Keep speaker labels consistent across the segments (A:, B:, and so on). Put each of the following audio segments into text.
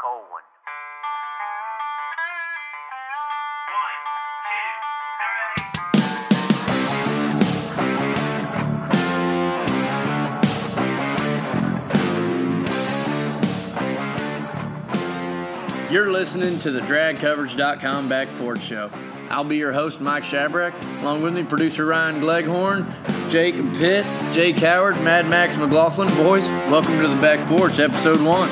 A: cold one.
B: You're listening to the DragCoverage.com Back Porch Show. I'll be your host, Mike Shabrack, along with me, producer Ryan Gleghorn, Jake Pitt, Jake Howard, Mad Max McLaughlin. Boys, welcome to the Back Porch, episode one.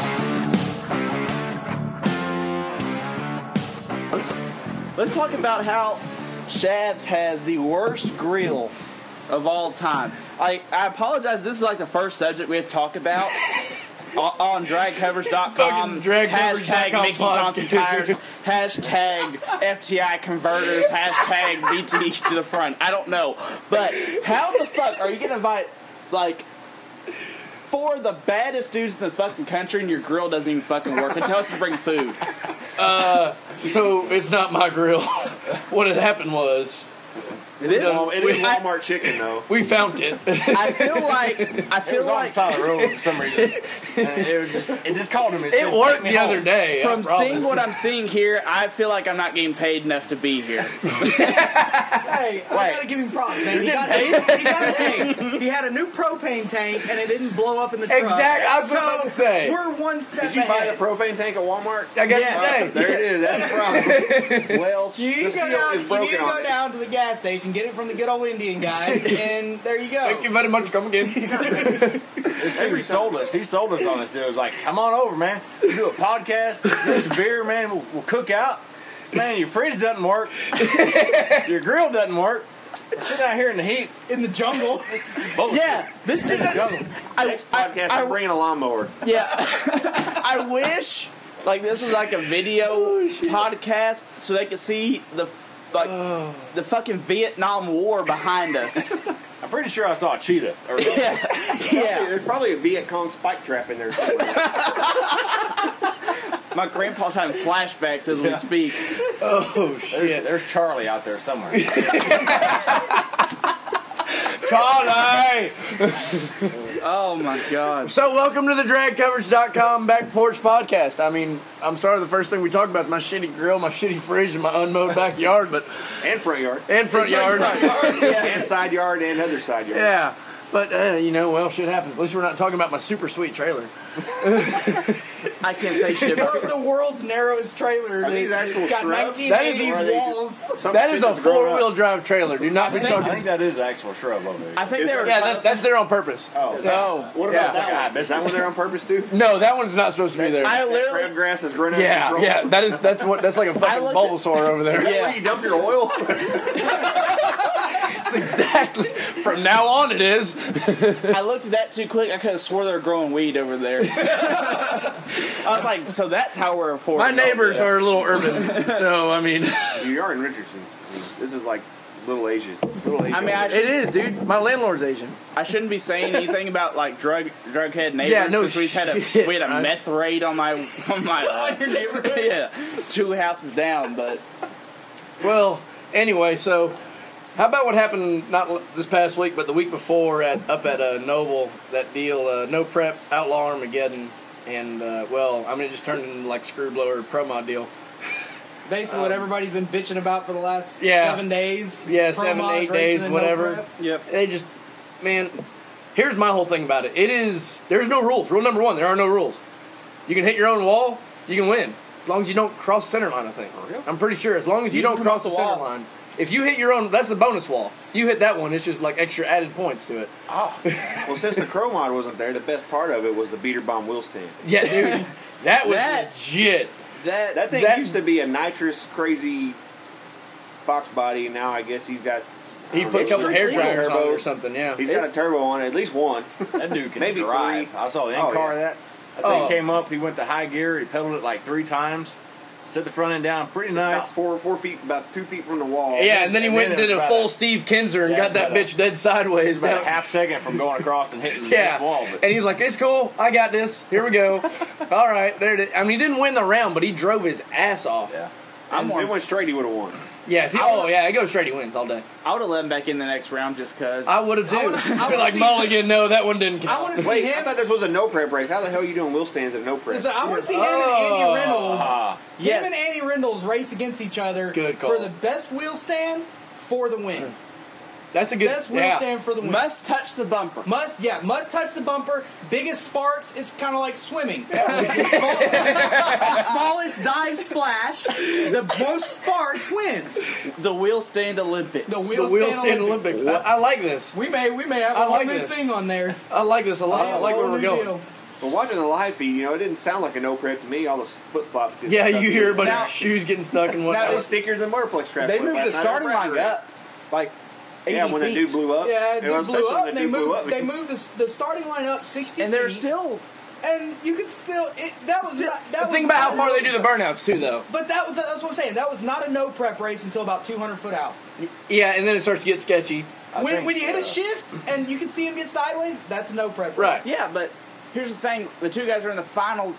C: Let's talk about how Shabs has the worst grill of all time. Like, I apologize. This is like the first subject we had to talk about on, on dragcovers.com.
B: Fucking dragcovers.com
C: hashtag Mickey
B: podcast.
C: Thompson tires. Hashtag FTI converters. Hashtag BT to the front. I don't know, but how the fuck are you gonna invite like? Four of the baddest dudes in the fucking country, and your grill doesn't even fucking work. And tell us to bring food.
D: So it's not my grill. what had happened was
C: It is.
E: Well, it is
C: I-
E: Walmart chicken though.
D: we found it.
C: I feel like I
E: It
C: feel
E: was on the
C: like
E: side of the road for some reason. And it was just it just called him. It,
D: it worked the other day. I
C: from seeing
D: promise.
C: what I'm seeing here, I feel like I'm not getting paid enough to be here.
F: Hey, I gotta give him props, man. He got, he got a tank. He had a new propane tank, and it didn't blow up in the truck.
D: Exact- I was
F: so
D: about to say.
F: We're one step
E: Did you buy
F: ahead.
E: the propane tank at Walmart?
D: I got
F: Yes.
D: to say,
E: There it is. That's the problem.
C: well,
F: you need
E: the
F: to
E: seal
F: go, down,
E: is
F: you
E: broken
F: need to
E: on
F: go
E: it.
F: down to the gas station, get it from the good old Indian guys, and there you go.
D: thank you very much. Come again.
E: This dude sold us. He sold us on this dude. It was like, come on over, man. We'll do a podcast. Give us a beer, man. We'll, we'll cook out. Man, your fridge doesn't work. your grill doesn't work. We're sitting out here in the heat.
F: In the jungle.
E: This is bullshit.
C: yeah, this dude.
E: Jungle.
C: I,
E: Next
C: I,
E: podcast,
C: I-
E: I'm bringing a lawnmower.
C: yeah, I wish like this was like a video
G: Oh,
C: podcast so they could see the like
G: Oh.
C: the fucking Vietnam War behind us.
E: I'm pretty sure I saw a cheetah. Or
C: yeah, yeah.
G: There's probably a Viet Cong spike trap in there somewhere.
C: My grandpa's having flashbacks as we
E: Yeah.
C: speak.
D: Oh
E: there's,
D: shit,
E: there's Charlie out there somewhere.
D: Charlie.
C: Oh my god.
D: So welcome to the DragCoverage.com Back Porch Podcast. I mean, I'm sorry. The first thing we talked about is my shitty grill, my shitty fridge, and my unmowed backyard, but
G: and front yard.
D: and front yard.
E: yeah.
G: And side yard and other side yard.
D: Yeah. But uh, you know, well, shit happens. At least we're not talking about my super sweet trailer.
C: I can't say shit. about
F: One of the world's narrowest trailer.
G: Are these
F: It's
G: actual
F: got
G: shrubs?
F: 1980s
D: That is-
G: Or are they
F: walls.
E: Oh,
G: Some
D: that
G: shit
D: is a
G: that's grown up.
D: four-wheel drive trailer. Do not be
E: I
D: talking.
E: think that is an actual shrub over there.
C: I think
G: Is
C: they
G: there-
C: were.
D: Yeah, that, that's there on purpose.
E: oh,
C: no.
G: What
D: Yeah.
G: about that one? Is that one there on purpose too?
D: No, that one's not supposed to be there.
C: I literally
G: Crab grass is growing out of
D: yeah,
G: control.
D: yeah, that is that's what that's like a fucking
C: looked at-
D: Bulbasaur over there.
C: Yeah.
G: Where you dump your oil?
D: That's exactly. From now on, it is.
C: I looked at that too quick. I could have swore they were growing weed over there. I was like, so that's how we're affording.
D: My
C: all
D: neighbors
C: this.
D: are a little urban, so I mean, it
G: you are in Richardson. I mean, This is like little Asia. Little Asia.
C: I mean, I, should,
D: is, dude. My landlord's Asian.
C: I shouldn't be saying anything about like drug drug head neighbors
D: Yeah, no
C: since we had a
D: shit,
C: we had a
D: right?
C: meth raid on my on my
F: on your neighborhood.
C: yeah two houses down. But
D: Well, anyway, so how about what happened not l- this past week, but the week before at up at uh, Noble that deal, uh, no prep, outlaw Armageddon, and uh, well, I mean, it just turned into like screwblower promo deal.
F: Basically, what everybody's been bitching about for the last
D: Um, Yeah.
F: seven days.
D: Yeah, seven,
F: Promos,
D: eight
F: racing,
D: days,
F: and no
D: whatever.
F: prep.
C: yep,
D: they just man here's my whole thing about it it is there's no rules rule number one there are no rules you can hit your own wall you can win as long as you don't cross the center line i think
E: Oh,
D: i'm pretty sure as long as you, don't cross the, center line if you hit your own that's the bonus wall you hit that one it's just like extra added points to it
E: Oh. well, since the crow mod wasn't there, the best part of it was the beater bomb wheel stand.
D: yeah dude that was
C: That-
D: legit
C: that
G: that thing
D: that-
G: used to be a nitrous crazy fox body. Now I guess he's got
D: he
E: Oh,
D: put a
G: It's
D: couple hair
G: legal
D: dryers on it or
G: turbos.
D: something yeah
G: he's got a turbo on it, at least one.
E: That dude can
G: Maybe
E: drive.
G: three.
E: I saw the end
G: Oh,
E: car of
G: yeah.
E: that. That thing
D: Oh.
E: came up. He went to high gear. He pedaled it like three times. Set the front end down pretty
G: About
E: nice.
G: four four feet, about two feet from the wall.
D: yeah and then he
E: and
D: went
E: then
D: and
E: it
D: did
E: was
D: a
E: about
D: full
E: a-
D: steve kinzer and
E: Yeah,
D: got
E: it's
D: that
E: about a-
D: bitch dead sideways
E: About
D: down
E: a half second from going across and hitting the
D: Yeah.
E: next wall. But
D: And he's like, it's cool. I got this. Here we go. All right. There it is. I mean, he didn't win the round, but he drove his ass off.
E: yeah,
H: I'm
E: if it
H: on.
E: went straight, he would have won.
D: Yeah, if he, oh yeah, it goes straight. He wins all day.
H: I would have let him back in the next round just because.
D: I would have too.
F: wanna- I
D: I'd be
F: wanna
D: like
F: see-
D: Mulligan. No, that one didn't count.
F: I want to see
E: Wait, I
F: him.
E: thought this was a no prep race. How the hell are you doing Will stands at no prep?
F: Listen, I want to see him
D: Oh.
F: and Andy Reynolds.
H: Yes.
F: Him and Andy Reynolds race against each other
D: Good
F: for
D: call.
F: the best wheel stand for the win.
D: That's a good.
F: Best wheel
D: yeah.
F: stand for the win.
H: Must touch the bumper.
F: Must yeah, must touch the bumper. Biggest sparks. It's kind of like swimming. the smallest dive splash. The most sparks wins.
H: The wheel stand Olympics.
F: The
D: The
F: wheel,
D: wheel
F: stand,
D: stand
F: Olympic.
D: Olympics. I, I like this.
F: We may we may have a
D: I
F: whole
D: like
F: new
D: this.
F: thing on there.
D: I like this a lot. I like where we're going.
E: But watching the live feed, you know, it didn't sound like a no prep to me. All the flip flop.
D: Yeah, you hear
E: But
D: about
H: Now-
D: his shoes getting stuck and
E: that
D: whatnot.
E: was stickier than Motorplex trap.
H: They
E: was
H: moved
E: last
H: the
E: night at
H: starting
E: Brad
H: line
E: Race.
H: up like 80
E: Yeah, when
H: feet.
E: that dude blew up.
F: Yeah,
E: It
F: they
E: was
F: blew
E: especially when
F: up.
E: that
F: They
E: dude blew
F: moved.
E: up.
F: They moved the, the starting line up sixty.
H: and they're
F: feet,
H: still
F: and you could still. It, that was not, that was
D: Think about how far
F: not-
D: they do the burnouts too, though.
F: But that was that's what I'm saying. That was not a no prep race until about 200 foot out.
D: Yeah, and then it starts to get sketchy.
F: when,
H: think,
F: when you hit
H: uh,
F: a shift and you can see him get sideways, that's a no prep race.
D: Right.
H: Yeah, but here's the thing: the two guys are in the final.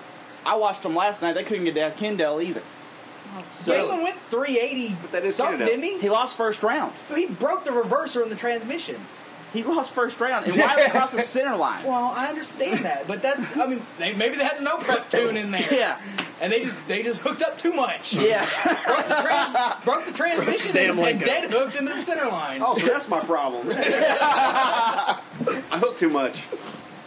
H: I watched them last night. They couldn't get down Kendall either.
F: Jalen went 380.
E: But that is
F: something,
E: Canada.
F: didn't he?
H: He lost first round.
F: He broke the reverser in the transmission.
H: He lost first round and wildly across the center line.
F: Well, I understand that, but that's I mean they, maybe they had the no prep tune in there.
H: Yeah,
F: And they just they just hooked up too much.
H: yeah.
F: broke, the trans, broke the transmission
D: Damn
F: and, and
D: Lincoln.
F: dead hooked into the center line.
E: Oh, so that's my problem. I hooked too much.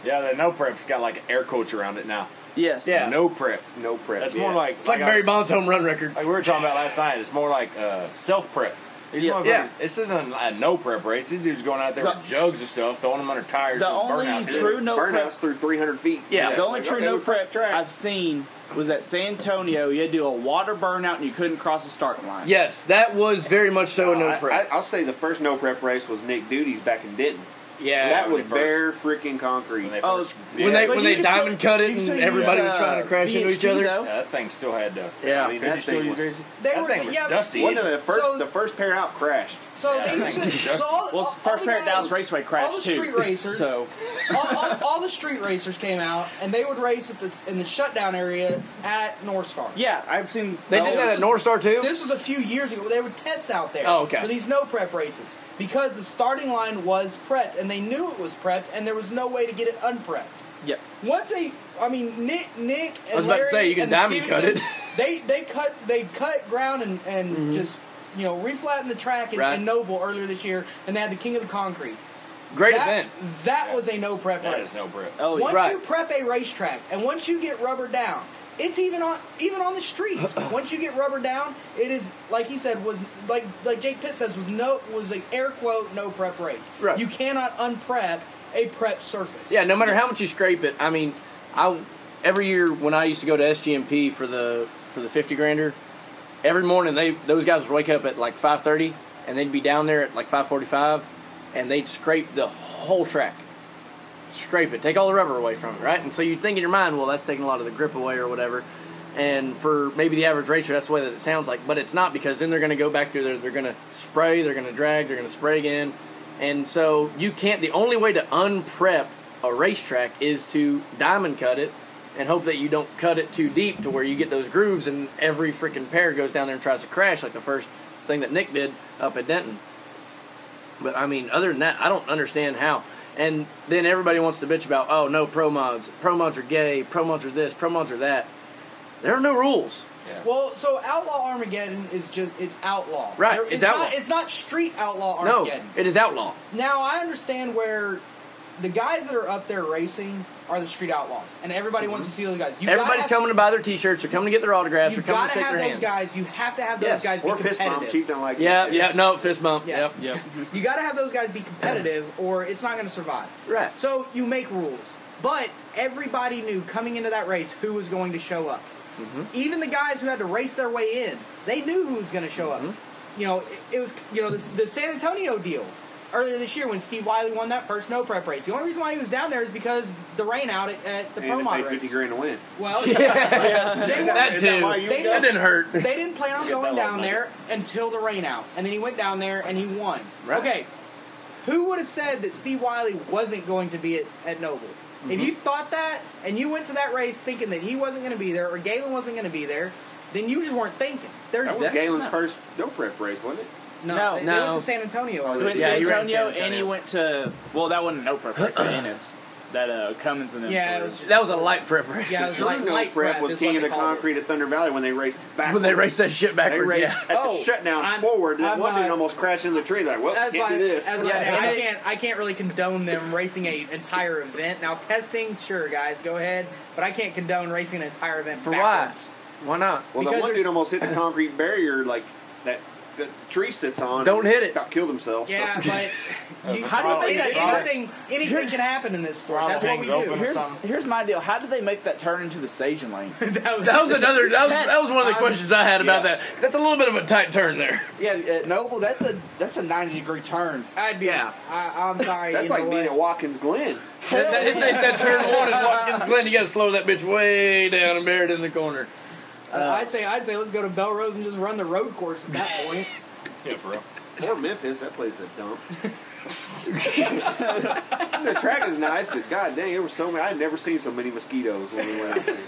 G: Yeah, that no prep's got like air quotes around it now.
H: yes.
D: Yeah.
G: No prep.
E: No prep.
G: That's
E: yeah.
G: more like
D: It's like
G: I
D: Barry
G: was-
D: Bonds' home run record.
G: Like we were talking about last night. It's more like uh, self prep. These
H: Yeah.
G: motherfuckers-
D: Yeah.
G: This isn't a no prep race. These dudes going out there
H: The-
G: with jugs of stuff, throwing them under tires.
H: The
G: doing
H: only
G: burnouts.
E: And then
H: true no
E: burnouts
H: prep-
E: through 300 feet.
D: Yeah.
H: The only
E: Like,
H: true
E: okay,
H: no
E: we're-
H: prep I've seen was at San Antonio. You had to do a water burnout and you couldn't cross the starting line.
D: Yes, that was very much so a no
E: I-
D: prep.
E: I, I'll say the first no prep race was Nick Duty's back in Denton.
D: yeah.
E: that was
G: when they
E: bare freaking concrete.
G: When they
H: Oh,
G: first-
H: yeah.
D: when they
H: But you
D: when they
H: can
D: diamond
H: still-
D: cut
H: you
D: it
H: can
D: and
H: still
D: everybody
H: use,
D: was
H: uh,
D: trying to crash into each
H: VHD
D: other.
H: though.
G: Yeah, that thing still had to.
D: Yeah.
E: I mean,
G: Could
E: that
G: you still
E: thing
G: use
E: was,
G: greasy?
F: They
G: That
F: were
G: thing was
F: yeah, but
G: dusty.
E: One of the first,
F: So-
E: the first pair out crashed.
F: So
G: Yeah,
F: they
G: I
F: should,
G: think
F: so all,
H: Well,
F: all,
H: first
F: all the
H: pair at Dallas
F: guys-
H: Raceway
F: all the
H: crashed too.
F: street racers,
H: So
F: all, all, all the street racers came out and they would race at the, in the shutdown area at North Star.
H: yeah, I've seen. Oh,
D: They
H: the
D: did
H: whole-
D: that at North Star too.
F: This was a few years ago. They would test out there
D: Oh, okay.
F: for these no prep races because the starting line was prepped and they knew it was prepped and there was no way to get it unprepped.
H: Yep.
F: Once they, I mean, Nick, Nick, and
D: I was about to
F: Larry
D: say, you can
F: and the
D: diamond cut it. Mm-hmm.
F: Stevenson, They they cut they cut ground and and just you know reflattened the track in,
D: Right.
F: in Noble earlier this year, and they had the King of the Concrete.
D: Great
F: that,
D: event.
F: That
G: Yeah.
F: was a no prep
G: That
F: race.
G: is no prep.
H: Oh, yeah.
F: Once
D: Right.
F: you prep a racetrack and once you get rubber down, it's even on even on the streets. once you get rubber down, it is like he said was like like Jake Pitt says was no was an air quote no prep race.
D: Right.
F: You cannot unprep a prep surface.
D: Yeah, no matter how much you scrape it, I mean, I every year when I used to go to SGMP for the for the fifty grander, every morning they those guys would wake up at like five thirty and they'd be down there at like five forty five, and they'd scrape the whole track, scrape it, take all the rubber away from it, right? And so you'd think in your mind, well, that's taking a lot of the grip away or whatever. And for maybe the average racer, that's the way that it sounds like, but it's not because then they're going to go back through there, they're going to spray, they're going to drag, they're going to spray again, and so you can't. The only way to unprep a racetrack is to diamond cut it and hope that you don't cut it too deep to where you get those grooves and every freaking pair goes down there and tries to crash like the first thing that Nick did up at Denton. But I mean, other than that, I don't understand how. And then everybody wants to bitch about, oh no, pro mods, pro mods are gay, pro mods are this, pro mods are that. There are no rules.
F: Well, so outlaw Armageddon is just it's outlaw.
D: Right,
F: There-
D: it's outlaw.
F: Not, it's not street outlaw
D: No,
F: Armageddon.
D: it is outlaw.
F: Now I understand where the guys that are up there racing are the street outlaws, and everybody wants to see those guys. You
D: Mm-hmm. Everybody's
F: gotta-
D: coming to buy their T-shirts. They're coming to get their autographs.
F: You
D: They're coming
F: gotta
D: to shake
F: have
D: their
F: those
D: hands.
F: guys. You have to have those
D: Yes.
F: guys be
E: Or fist bomb. Chief
F: competitive.
E: done like
D: Yeah,
E: that.
D: yeah, no fist bump.
F: Yeah.
D: Yep.
H: Yep.
F: You got to have those guys be competitive, or it's not going to survive.
D: Right.
F: So you make rules, but everybody knew coming into that race who was going to show up.
D: Mm-hmm.
F: Even the guys who had to race their way in, they knew who was going to show up.
D: Mm-hmm.
F: You know, it, it was you know the, the San Antonio deal earlier this year when Steve Wiley won that first no prep race. The only reason why he was down there is because the rain out at, at the
E: And
F: pro
E: they
F: mod
E: paid
F: race.
E: 50 grand to win.
F: Well, They weren't-
D: That
E: Is that
D: too.
E: why you
F: They
E: got-
D: That didn't hurt.
F: they didn't plan on
G: Get
F: going
G: that
F: down
G: little
F: there until the rain out, and then he went down there and he won.
D: Right.
F: Okay, who would have said that Steve Wiley wasn't going to be at, at Noble?
E: Mm-hmm.
F: If you thought that and you went to that race thinking that he wasn't going to be there or Galen wasn't going to be there, then you just weren't thinking. There's
E: That was
D: Exactly.
E: Galen's first no prep race, wasn't it?
F: no,
C: No.
F: they, they
D: No.
F: went to San Antonio.
E: Oh,
F: already.
C: He went to
D: Yeah,
C: San
D: he ran
C: Antonio,
D: San
C: and he
D: Antonio.
C: went to well, that wasn't no prep race. That Ennis, that uh, Cummins and them.
F: Yeah, it
C: threw.
F: was
D: That was a light preparation.
F: Yeah, it was
E: True
F: like
E: no
F: light
E: prep, was
F: is what
E: king of
F: they
E: the
F: call it.
E: concrete at Thunder Valley when they raced back.
D: When they raced that shit
E: They
D: backwards,
E: raced
D: yeah.
E: at
F: Oh,
E: the shutdown
F: I'm-
E: forward, and that
F: I'm
E: one dude
F: not-
E: almost crashed into the tree. Like, well,
F: As
E: can't do
F: like,
E: this.
F: as
C: Yeah,
F: like,
C: and
F: I
C: it-
F: can't, I can't really condone them racing a entire event. Now testing, sure, guys, go ahead, but I can't condone racing an entire event
D: For why?
F: backwards.
D: Why not?
E: well, that
F: because
E: one
F: there's-
E: dude almost hit the concrete barrier, like that. That tree sits on.
D: Don't hit it.
E: About killed himself. so-
F: Yeah, but you, how do
G: throttle-
F: you make
G: throttle-
F: that anything? Anything can happen in this sport. That's what we
G: hangs open
F: do.
G: or
C: Here's,
G: something.
C: here's my deal. How did they make that turn into the staging lanes?
F: That was-
D: That was another. That was, that was one of the
F: I'm-
D: questions I had about that. That's a little bit of a tight turn there.
C: yeah, at Noble, that's a that's a ninety degree turn.
F: I'd be.
D: Yeah.
F: I, I'm sorry.
E: That's
F: you
E: like
F: know
E: being
F: what?
E: at Watkins Glen.
D: That, that, it takes that turn one and Watkins Glen. You got to slow that bitch way down and bury it in the corner.
F: I'd say. I'd say let's go to Belrose and just run the road course at that point.
G: Yeah, for real.
E: Or Memphis. That place is a dump. the track is nice, but god dang, there were so many. I'd never seen so many mosquitoes when we went out there.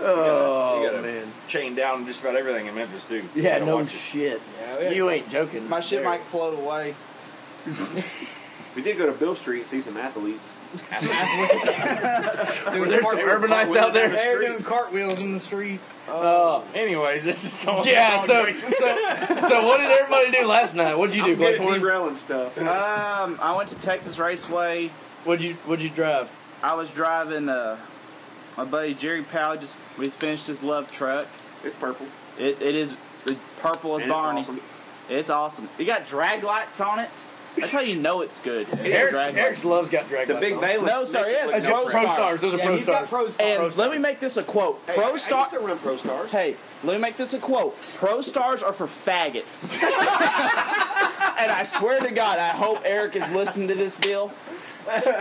D: Oh
G: you gotta-
D: man.
G: Chained down just about everything in Memphis too.
D: Yeah,
G: Gotta
D: no
G: watch it.
D: shit.
F: Oh,
C: Yeah, we-
D: You ain't joking.
C: My shit
D: there.
C: might float away.
E: We did go to Bill Street and see some athletes.
D: Were there some urbanites out there?
F: They're doing
E: streets.
F: cartwheels in the streets.
D: Oh.
G: Anyways, this is going.
D: Yeah,
G: the wrong
D: so
G: direction.
D: so so what did everybody do last night? What'd you do,
E: I'm good at
D: Glenn?
E: derailing stuff.
C: Um, I went to Texas Raceway.
D: What'd you what'd you drive?
C: I was driving. Uh, my buddy Jerry Powell just we finished his love truck.
E: It's purple.
C: It, it is it- purple as
E: And it's
C: Barney.
E: awesome.
C: It's awesome. It got drag lights on it. That's how you know it's good. It's got
D: Eric's,
C: drag
D: Eric's love's got drag
E: The
D: lights
E: big
D: on.
E: balance.
C: No, sorry,
E: mixes
C: yes,
E: with
C: that's
E: no
C: Pro
E: prep.
D: Pro
C: Stars.
D: stars. Those are
F: Yeah,
D: pro
F: he's got
D: stars.
F: pro stars.
C: And let me make this a quote.
E: Hey, I
C: Pro
E: used
C: Star.
E: to run Pro Stars.
C: Hey, let me make this a quote. Pro stars are for faggots. and I swear to God, I hope Eric is listening to this deal.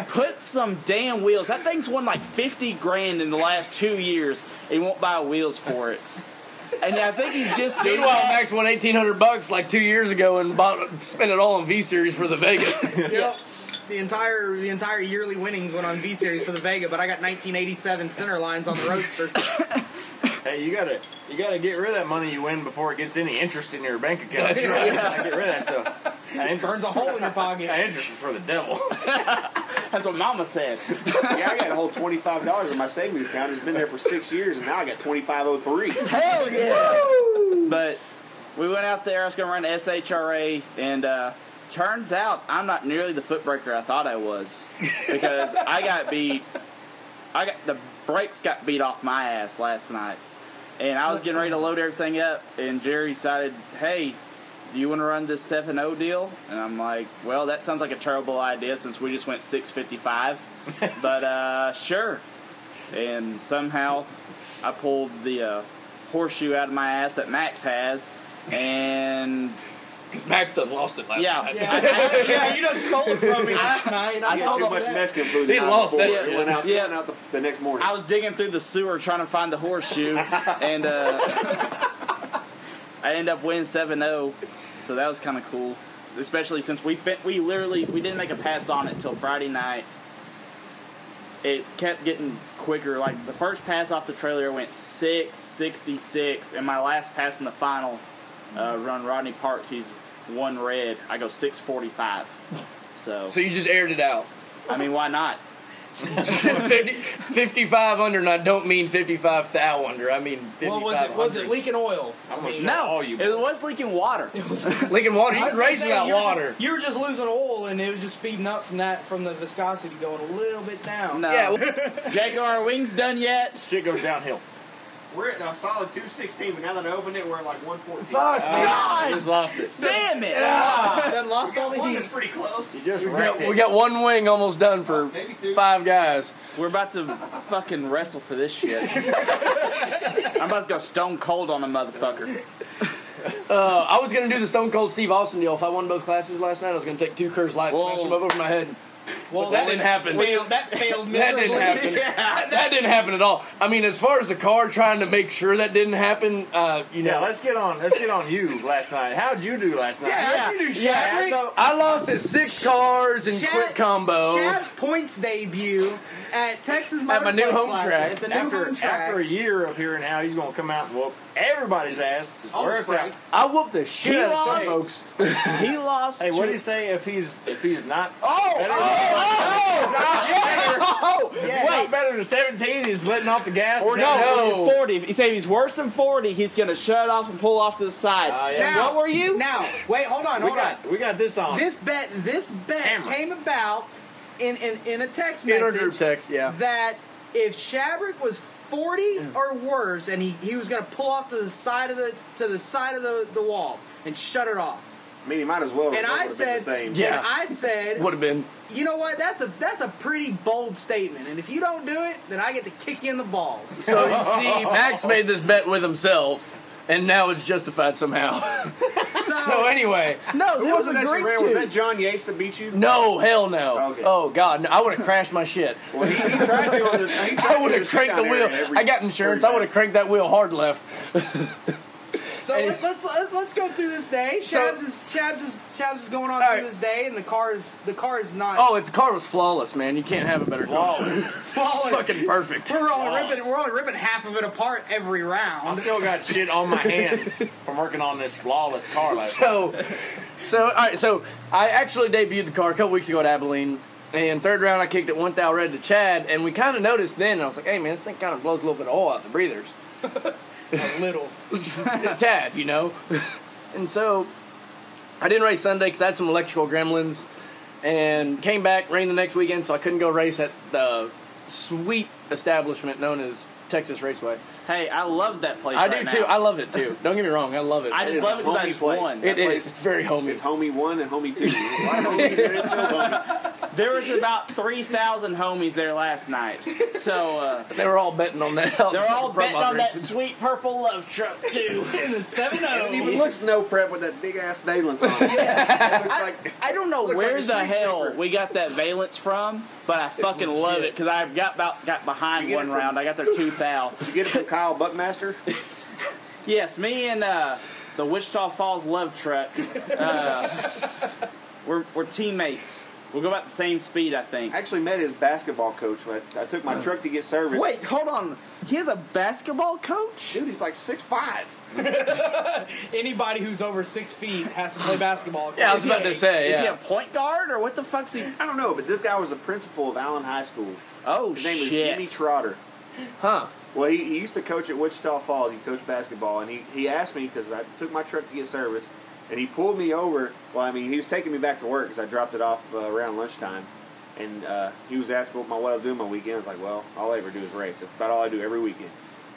C: Put some damn wheels. That thing's won like 50 grand in the last two years. He won't buy wheels for it. And I think he's just doing
D: Meanwhile,
C: that.
D: Max won eighteen hundred bucks like two years ago and bought, spent it all on V Series for the Vega.
F: Yes. The entire the entire yearly winnings went on V Series for the Vega, but I got 1987 center lines on the Roadster.
G: Hey, you gotta you gotta get rid of that money you win before it gets any interest in your bank account.
D: That's right.
G: Gotta get rid of that stuff. That interest,
F: Burns a hole in your pocket.
G: that interest is for the devil.
C: That's what Mama said.
E: Yeah, I got a whole twenty five dollars in my savings account. It's been there for six years, and now I got twenty five oh three.
C: Hell yeah! but we went out there. I was gonna run SHRA, and uh, turns out I'm not nearly the foot breaker I thought I was because I got beat. I got the brakes got beat off my ass last night, and I was getting ready to load everything up, and Jerry decided, "Hey." Do you want to run this 7-0 deal? And I'm like, well, that sounds like a terrible idea since we just went 655. but uh, sure. And somehow I pulled the uh, horseshoe out of my ass that Max has, and
D: Max done lost it last
C: Yeah.
D: night.
F: yeah, I- yeah, you done stole it from me last night.
C: I
F: I
C: saw
F: saw
C: the-
E: Too
F: that.
E: much Mexican food.
D: They
E: the night
D: lost
E: before.
D: that
E: It Went out,
C: Yeah.
E: went out the, the next morning.
C: I was digging through the sewer trying to find the horseshoe, and uh, I ended up winning 7-0, so that was kind of cool. Especially since we fit, we literally we didn't make a pass on it till Friday night. It kept getting quicker. Like the first pass off the trailer went six sixty six, and my last pass in the final uh, run, Rodney Parks, he's one red. I go six forty five. So
D: So you just aired it out.
C: I mean, why not?
D: 50, 55 under, and I don't mean 55 thou under. I mean 55
F: Well, was it was it leaking oil?
G: I'm gonna show
C: No,
G: all you.
C: it was leaking water.
D: Lincoln water. You
F: I
D: can
F: was
D: race
F: gonna say,
D: without
F: you were
D: water.
F: Just, you were just losing oil, and it was just speeding up from that from the viscosity going a little bit down.
C: No.
D: Yeah, well,
C: Jake, are our wings done yet?
G: Shit goes downhill.
E: We're at a solid two sixteen, but now that I opened it, we're at like one fourteen.
D: fuck.
G: I just lost it.
C: Damn it!
F: Then lost all the
E: One
F: heat.
E: that's pretty close.
G: You just
D: We
G: wrecked
D: got,
G: it.
D: we got one wing almost done for
E: Maybe two.
D: five guys.
C: We're about to fucking wrestle for this shit. I'm about to go stone cold on a motherfucker.
D: Uh, I was gonna do the Stone Cold Steve Austin deal if I won both classes last night. I was gonna take two Curse lights, smash
C: Whoa.
D: them up over my head.
F: Well,
D: that didn't happen.
F: Failed, that failed
D: That
F: miserably.
D: didn't happen. That didn't happen at all. I mean, as far as the car trying to make sure that didn't happen, uh, you know,
G: Yeah, let's get on. Let's get on you last night. How'd you do last night?
F: Yeah,
G: How'd you do,
F: yeah,
G: Shaq?
F: so-
D: I lost at six cars in
F: Shaq-
D: quick combo.
F: Shav's points debut at Texas
D: my
F: Motorplex
D: new home
F: Classic,
D: track.
F: At the new
G: After
F: home track.
G: after a year of hearing how he's gonna come out and whoop everybody's ass, is where it's at.
D: I whooped the shit
C: He
D: out of some
C: lost.
D: folks.
C: He lost.
G: Hey, what
C: to-
G: do you say if he's if he's not
C: Oh,
G: better,
C: oh,
G: not better than seventeen? He's letting off the gas.
C: Or no,
G: now?
D: No.
C: when you're 40. If he said he's worse than 40, he's going to shut off and pull off to the side.
G: Ah, yeah.
C: And
F: Now-
C: what were you?
F: Now, wait, hold on,
G: we
F: hold on.
G: got we got this on.
F: This bet, this bet
G: Hammer.
F: came about in, in, in a text message.
D: In our group text, yeah.
F: that if Shabrick was 40 or worse and he, he was going to pull off to the side of the to the side of the, the wall and shut it off.
E: I mean, he might as well.
F: And
E: that
F: I
E: would've been
F: said
E: the same.
D: Yeah.
F: and I said
D: Would have been.
F: you know what? That's a that's a pretty bold statement. And if you don't do it, then I get to kick you in the balls.
D: So you see, Max made this bet with himself, and now it's justified somehow.
F: So,
D: so anyway,
F: no,
E: Who
F: that
E: was
F: was
E: it
F: a
E: that you
F: great
E: ran? Was that
F: two.
E: John Yates that beat you?
D: no, hell no.
E: Okay.
D: Oh god, no, I would have crashed my shit.
E: Well, he, he tried to. On the, he tried
D: I would have cranked the wheel. I got insurance. I would have cranked that wheel hard left.
F: So let, let's, let's let's go through this day.
D: So-
F: Shabs is Shabs is Shabs is going on
D: All
F: through
D: right.
F: this day, and the car is the car is not.
D: Oh, it, the car was flawless, man. You can't have a better car.
F: falling.
D: Fucking perfect.
F: We're only ripping we're only ripping half of it apart every round.
G: I still got shit on my hands from working on this flawless car. Like,
D: So, so all right. So I actually debuted the car a couple weeks ago at Abilene, and third round I kicked it one thou red to Chad, and we kind of noticed then. And I was like, hey man, this thing kind of blows a little bit of oil out the breathers.
F: a little.
D: tad, you know. and so I didn't race Sunday because I had some electrical gremlins, and came back rained the next weekend, so I couldn't go race at the sweet establishment known as Texas Raceway.
C: Hey, I love that place.
D: I
C: right
D: do
C: now.
D: too. I love it too. Don't get me wrong, I love it.
C: I
E: It
C: just
E: is
C: love it
E: a
C: because I
E: homey
C: just
E: place.
C: won.
D: it
E: that
D: is. It's very homey.
E: It's homie one and homie two. Why homie?
C: There was about 3,000 homies there last night. So, uh,
D: They were all betting on that.
C: they're all
D: Pro
C: betting on that
D: moderation.
C: sweet purple love truck, too.
F: In the seven oh.
E: He looks no prep with that big ass Valence on. It looks like
C: I don't know
E: Looks
C: where
E: like a
C: the
E: street
C: hell
E: sniper.
C: we got that valence from, but I fucking
D: legit.
C: love it because I got about got behind
E: You get
C: one
E: it from-
C: round. I got their two thou.
E: you get it from Kyle Buckmaster.
C: Yes, me and uh, the Wichita Falls love truck. Uh, we're we're teammates. We'll go about the same speed, I think.
E: I actually met his basketball coach. When I, I took my truck to get service.
C: Wait, hold on. He has a basketball coach.
E: dude, he's like six five.
F: Anybody who's over six feet has to play basketball.
D: Yeah, I was about to say.
C: Is he a
D: Yeah.
C: point guard or what the fuck's he?
E: I don't know, but this guy was the principal of Allen High School.
C: Oh
E: His name was
C: shit!
E: Jimmy Trotter.
D: Huh.
E: Well, he, he used to coach at Wichita Falls. He coached basketball, and he, he asked me because I took my truck to get service, and he pulled me over. Well, I mean, he was taking me back to work because I dropped it off uh, around lunchtime, and uh, he was asking what, my, what I was doing my weekend. I was like, well, all I ever do is race. That's about all I do every weekend.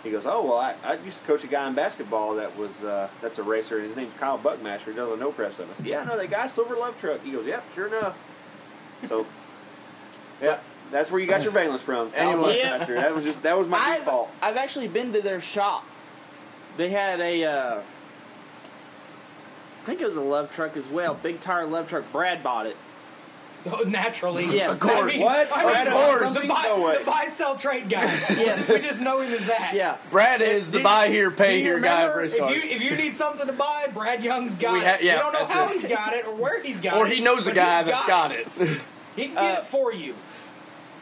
E: He goes, oh well, I, I used to coach a guy in basketball that was uh, that's a racer, and his name's Kyle Buckmaster. He does a no prep stuff. I said, yeah, I know that guy, Silver Love Truck. He goes, yep, sure enough. So, yeah, that's where you got your valence from. Kyle
D: Anyway.
C: Yeah.
E: Buckmaster. That was just that was my
C: I've
E: default.
C: I've actually been to their shop. They had a. Uh, I think it was a love truck as well. Big tire love truck. Brad bought it.
F: Oh, naturally.
C: Yes,
F: I
C: of course.
F: mean,
E: What?
F: I mean,
E: Of
F: the-
E: course.
F: The, buy,
E: No way.
F: the buy sell trade guy.
C: Yes.
F: we just know him as that.
C: Yeah.
D: Brad is the
F: Do-
D: buy here,
F: Do
D: pay
F: you
D: here guy
F: remember?
D: for his cars.
F: If you, if you need something to buy, Brad Young's got
D: We ha-
F: it.
D: yeah,
F: we don't know
D: that's
F: how
D: it.
F: he's got it or where he's got
D: or
F: it.
D: he knows a
F: but
D: guy
F: he's
D: that's got it.
F: He can
H: Uh,
F: get it for you.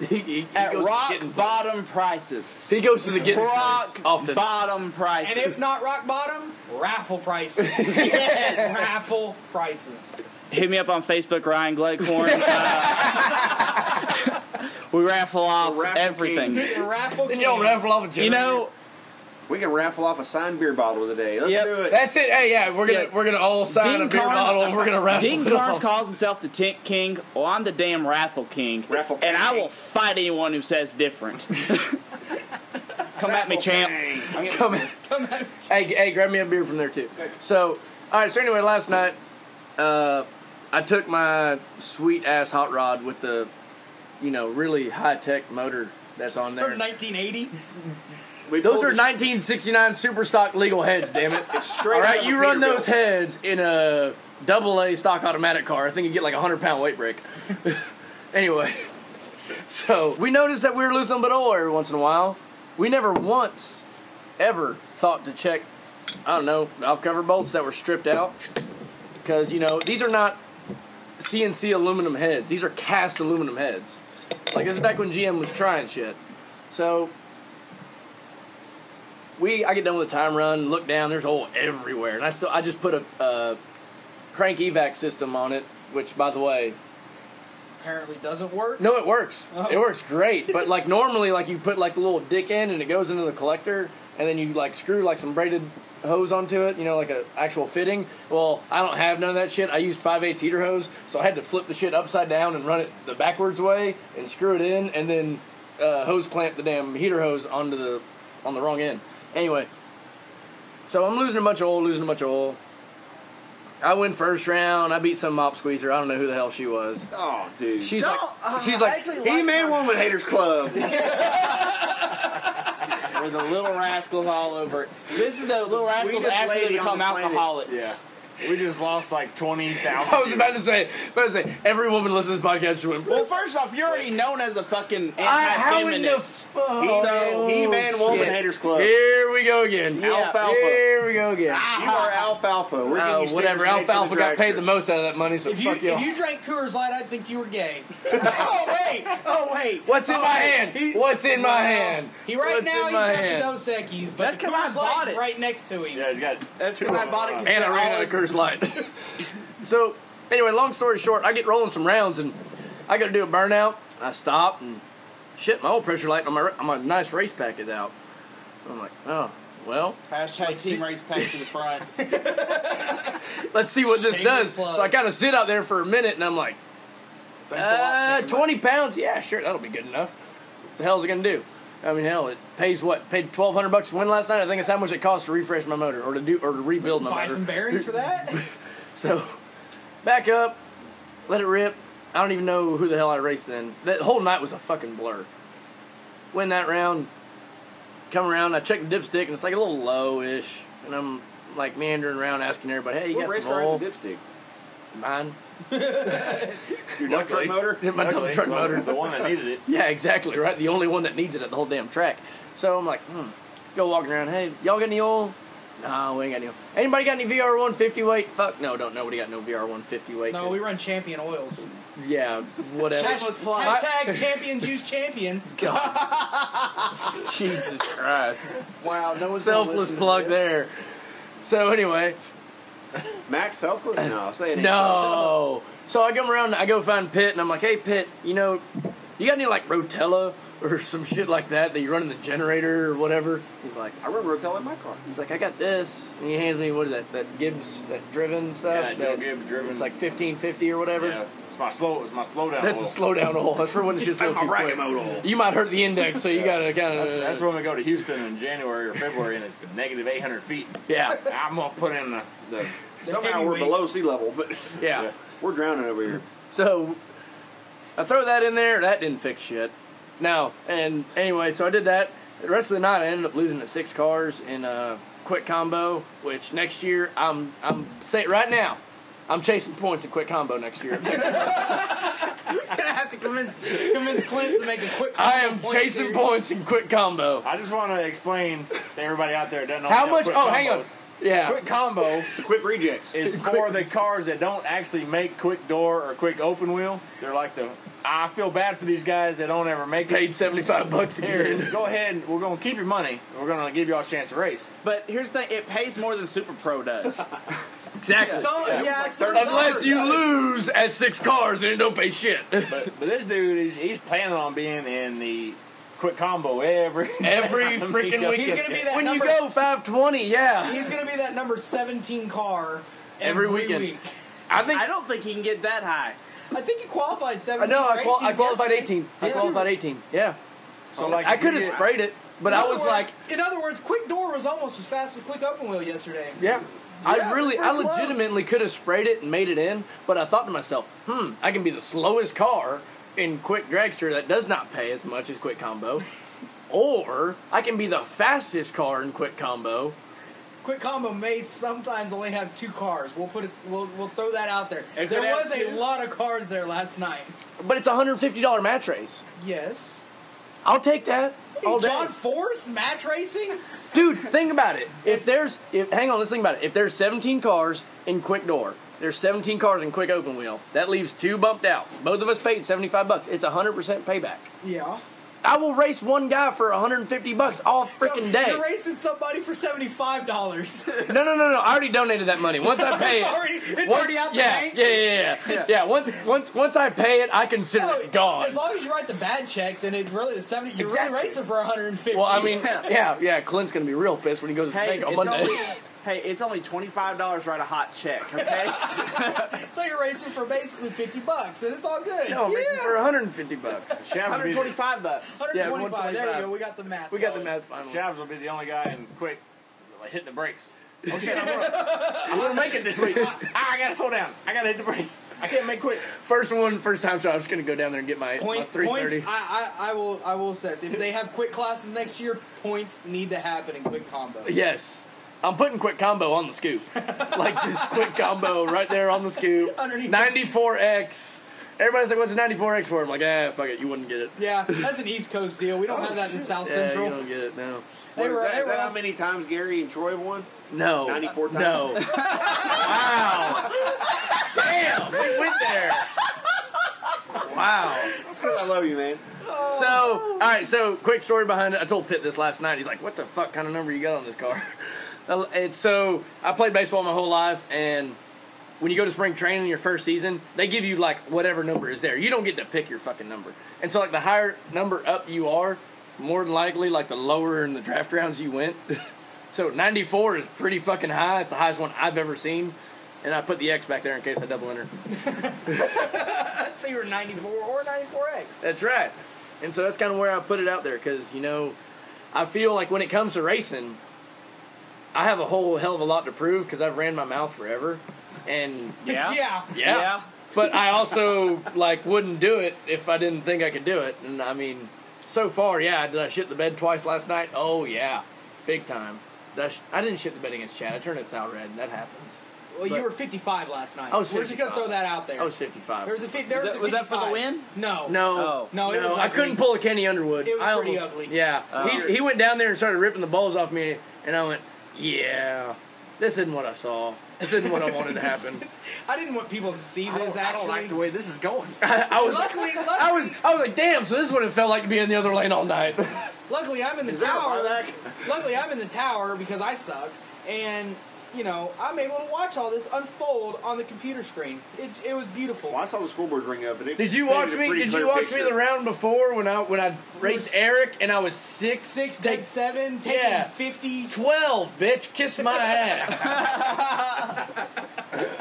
D: he, he- he
C: At
D: goes to
C: rock
D: getting-
C: bottom prices.
D: He goes to the getting place
C: Rock
D: often.
C: bottom prices.
F: And if not rock bottom, raffle prices. yes. Raffle prices.
C: hit me up on Facebook, Ryan Gleghorn. Uh, we raffle off
E: We're raffle
C: everything.
F: The raffle
D: Then
F: king.
D: y'all raffle off a
C: You
D: generator.
C: know,
E: We can raffle off a signed beer bottle today. Let's
C: Yep.
E: do it.
D: That's it. Hey, yeah, we're gonna
C: Yeah.
D: we're gonna all sign
C: Dean
D: a beer
C: Carnes-
D: bottle and we're gonna raffle.
C: Dean
D: it
C: Carnes
D: off.
C: calls himself the Tent King. Well, I'm the damn Raffle King.
E: Raffle
C: and I
E: King.
C: will fight anyone who says different. Come at me, champ.
D: Come in. Hey, g- hey, grab me a beer from there too. So, all right. So anyway, last night, uh, I took my sweet ass hot rod with the, you know, really high tech motor that's on there.
F: From 1980.
E: We
D: Those
E: pulled
D: are
E: this
D: 1969 super stock legal heads, damn it.
E: straight
D: All
E: out
D: right,
E: of
D: you
E: a
D: run
E: Peterbilt.
D: those heads in a double A stock automatic car. I think you get like a 100 pound weight break. anyway, so we noticed that we were losing a bit of oil every once in a while. We never once ever thought to check, I don't know, off cover bolts that were stripped out. Because, you know, these are not CNC aluminum heads, these are cast aluminum heads. Like this is back when GM was trying shit. So we I get done with the time run, look down, there's oil everywhere, and I still I just put a, a crank evac system on it, which by the way,
F: Apparently doesn't work.
D: no, it works.
F: Oh.
D: It works great. But like normally, like you put like a little dick in and it goes into the collector, and then you like screw like some braided hose onto it. You know, like a actual fitting. Well, I don't have none of that shit. I used 5/8 heater hose, so I had to flip the shit upside down and run it the backwards way and screw it in, and then uh, hose clamp the damn heater hose onto the on the wrong end. Anyway, so I'm losing a bunch of oil, losing a bunch of oil. I win first round. I beat some mop squeezer. I don't know who the hell she was.
E: Oh, dude.
D: She's
F: No,
D: like,
F: uh,
D: she's
F: I
D: like,
F: actually
E: He
F: like
E: Man
F: her.
E: Woman Haters Club.
H: We're the little rascals all over it. This is the little rascals
E: sweetest
H: after they
E: lady on
H: become
E: the planet.
H: alcoholics.
E: Yeah.
G: We just lost like twenty
D: I was
G: thousand.
D: about to say, about to say, every woman listens to this podcast should win.
H: Well, first off, you're already known as a fucking
D: I, how in the
H: anti-feminist.
D: fuck?
F: Oh,
E: So, He Man Woman
D: shit.
E: Haters Club.
D: Here we go again.
E: Yeah. Alfalfa.
D: Here we go again.
F: Ah.
E: You are alfalfa. We're
D: Oh,
E: getting you
D: whatever.
E: stickers made for
D: Alfalfa got
E: dragster.
D: paid the most out of that money, so
F: If you,
D: fuck y'all.
F: if you drank Coors Light, I'd think you were gay. oh wait, oh wait.
D: What's in
F: Oh,
D: my
F: wait.
D: hand?
F: He-
D: What's in my
F: Well,
D: hand?
F: He right
D: What's
F: now
D: in
F: he's
D: my
F: got
D: hand?
F: the Dos Equis, but
H: That's 'cause I
F: Coors
H: bought
F: Light's
H: it.
F: right next to him.
G: Yeah, he's got.
H: That's
G: two
H: because I
G: of
H: bought it
G: them.
H: 'cause
D: and I
H: they're
D: ran
H: all
D: out of
H: as-
D: Curse Light. so, anyway, long story short, I get rolling some rounds and I got to do a burnout. I stop and shit, my old pressure light on my on my nice race pack is out. I'm like, oh well,
F: Hashtag
D: Let's see-
F: team race pack to the front.
D: let's see what this
F: Shame
D: does.
F: plug.
D: So I kind of sit out there for a minute and I'm like, uh, 20 pounds, yeah, sure, that'll be good enough. What the hell's it gonna do? I mean, hell, it pays what? Paid 1,200 bucks to win last night. I think it's how much it costs to refresh my motor or to do or to rebuild my
F: Buy
D: motor.
F: some bearings for that.
D: So, back up, let it rip. I don't even know who the hell I raced then. That whole night was a fucking blur. Win that round, come around, I check the dipstick, and it's like a little low ish. And I'm like meandering around asking everybody, hey, you
E: What
D: got
E: race
D: some
E: car has
D: oil?
E: a dipstick?
D: Mine?
E: Your dump truck
G: Luckily.
E: motor?
D: My dump
G: Luckily,
D: truck
G: well,
D: motor.
G: The one that needed it.
D: Yeah, exactly, right? The only one that needs it at the whole damn track. So I'm like, hmm. Go walking around, hey, y'all got any oil? No, we ain't got any oil. Anybody got any VR 150 weight? Fuck, no, don't nobody got no VR 150 weight.
F: no, we run Champion Oils.
D: Yeah, whatever.
H: Shameless plug.
D: My-
F: Hashtag Champion Juice Champion.
D: God. Jesus Christ.
E: Wow, no one's gonna
D: Selfless
E: listen to
D: plug
E: this.
D: there. So anyway,
E: Max Selfless? No, say it. ain't.
D: no. So I come around and I go find Pitt and I'm like, hey Pitt, you know, you got any like Rotella or some shit like that that you run in the generator or whatever? He's like,
E: I remember a in my car.
D: he's like, I got this. And he hands me what is that? That Gibbs, that driven stuff.
G: Yeah, Joe
D: that,
G: Gibbs driven.
D: It's like 1550 or whatever.
G: Yeah, it's my slow. It's my slowdown.
D: That's
G: oil.
D: a slow down oil. That's for when it's just a little
G: I'm
D: too
G: a
D: quick.
G: rack-a-mode oil.
D: You might hurt the index, so you gotta kind of.
G: That's, that's when we go to Houston in January or February, and it's negative 800 feet.
D: yeah,
G: I'm gonna put in the. the
E: Somehow we're
G: heavyweight.
E: below sea level, but
D: yeah.
E: we're drowning over here.
D: So I throw that in there. That didn't fix shit. Now and anyway, so I did that. The rest of the night, I ended up losing to six cars in a quick combo. Which next year, I'm I'm say it right now, I'm chasing points in quick combo next year.
F: gonna have to convince convince Clint to make a quick.
D: I am
F: point
D: chasing
F: here.
D: points in quick combo.
G: I just want to explain to everybody out there that doesn't know
D: How
G: about
D: much?
G: quick
D: Oh, hang on.
G: combos.
D: Yeah,
G: Quick combo
E: It's a quick rejects.
G: is for the cars that don't actually make quick door or quick open wheel. They're like the. I feel bad for these guys that don't ever make it.
D: paid seventy five bucks a
G: Here,
D: year.
G: go ahead. and We're gonna keep your money. and We're gonna give y'all a chance to race.
H: But here's the thing: it pays more than Super Pro does.
D: Exactly.
F: So yeah, so
D: Unless you lose at six cars and it don't pay shit.
G: But, but this dude, he's, he's planning on being in the quick combo every
D: Every
G: time
D: freaking
G: he goes.
D: weekend.
F: He's gonna be that
D: when
F: number,
D: you go 520, yeah.
F: He's gonna be that number seventeen car
D: Every weekend.
F: Week.
D: I think
H: I don't think he can get that high.
F: I think you qualified
D: I
F: seventeen.
D: know.
F: or
D: I, qual- I
F: 18,
D: qualified
F: yes,
D: 18. I
F: Did you?
D: qualified 18. Yeah.
G: So like,
D: I
G: if
D: could
G: you
D: have
G: get-
D: sprayed it, but
F: In
D: I
F: other
D: was
F: words-
D: like,
F: in other words, quick door was almost as fast as quick open wheel yesterday.
D: yeah. I
F: Yeah,
D: really, I
F: pretty close.
D: legitimately could have sprayed it and made it in, but I thought to myself, hmm, I can be the slowest car in quick dragster that does not pay as much as quick combo, or I can be the fastest car in quick combo.
F: Quick combo may sometimes only have two cars. We'll put it. We'll, we'll throw that out there.
H: It could
F: there
H: have
F: was
H: two.
F: a lot of cars there last night.
D: But it's a $150 match race.
F: Yes.
D: I'll take that all day.
F: John Force match racing.
D: Dude, think about it. If there's, if, hang on, let's think about it. If there's 17 cars in quick door, There's 17 cars in quick open wheel. That leaves two bumped out. Both of us paid 75 bucks. It's 100% payback.
F: Yeah.
D: I will race one guy for 150 bucks all freaking day.
F: You're racing somebody for seventy-five dollars.
D: No, no, no, no. I already donated that money. Once I pay it,
F: already, it's
D: Once-
F: already out the
D: yeah,
F: bank.
D: yeah, yeah, yeah, yeah. Yeah, once once once I pay it, I consider
F: No,
D: it gone.
F: As long as you write the bad check, then it really is seventy. You're
D: Exactly.
F: really racing for one hundred and fifty.
D: Well, I mean, yeah, yeah. Clint's gonna be real pissed when he goes to
H: Hey,
D: bank on
H: it's
D: Monday.
H: only hey, it's only twenty five dollars. Write a hot check, okay?
F: so you're racing for basically fifty bucks, and it's all good.
D: no, I'm
F: yeah.
D: racing for 150 bucks.
G: Shabs
H: One
G: will, be
H: hundred twenty
G: the,
H: five bucks.
D: yeah,
F: 125. there
D: 125.
F: we go. We got the math.
D: We got the math final.
G: Shabs will be the only guy in quick like, hitting the brakes. Oh shit! I'm gonna, I'm gonna make it this week. Ah, I gotta slow down. I gotta hit the brakes. I can't make quick.
D: First one, first time shot. I'm just gonna go down there and get my, my
F: Point, points.
D: 330.
F: I, I, I will. I will say if they have quick classes next year, points need to happen in quick combo.
D: Yes, I'm putting quick combo on the scoop. like just quick combo right there on the scoop.
F: Underneath.
D: 94x. Everybody's like, "What's a 94x for?" I'm like, "Ah, fuck it. You wouldn't get it.
F: Yeah, that's an East Coast deal. We don't have that in South
D: Yeah,
F: Central.
D: you don't get it now."
F: They
E: What is
F: were-
E: that?
F: they
E: Is
F: were
E: that how
F: off-
E: many times Gary and Troy won?
D: No.
E: 94 times?
D: No. wow. Damn, they went there. Wow.
E: That's because I love you, man.
D: So, all right, so quick story behind it. I told Pitt this last night. He's like, what the fuck kind of number you got on this car? And so I played baseball my whole life, and when you go to spring training your first season, they give you like whatever number is there. You don't get to pick your fucking number. And so, like, the higher number up you are, more than likely, like, the lower in the draft rounds you went. so, 94 is pretty fucking high. It's the highest one I've ever seen. And I put the X back there in case I double enter.
F: I'd say you were 94 or 94X.
D: That's right. And so that's kind of where I put it out there because, you know, I feel like when it comes to racing, I have a whole hell of a lot to prove because I've ran my mouth forever. And
H: Yeah.
F: Yeah.
D: yeah. But I also, like, wouldn't do it if I didn't think I could do it. And I mean, so far, yeah, did I shit the bed twice last night? Oh, yeah. Big time. Did I, sh- I didn't shit the bed against Chad. I turned a foul red, and that happens.
F: Well,
D: But- Oh,
F: you were 55 last night.
D: I was
F: We're just gonna
D: 55.
F: throw that out there.
D: I was 55.
F: there was a, fi- there was,
H: that-
F: a
H: was that for the
F: 55.
H: win?
F: No.
D: No,
H: Oh.
F: No,
D: no,
F: it was
D: I
F: ugly.
D: couldn't pull a Kenny Underwood.
F: It was
D: I
F: pretty
D: almost,
F: ugly.
D: Yeah,
H: Oh.
D: he, he went down there and started ripping the balls off me, and I went, yeah, this isn't what I saw. This isn't what I wanted to happen.
F: I didn't want people to see
G: I
F: this. Actually,
G: don't, I don't like the way this is going.
D: I, I was,
F: Luckily, luckily,
D: I was, I was like, damn. So this is what it felt like to be in the other lane all night.
F: luckily, I'm in the
E: Is that a
F: tower.
E: buyback?
F: Luckily, I'm in the tower because I suck, and you know I'm able to watch all this unfold on the computer screen. It, it was beautiful.
E: Well, I saw the scoreboards ring up, but it
D: Did you watch
E: painted a
D: me?
E: pretty
D: Did
E: clear
D: you watch me
E: picture.
D: the round before when I when I raced Eric and I was six
F: Six,
D: take
F: take seven, taking
D: Yeah.
F: fifty.
D: 12, bitch. Kiss my ass.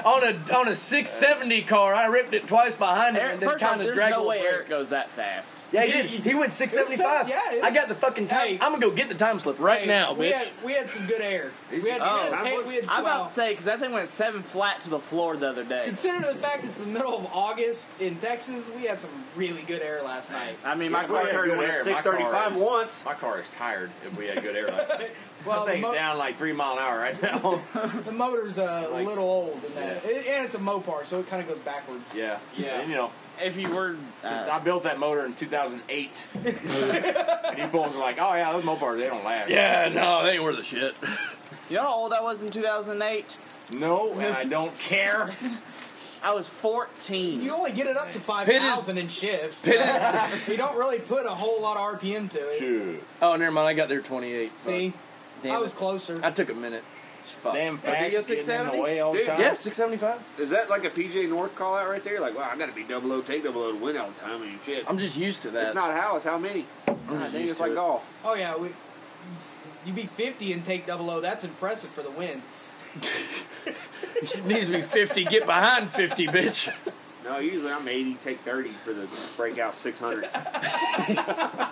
D: on a on a 670 car, I ripped it twice behind him
H: Eric,
D: and then
H: first off,
D: kind of
H: there's
D: dragged
H: no
D: it
H: way
D: over.
H: Eric goes that fast.
D: Yeah, he did. He went 675.
F: It was seven- yeah, it
D: I
F: is-
D: got the fucking time.
F: Hey.
D: I'm gonna go get the time slip right
F: Hey,
D: now,
F: we
D: bitch.
F: Had, we had some good air. We had,
H: Oh.
F: we had, a ta- we had
H: I'm about
F: well,
H: to say because that thing went seven flat to the floor the other day.
F: Consider the fact it's the middle of August in Texas, we had some really good air last night.
H: I mean,
G: My
H: my
G: car
H: car.
G: had good
E: went
G: air.
E: 635
G: My car is-
E: once.
G: My car is tired. If we had good air last night.
F: Well,
G: I
F: the,
G: think
F: mo-
G: down like three mile an hour right now.
F: the motor's a
G: Like-
F: little old, in that. It- and it's a Mopar, so it kind of goes backwards.
G: yeah,
F: Yeah.
G: And, you know,
H: If you were,
G: since
H: uh,
G: I built that motor in 2008, and you fools are like, oh yeah, those Mopars they don't last.
D: yeah, no, they ain't worth a shit.
H: you know how old I was in 2008?
G: No, and I don't care.
H: I was 14.
F: You only get it up to five
D: Pit is-
F: thousand in shifts. you don't really put a whole lot of RPM to it.
G: Shoot.
D: Oh, never mind. I got there 28. Fuck.
F: See,
D: Damn
F: I was
D: it.
F: closer.
D: I took a minute. Fuck.
G: Damn
H: Fast
G: fast getting in the
H: 670?
G: way all the
H: Dude,
G: time.
D: Yeah, 675.
E: Is that like a PJ North call out right there? Like, wow, I got to be double O, take double O to win all the time. I mean, shit.
D: I'm just used to that.
E: it's not how, it's how many. God,
D: just
E: dang,
D: used
E: it's
D: to
E: like
D: it.
E: golf.
F: oh yeah, we, you beat fifty and take double O. That's impressive for the win.
D: It needs to be 50. Get behind 50, bitch.
E: No, usually I'm 80, take 30 for the breakout 600.
H: Hell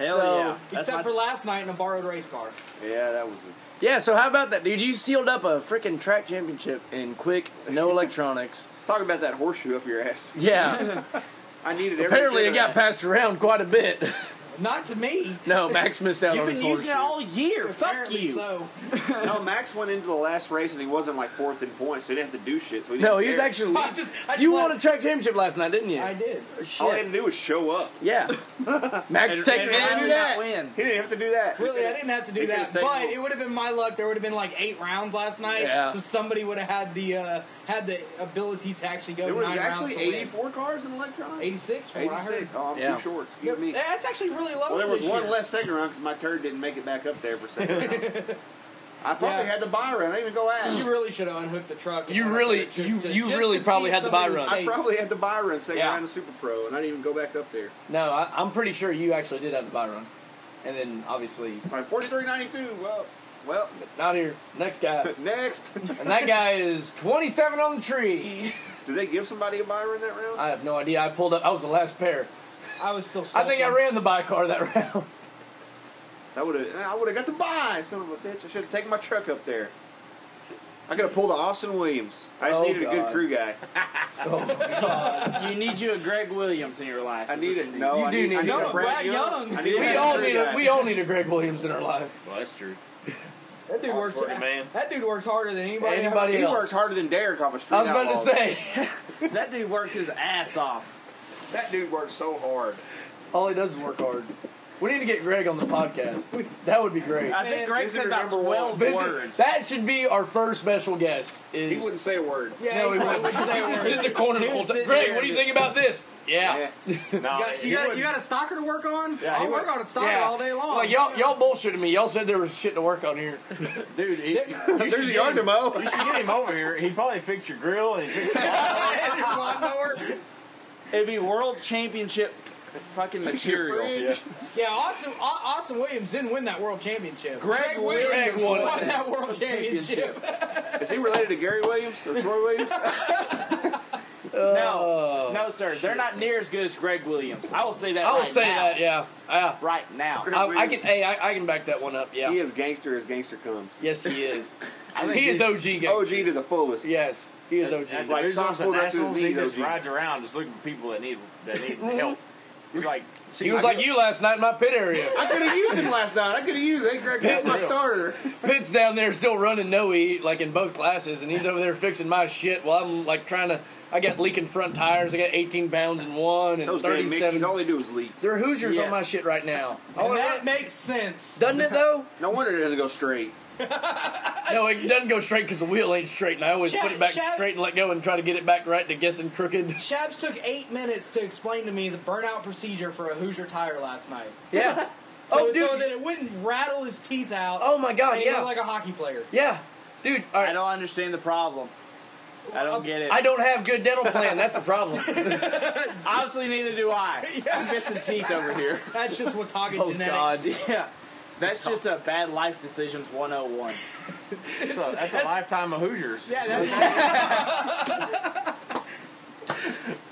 D: So-
H: yeah. That's
F: Except
H: my-
F: for last night in a borrowed race car.
E: yeah, that was.
D: Yeah, so how about that, dude? You sealed up a freaking track championship in quick, no electronics.
E: A, talk about that horseshoe up your ass.
D: Yeah.
E: I needed. every
D: Apparently,
E: bit
D: it
E: of
D: got
E: that.
D: passed around quite a bit.
F: Not to me.
D: No, Max missed out
H: You've
D: on
H: been
D: his horse.
H: using it all year. Fuck
F: Apparently
H: you.
F: So
E: No, Max went into the last race and he wasn't like fourth in points, so he didn't have to do shit. So he didn't
D: No, he was
E: care.
D: actually.
F: I just- I just
D: you
F: like-
D: won a track championship last night, didn't you?
F: I did.
G: Oh,
E: all he had to do was show up.
D: yeah. Max taking it.
E: and- do
H: Why
E: that.
H: not win?
E: He didn't have to do that.
F: Really, I didn't have to do
E: He could've
F: that,
E: stayed
F: but
E: home.
F: it would have been my luck. There would have been like eight rounds last night,
D: Yeah.
F: so somebody would have had the uh, had the ability to actually go.
E: There was
F: nine rounds
E: actually
F: to win.
E: 84 cars in Electron.
F: 86 from what I heard.
E: 86. Oh, I'm
D: Yeah.
E: too short. Excuse
F: Yeah,
E: me.
F: That's actually really low.
E: Well, there
F: for
E: was
F: this
E: one
F: year.
E: less second round because my turd didn't make it back up there for second round. I probably
F: Yeah.
E: had the buy run. I didn't even go out.
F: You really should have unhooked the truck.
D: You really-
F: Just to-
D: you-
F: just
D: you
F: to
D: really
F: see
D: probably
F: if
D: had the
F: somebody
D: buy
F: would
D: run.
F: say-
E: I probably had the buy run second
D: Yeah.
E: round of Super Pro, and I didn't even go back up there.
D: No, I, I'm pretty sure you actually did have the buy run, and then obviously
E: Like 43.92. Well, well,
D: not here. Next guy,
E: next.
D: and that guy is 27 on the tree.
E: Did they give somebody a buy run that round?
D: I have no idea. I pulled up. I was the last pair.
F: I was still.
D: I think I
F: sucking.
D: ran the buy car that round.
E: That would have. I would have got the buy. Son of a bitch! I should have taken my truck up there. I could have pulled an Austin Williams. I just
D: Oh,
E: needed a
D: God.
E: good crew guy.
H: You need you a Greg Williams in your life.
E: I
H: is what
E: needed
H: you
E: no.
D: You
E: I
D: do need
E: I
D: to.
E: a
D: No,
F: Brad Young.
E: I needed
D: We
E: a
D: all
E: crew
D: need a
E: guy.
D: we all need a Greg Williams in our life.
G: Well, that's true.
F: That dude works.
G: Hard-working man.
F: That dude works harder than anybody.
D: Anybody
F: ever-
E: He
D: else.
E: works harder than Derek off a street.
D: I was about to
E: outlaw.
D: say,
H: need. That dude works his ass off.
E: that dude works so hard.
D: all he does is work hard. We need to get Greg on the podcast. That would be great.
H: I think Greg said
E: visitor
H: about
E: number one.
H: twelve
D: Visit-
H: words.
D: That should be our first special guest. Is
E: He wouldn't say a word.
F: Yeah,
D: no, he
F: probably
D: wouldn't.
F: wouldn't say a
D: He'd just
F: word.
D: sit in the corner the
H: He
D: whole
H: would sit
D: time.
H: there
D: Greg, what do you think about this? Yeah.
G: No,
F: You got, you, got, you got a stalker to work on?
G: Yeah, he
F: I'll work
G: would-
F: on a stalker
D: Yeah.
F: all day long.
D: Like y'all, y'all bullshitted me. Y'all said there was shit to work on here.
G: dude. He, you
E: There's
G: should
E: a
G: get
E: yard to
G: him.
E: mow.
G: You should get him over here. He'd probably fix your grill and he'd fix your
F: And your lawnmower.
H: It'd be world championship fucking material.
G: yeah.
F: Yeah, Austin, Au- Austin Williams didn't win that world championship.
H: Greg
D: Williams
F: won,
D: won it.
F: that world championship.
H: Championship.
E: Is he related to Gary Williams or Troy Williams?
H: No, no, sir. They're not near as good as Greg Williams. I will say that.
D: Uh, I will
H: right
D: say
H: now.
D: that. Yeah. Yeah.
H: Right now.
E: Greg
D: I, I can.
E: Williams.
D: Hey, I, I can back that one up. Yeah.
E: He is gangster as gangster comes.
D: Yes, he is. he is OG. Gangster.
E: OG to the fullest.
D: Yes, he is OG.
G: And
E: Like, E
G: there's
E: some
G: also
E: fool that does
G: nationals. He
E: these
G: just
E: OG.
G: rides around, just looking for people that need that need help. He's like,
D: Mm-hmm. he was like you last night in my pit area.
E: I could have used him last night. I could have used him. Greg, that's my starter.
D: Pitt's down there still running no e like in both classes, and he's over there fixing my shit while I'm like trying to. I got leaking front tires. I got 18 pounds in one and
E: Those damn Mickeys,
D: 37.
E: all they do is leak.
D: They're Hoosiers
H: Yeah.
D: on my shit right now.
F: And that makes sense.
D: Doesn't it though?
E: No wonder it doesn't go straight.
D: No, it doesn't go straight because the wheel ain't straight, and I always
F: Shut-
D: put it back
F: shut-
D: straight and let go and try to get it back right to guessing crooked.
F: Shabs took eight minutes to explain to me the burnout procedure for a Hoosier tire last night.
D: Yeah.
F: So,
D: oh, dude.
F: so that it wouldn't rattle his teeth out.
D: oh my God.
F: and he
D: Yeah.
F: looked like a hockey player.
D: yeah. Dude. All
H: I
D: right.
H: don't understand the problem. I don't get it.
D: I don't have good dental plan. That's a problem.
H: Obviously, neither do I. I'm missing teeth over here.
F: That's just Watauga
D: Oh,
F: genetics.
C: Uh,
H: Yeah. That's just a bad life decisions 101.
G: that's a, that's a lifetime of Hoosiers.
F: Yeah, that's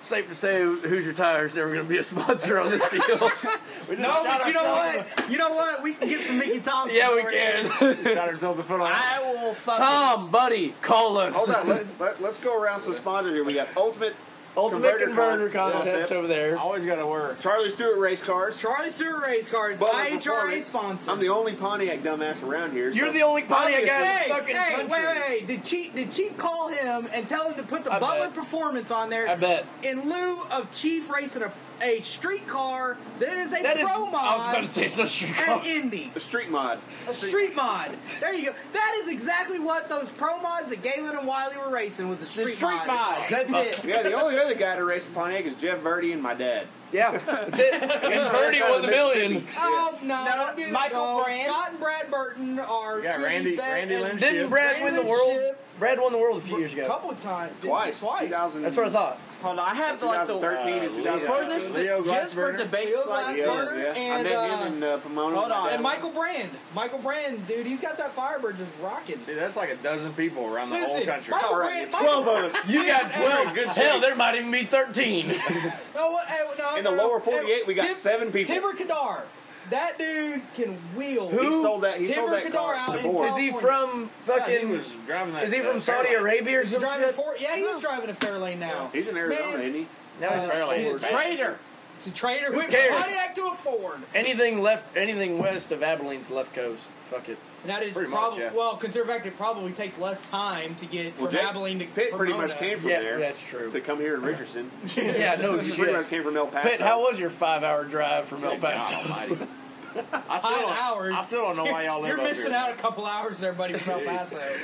D: Safe to say, Hoosier Tires never going to be a sponsor on this deal.
G: We just
F: no.
G: shot
F: But you know
G: ourselves-
F: what? You know what? We can get some Mickey Thompson.
D: yeah, we
F: over here.
D: can.
G: Shot ourselves in the foot on.
H: I will fucking.
D: Tom, buddy, call us.
E: Hold on, let, let, let's go around some sponsors here. We got Ultimate,
D: Ultimate
E: Converter
D: Converter
E: Concepts.
D: Concepts over there.
G: Always gotta wear.
E: Charlie Stewart Race Cars,
F: Charlie Stewart race cars,
E: Butler
F: IHRA
E: Performance.
F: sponsor.
E: I'm the only Pontiac dumbass around here. so-
D: You're the only Pontiac guy in
F: Hey,
D: the fucking
F: hey,
D: country.
F: wait, wait, wait. Did Chief, did Chief call him and tell him to put the
D: I
F: Butler
D: bet.
F: Performance on there?
D: I bet.
F: In lieu of Chief racing a, a street car that is a
D: That is.
F: pro
D: I was about
F: mod
D: to say oh. it's not street car.
F: and Indy.
E: the street mod.
F: A street mod. There you go. That is exactly what those pro mods that Galen and Wiley were racing was a street, mod.
H: That's it.
E: Yeah, the only other guy to race a Pontiac is Jeff Verdi and my dad.
D: Yeah, that's it. And Verdi
E: side
D: won
E: of
D: the million.
F: Oh no!
H: No,
F: don't do that.
H: Michael
F: No,
H: Brand.
F: Scott and Brad Burton are
G: Yeah,
F: two
G: Randy-
F: best-
G: Randy
F: and-
G: Lynch.
D: Didn't
G: Ship.
D: Brad win the
F: Brandon
D: world?
F: Ship.
D: Brad won the world a few years
F: A
D: ago.
F: couple of times.
E: Twice.
F: Twice.
E: 2000
D: That's what I thought.
H: Hold on. I have to like the.
E: 2013
G: uh,
E: and
G: Leo.
E: 2000.
H: For this,
G: Leo
H: just for
G: Glassberger.
H: debates
F: Leo
H: like
E: Yeah,
F: Glassberger.
H: this.
E: yeah. I
F: And,
E: met
F: uh,
E: him in uh, Pomona.
H: hold
E: with my
H: on,
E: dad.
F: And Michael Brand. Michael Brand, dude, he's got that Firebird just rocking.
G: Dude, that's like a dozen people around the whole
F: Listen,
G: country.
F: my-
E: All right, twelve of us.
D: You got twelve.
G: good
D: Hell, there might even be thirteen.
F: No,
I: uh,
F: what- eh, no,
E: In
F: no,
E: the
F: no.
E: lower 48, we got seven people.
F: Timber Kadar. That dude can wheel.
E: He sold that. He
F: Timber
E: sold that
F: Kadar
E: car
F: out
E: to
F: in
E: Bohr.
D: Is he
F: California.
D: from
G: Yeah, he
D: fucking?
G: was driving that,
D: is he
G: uh,
D: from Saudi
G: Fairlane.
D: Arabia or
F: He's
D: something?
F: driving a four, yeah, he's driving a Fairlane now.
E: He's in Arizona,
F: Man,
E: isn't he?
G: That was
F: uh,
G: Fairlane.
H: He's a traitor.
I: So trainer went from
D: cares?
I: Pontiac to a Ford.
D: Anything left, anything west of Abilene's left coast, fuck it.
I: That is
G: Pretty much,
I: probably
G: yeah.
I: well, consider the fact it probably takes less time to get
E: Well,
I: from
E: Jake
I: Abilene to
E: Pitt pretty much
I: Pomona.
E: came from
D: Yeah,
E: there
D: that's true.
E: to come here in Richardson.
D: Yeah, no
E: He pretty much
D: shit.
E: came from El Paso.
D: Pitt, how was your five-hour drive from El
G: God
D: Paso?
G: almighty. I still,
I: Five
G: don't,
I: hours.
G: I still don't know why y'all live
I: You're
G: up
I: missing
G: here.
I: out a couple hours there, buddy, from El Paso.
G: I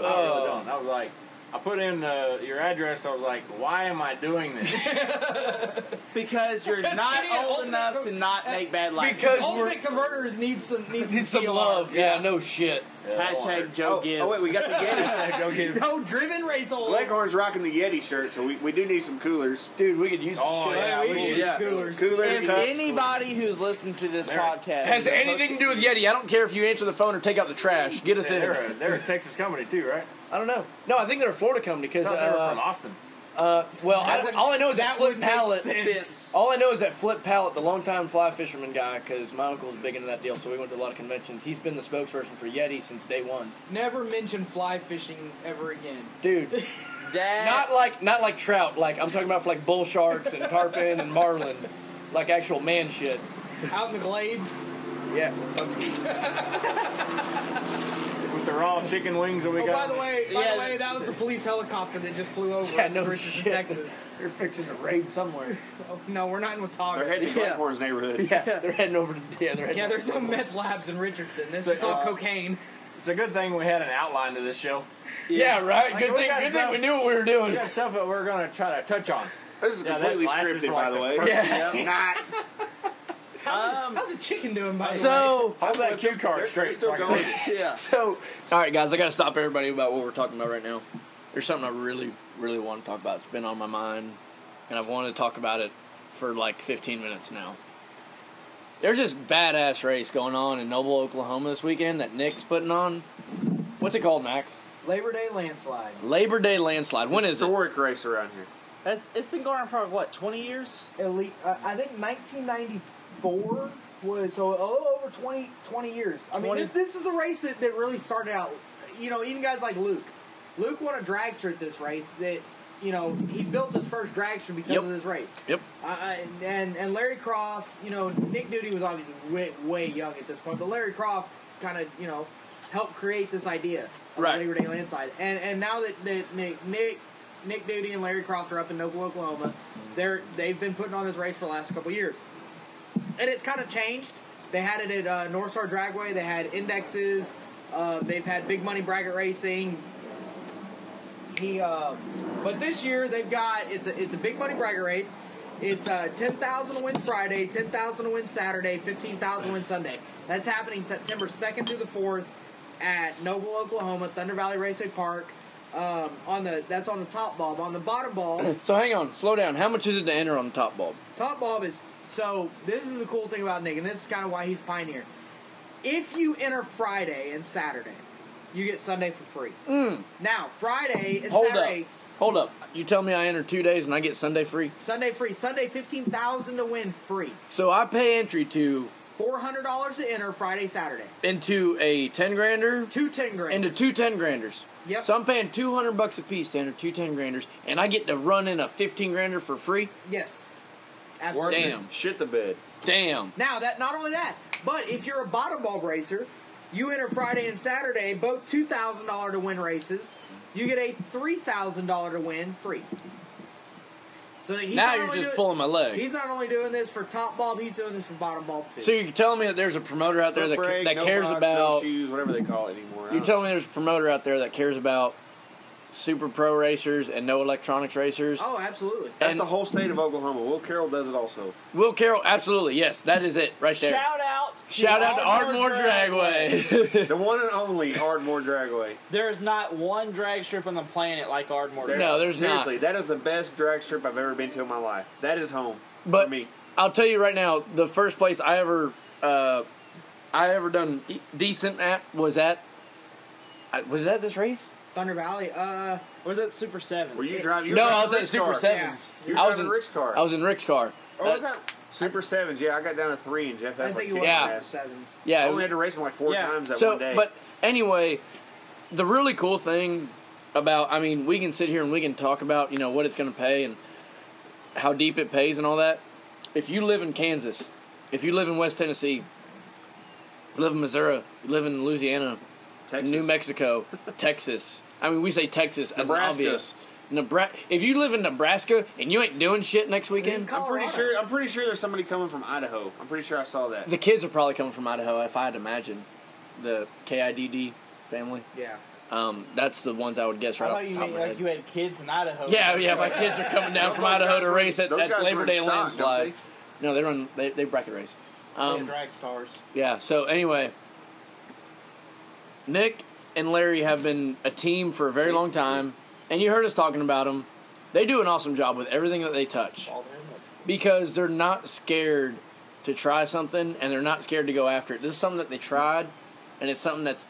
D: Oh.
G: really don't. I was like, I put in uh, your address. I was like, why am I doing this?
C: Because you're not
I: idiot,
C: old
I: ultimate
C: enough to not make bad life.
D: Because we're
I: Ultimate converters need some need
D: need some
I: PR.
D: love. Yeah,
C: Yeah.
D: no shit.
C: hashtag Joe
E: Oh,
C: Gibbs.
E: oh, wait, we got the Yeti.
G: Go get it.
I: No driven race old.
E: Leghorn's rocking the Yeti shirt, so we, we do need some coolers.
D: Dude, we could use. Some
G: Oh
D: shit.
G: yeah, we
I: Hey,
G: did.
I: yeah.
E: Cooler
C: if
E: cups.
C: anybody who's listened to this
G: There.
C: podcast
D: Has
C: is a
D: anything to do with Yeti? I don't care if you answer the phone or take out the trash. Get us in here.
G: They're a, they're a Texas company too, right?
D: I don't know. No, I think they're a Florida company because
G: I thought they were
D: uh,
G: from Austin.
D: uh, well, I,
I: Doesn't-
D: all I know is that,
I: that
D: Flip
I: would make
D: Pallet.
I: sense.
D: All I know is that Flip Pallet, the longtime fly fisherman guy, because my uncle's big into that deal, so we went to a lot of conventions. He's been the spokesperson for Yeti since day one.
I: Never mention fly fishing ever again.
D: Dude,
C: that
D: not like not like trout. Like I'm talking about for like bull sharks and tarpon and marlin, like actual man shit.
I: Out in the glades.
D: Yeah, fuck you.
G: With the raw chicken wings that we
I: Oh, by
G: got.
I: the way, by
C: Yeah.
I: the way, that was the police helicopter that just flew over
D: Yeah,
I: us
D: no
I: in Richardson,
D: shit.
I: Texas.
D: You're fixing to raid somewhere.
I: Oh, no, we're not in Watauga.
E: They're heading to
C: Yeah.
E: Leghorn's neighborhood.
D: Yeah, they're heading over to yeah, they're heading
I: yeah, there's no meth labs in Richardson. This
G: So,
I: is all
G: uh,
I: cocaine.
G: It's a good thing we had an outline to this show.
D: Yeah, right.
G: Like,
D: good
G: we
D: thing,
G: got
D: good thing
G: stuff-
D: we knew what we were doing.
G: We got stuff that we're gonna try to touch on.
E: This is
G: Yeah, that
E: completely
G: lasted for
E: scripted,
G: like
E: by the
G: the
E: way.
G: first-
D: Yeah.
E: Not.
I: How's the chicken doing, by the way?
D: So,
G: Hold that cue card
E: They're
G: straight.
E: still
G: so I can
E: going.
G: see it.
C: yeah.
D: so, all right, guys, I got to stop everybody about what we're talking about right now. There's something I really, really want to talk about. It's been on my mind, and I've wanted to talk about it for like 15 minutes now. There's this badass race going on in Noble, Oklahoma this weekend that Nick's putting on. What's it called, Max?
I: Labor Day landslide.
D: Labor Day landslide. When is it?
E: Historic race around here.
C: That's it's been going on for what twenty years.
F: elite. Uh, I think 1994 was so a little over 20, 20 years. I mean,
C: 20.
F: this, this is a race that, that really started out. You know, even guys like Luke. Luke won a dragster at this race. That you know he built his first dragster because
D: Yep.
F: of this race.
D: Yep.
F: I, I- Uh, and and Larry Croft, you know, Nick Duty was obviously way, way young at this point, but Larry Croft kind of you know helped create this idea of
D: Right.
F: Labor Day landslide. And and now that, that Nick Nick Nick Duty and Larry Croft are up in Noble, Oklahoma, they're they've been putting on this race for the last couple years, and it's kind of changed. They had it at uh, North Star Dragway. They had indexes. Uh, they've had big money bracket racing. He, uh, but this year they've got it's a it's a big money bracket race. It's uh, ten thousand to win Friday, ten thousand to win Saturday, fifteen thousand to win Sunday. That's happening September second through the fourth at Noble, Oklahoma, Thunder Valley Raceway Park. Um, on the that's on the top bulb. On the bottom bulb,
D: So hang on, slow down. How much is it to enter on the top bulb?
F: Top Bob is so. This is a cool thing about Nick, and this is kind of why he's pioneer. If you enter Friday and Saturday, you get Sunday for free. Now Friday and
D: Mm. Hold
F: Saturday,
D: up. Hold up. You tell me I enter two days and I get Sunday free.
F: Sunday free. Sunday fifteen thousand to win free.
D: So I pay entry to
F: Four hundred dollars to enter Friday Saturday.
D: into a ten grander
F: Two ten grand.
D: into two ten granders.
F: Yep.
D: So I'm paying two hundred bucks a piece to enter two ten granders, and I get to run in a fifteen grander for free.
F: yes, absolutely.
D: Damn.
E: Shit the bed.
D: Damn.
F: Now that not only that, but if you're a bottom bulb racer, you enter Friday and Saturday, both two thousand dollar to win races. You get a three thousand dollar to win free. So he's
D: now
F: not
D: you're
F: only
D: just
F: doing-
D: pulling my leg.
F: He's not only doing this for top bulb, he's doing this for bottom bulb too.
D: so you're telling me that there's a promoter out there that,
E: Foot brake,
D: that
E: no
D: cares
E: box, no
D: about.
E: shoes, whatever they call it anymore.
D: you're telling me there's a promoter out there that cares about super pro racers and no electronics racers.
F: oh, absolutely.
E: That's
D: and-
E: the whole state of Oklahoma. Will Carroll does it also.
D: Will Carroll, absolutely yes, that is it right there.
C: Shout out! to
D: Shout out to Ardmore Dragway.
E: the one and only Ardmore Dragway.
C: There is not one drag strip on the planet like Ardmore.
E: There-
D: No, there's not.
E: seriously, that is the best drag strip I've ever been to in my life. That is home
D: But
E: for me.
D: I'll tell you right now, the first place I ever, uh, I ever done e- decent at was at, I- was it at this race?
F: Thunder Valley. Uh,
C: Was that Super Seven?
E: Were you driving? you were
D: no,
E: driving
D: I was at
E: Rick's
D: Super
E: car. Oh,
D: Sevens.
E: You were
D: I was
E: driving
D: in
E: Rick's car.
D: I was in Rick's car.
C: Or was
D: Uh,
C: that?
E: Super Sevens. Yeah, I got down to three, and Jeff had
F: I think
E: like
F: he was
D: Yeah.
F: yeah. sevens.
D: yeah.
E: I
D: it
E: only had
D: was-
E: to race him like four
C: Yeah.
E: times that
D: so,
E: one day.
D: but anyway, the really cool thing about, I mean, we can sit here and we can talk about, you know, what it's going to pay and how deep it pays and all that. if you live in Kansas, if you live in West Tennessee, you live in Missouri, you live in Louisiana,
E: Texas.
D: New Mexico, Texas. I mean, we say Texas as an
E: Nebraska.
D: obvious. Nebraska. If you live in Nebraska and you ain't doing shit next weekend,
E: I'm pretty sure. I'm pretty sure there's somebody coming from Idaho. I'm pretty sure I saw that.
D: the kids are probably coming from Idaho. If I had to imagine, the KIDD family.
F: Yeah.
D: Um, that's the ones I would guess right
J: I
D: off
J: thought
D: the
J: you
D: top of
J: meant
D: my
J: like
D: head.
J: you had kids in Idaho.
D: Yeah, yeah, my kids are coming down from
E: Those
D: Idaho
E: guys
D: to
E: were-
D: race at,
E: those
D: at
E: guys
D: Labor
E: were
D: Day
E: stunned, don't
D: landslide.
E: they?
D: No, they run they, they bracket race.
J: Oh, Yeah,
D: Um,
J: drag stars.
D: yeah. So anyway, Nick and Larry have been a team for a very long time, and you heard us talking about them. They do an awesome job with everything that they touch
J: All them.
D: because they're not scared to try something and they're not scared to go after it. This is something that they tried, and it's something that's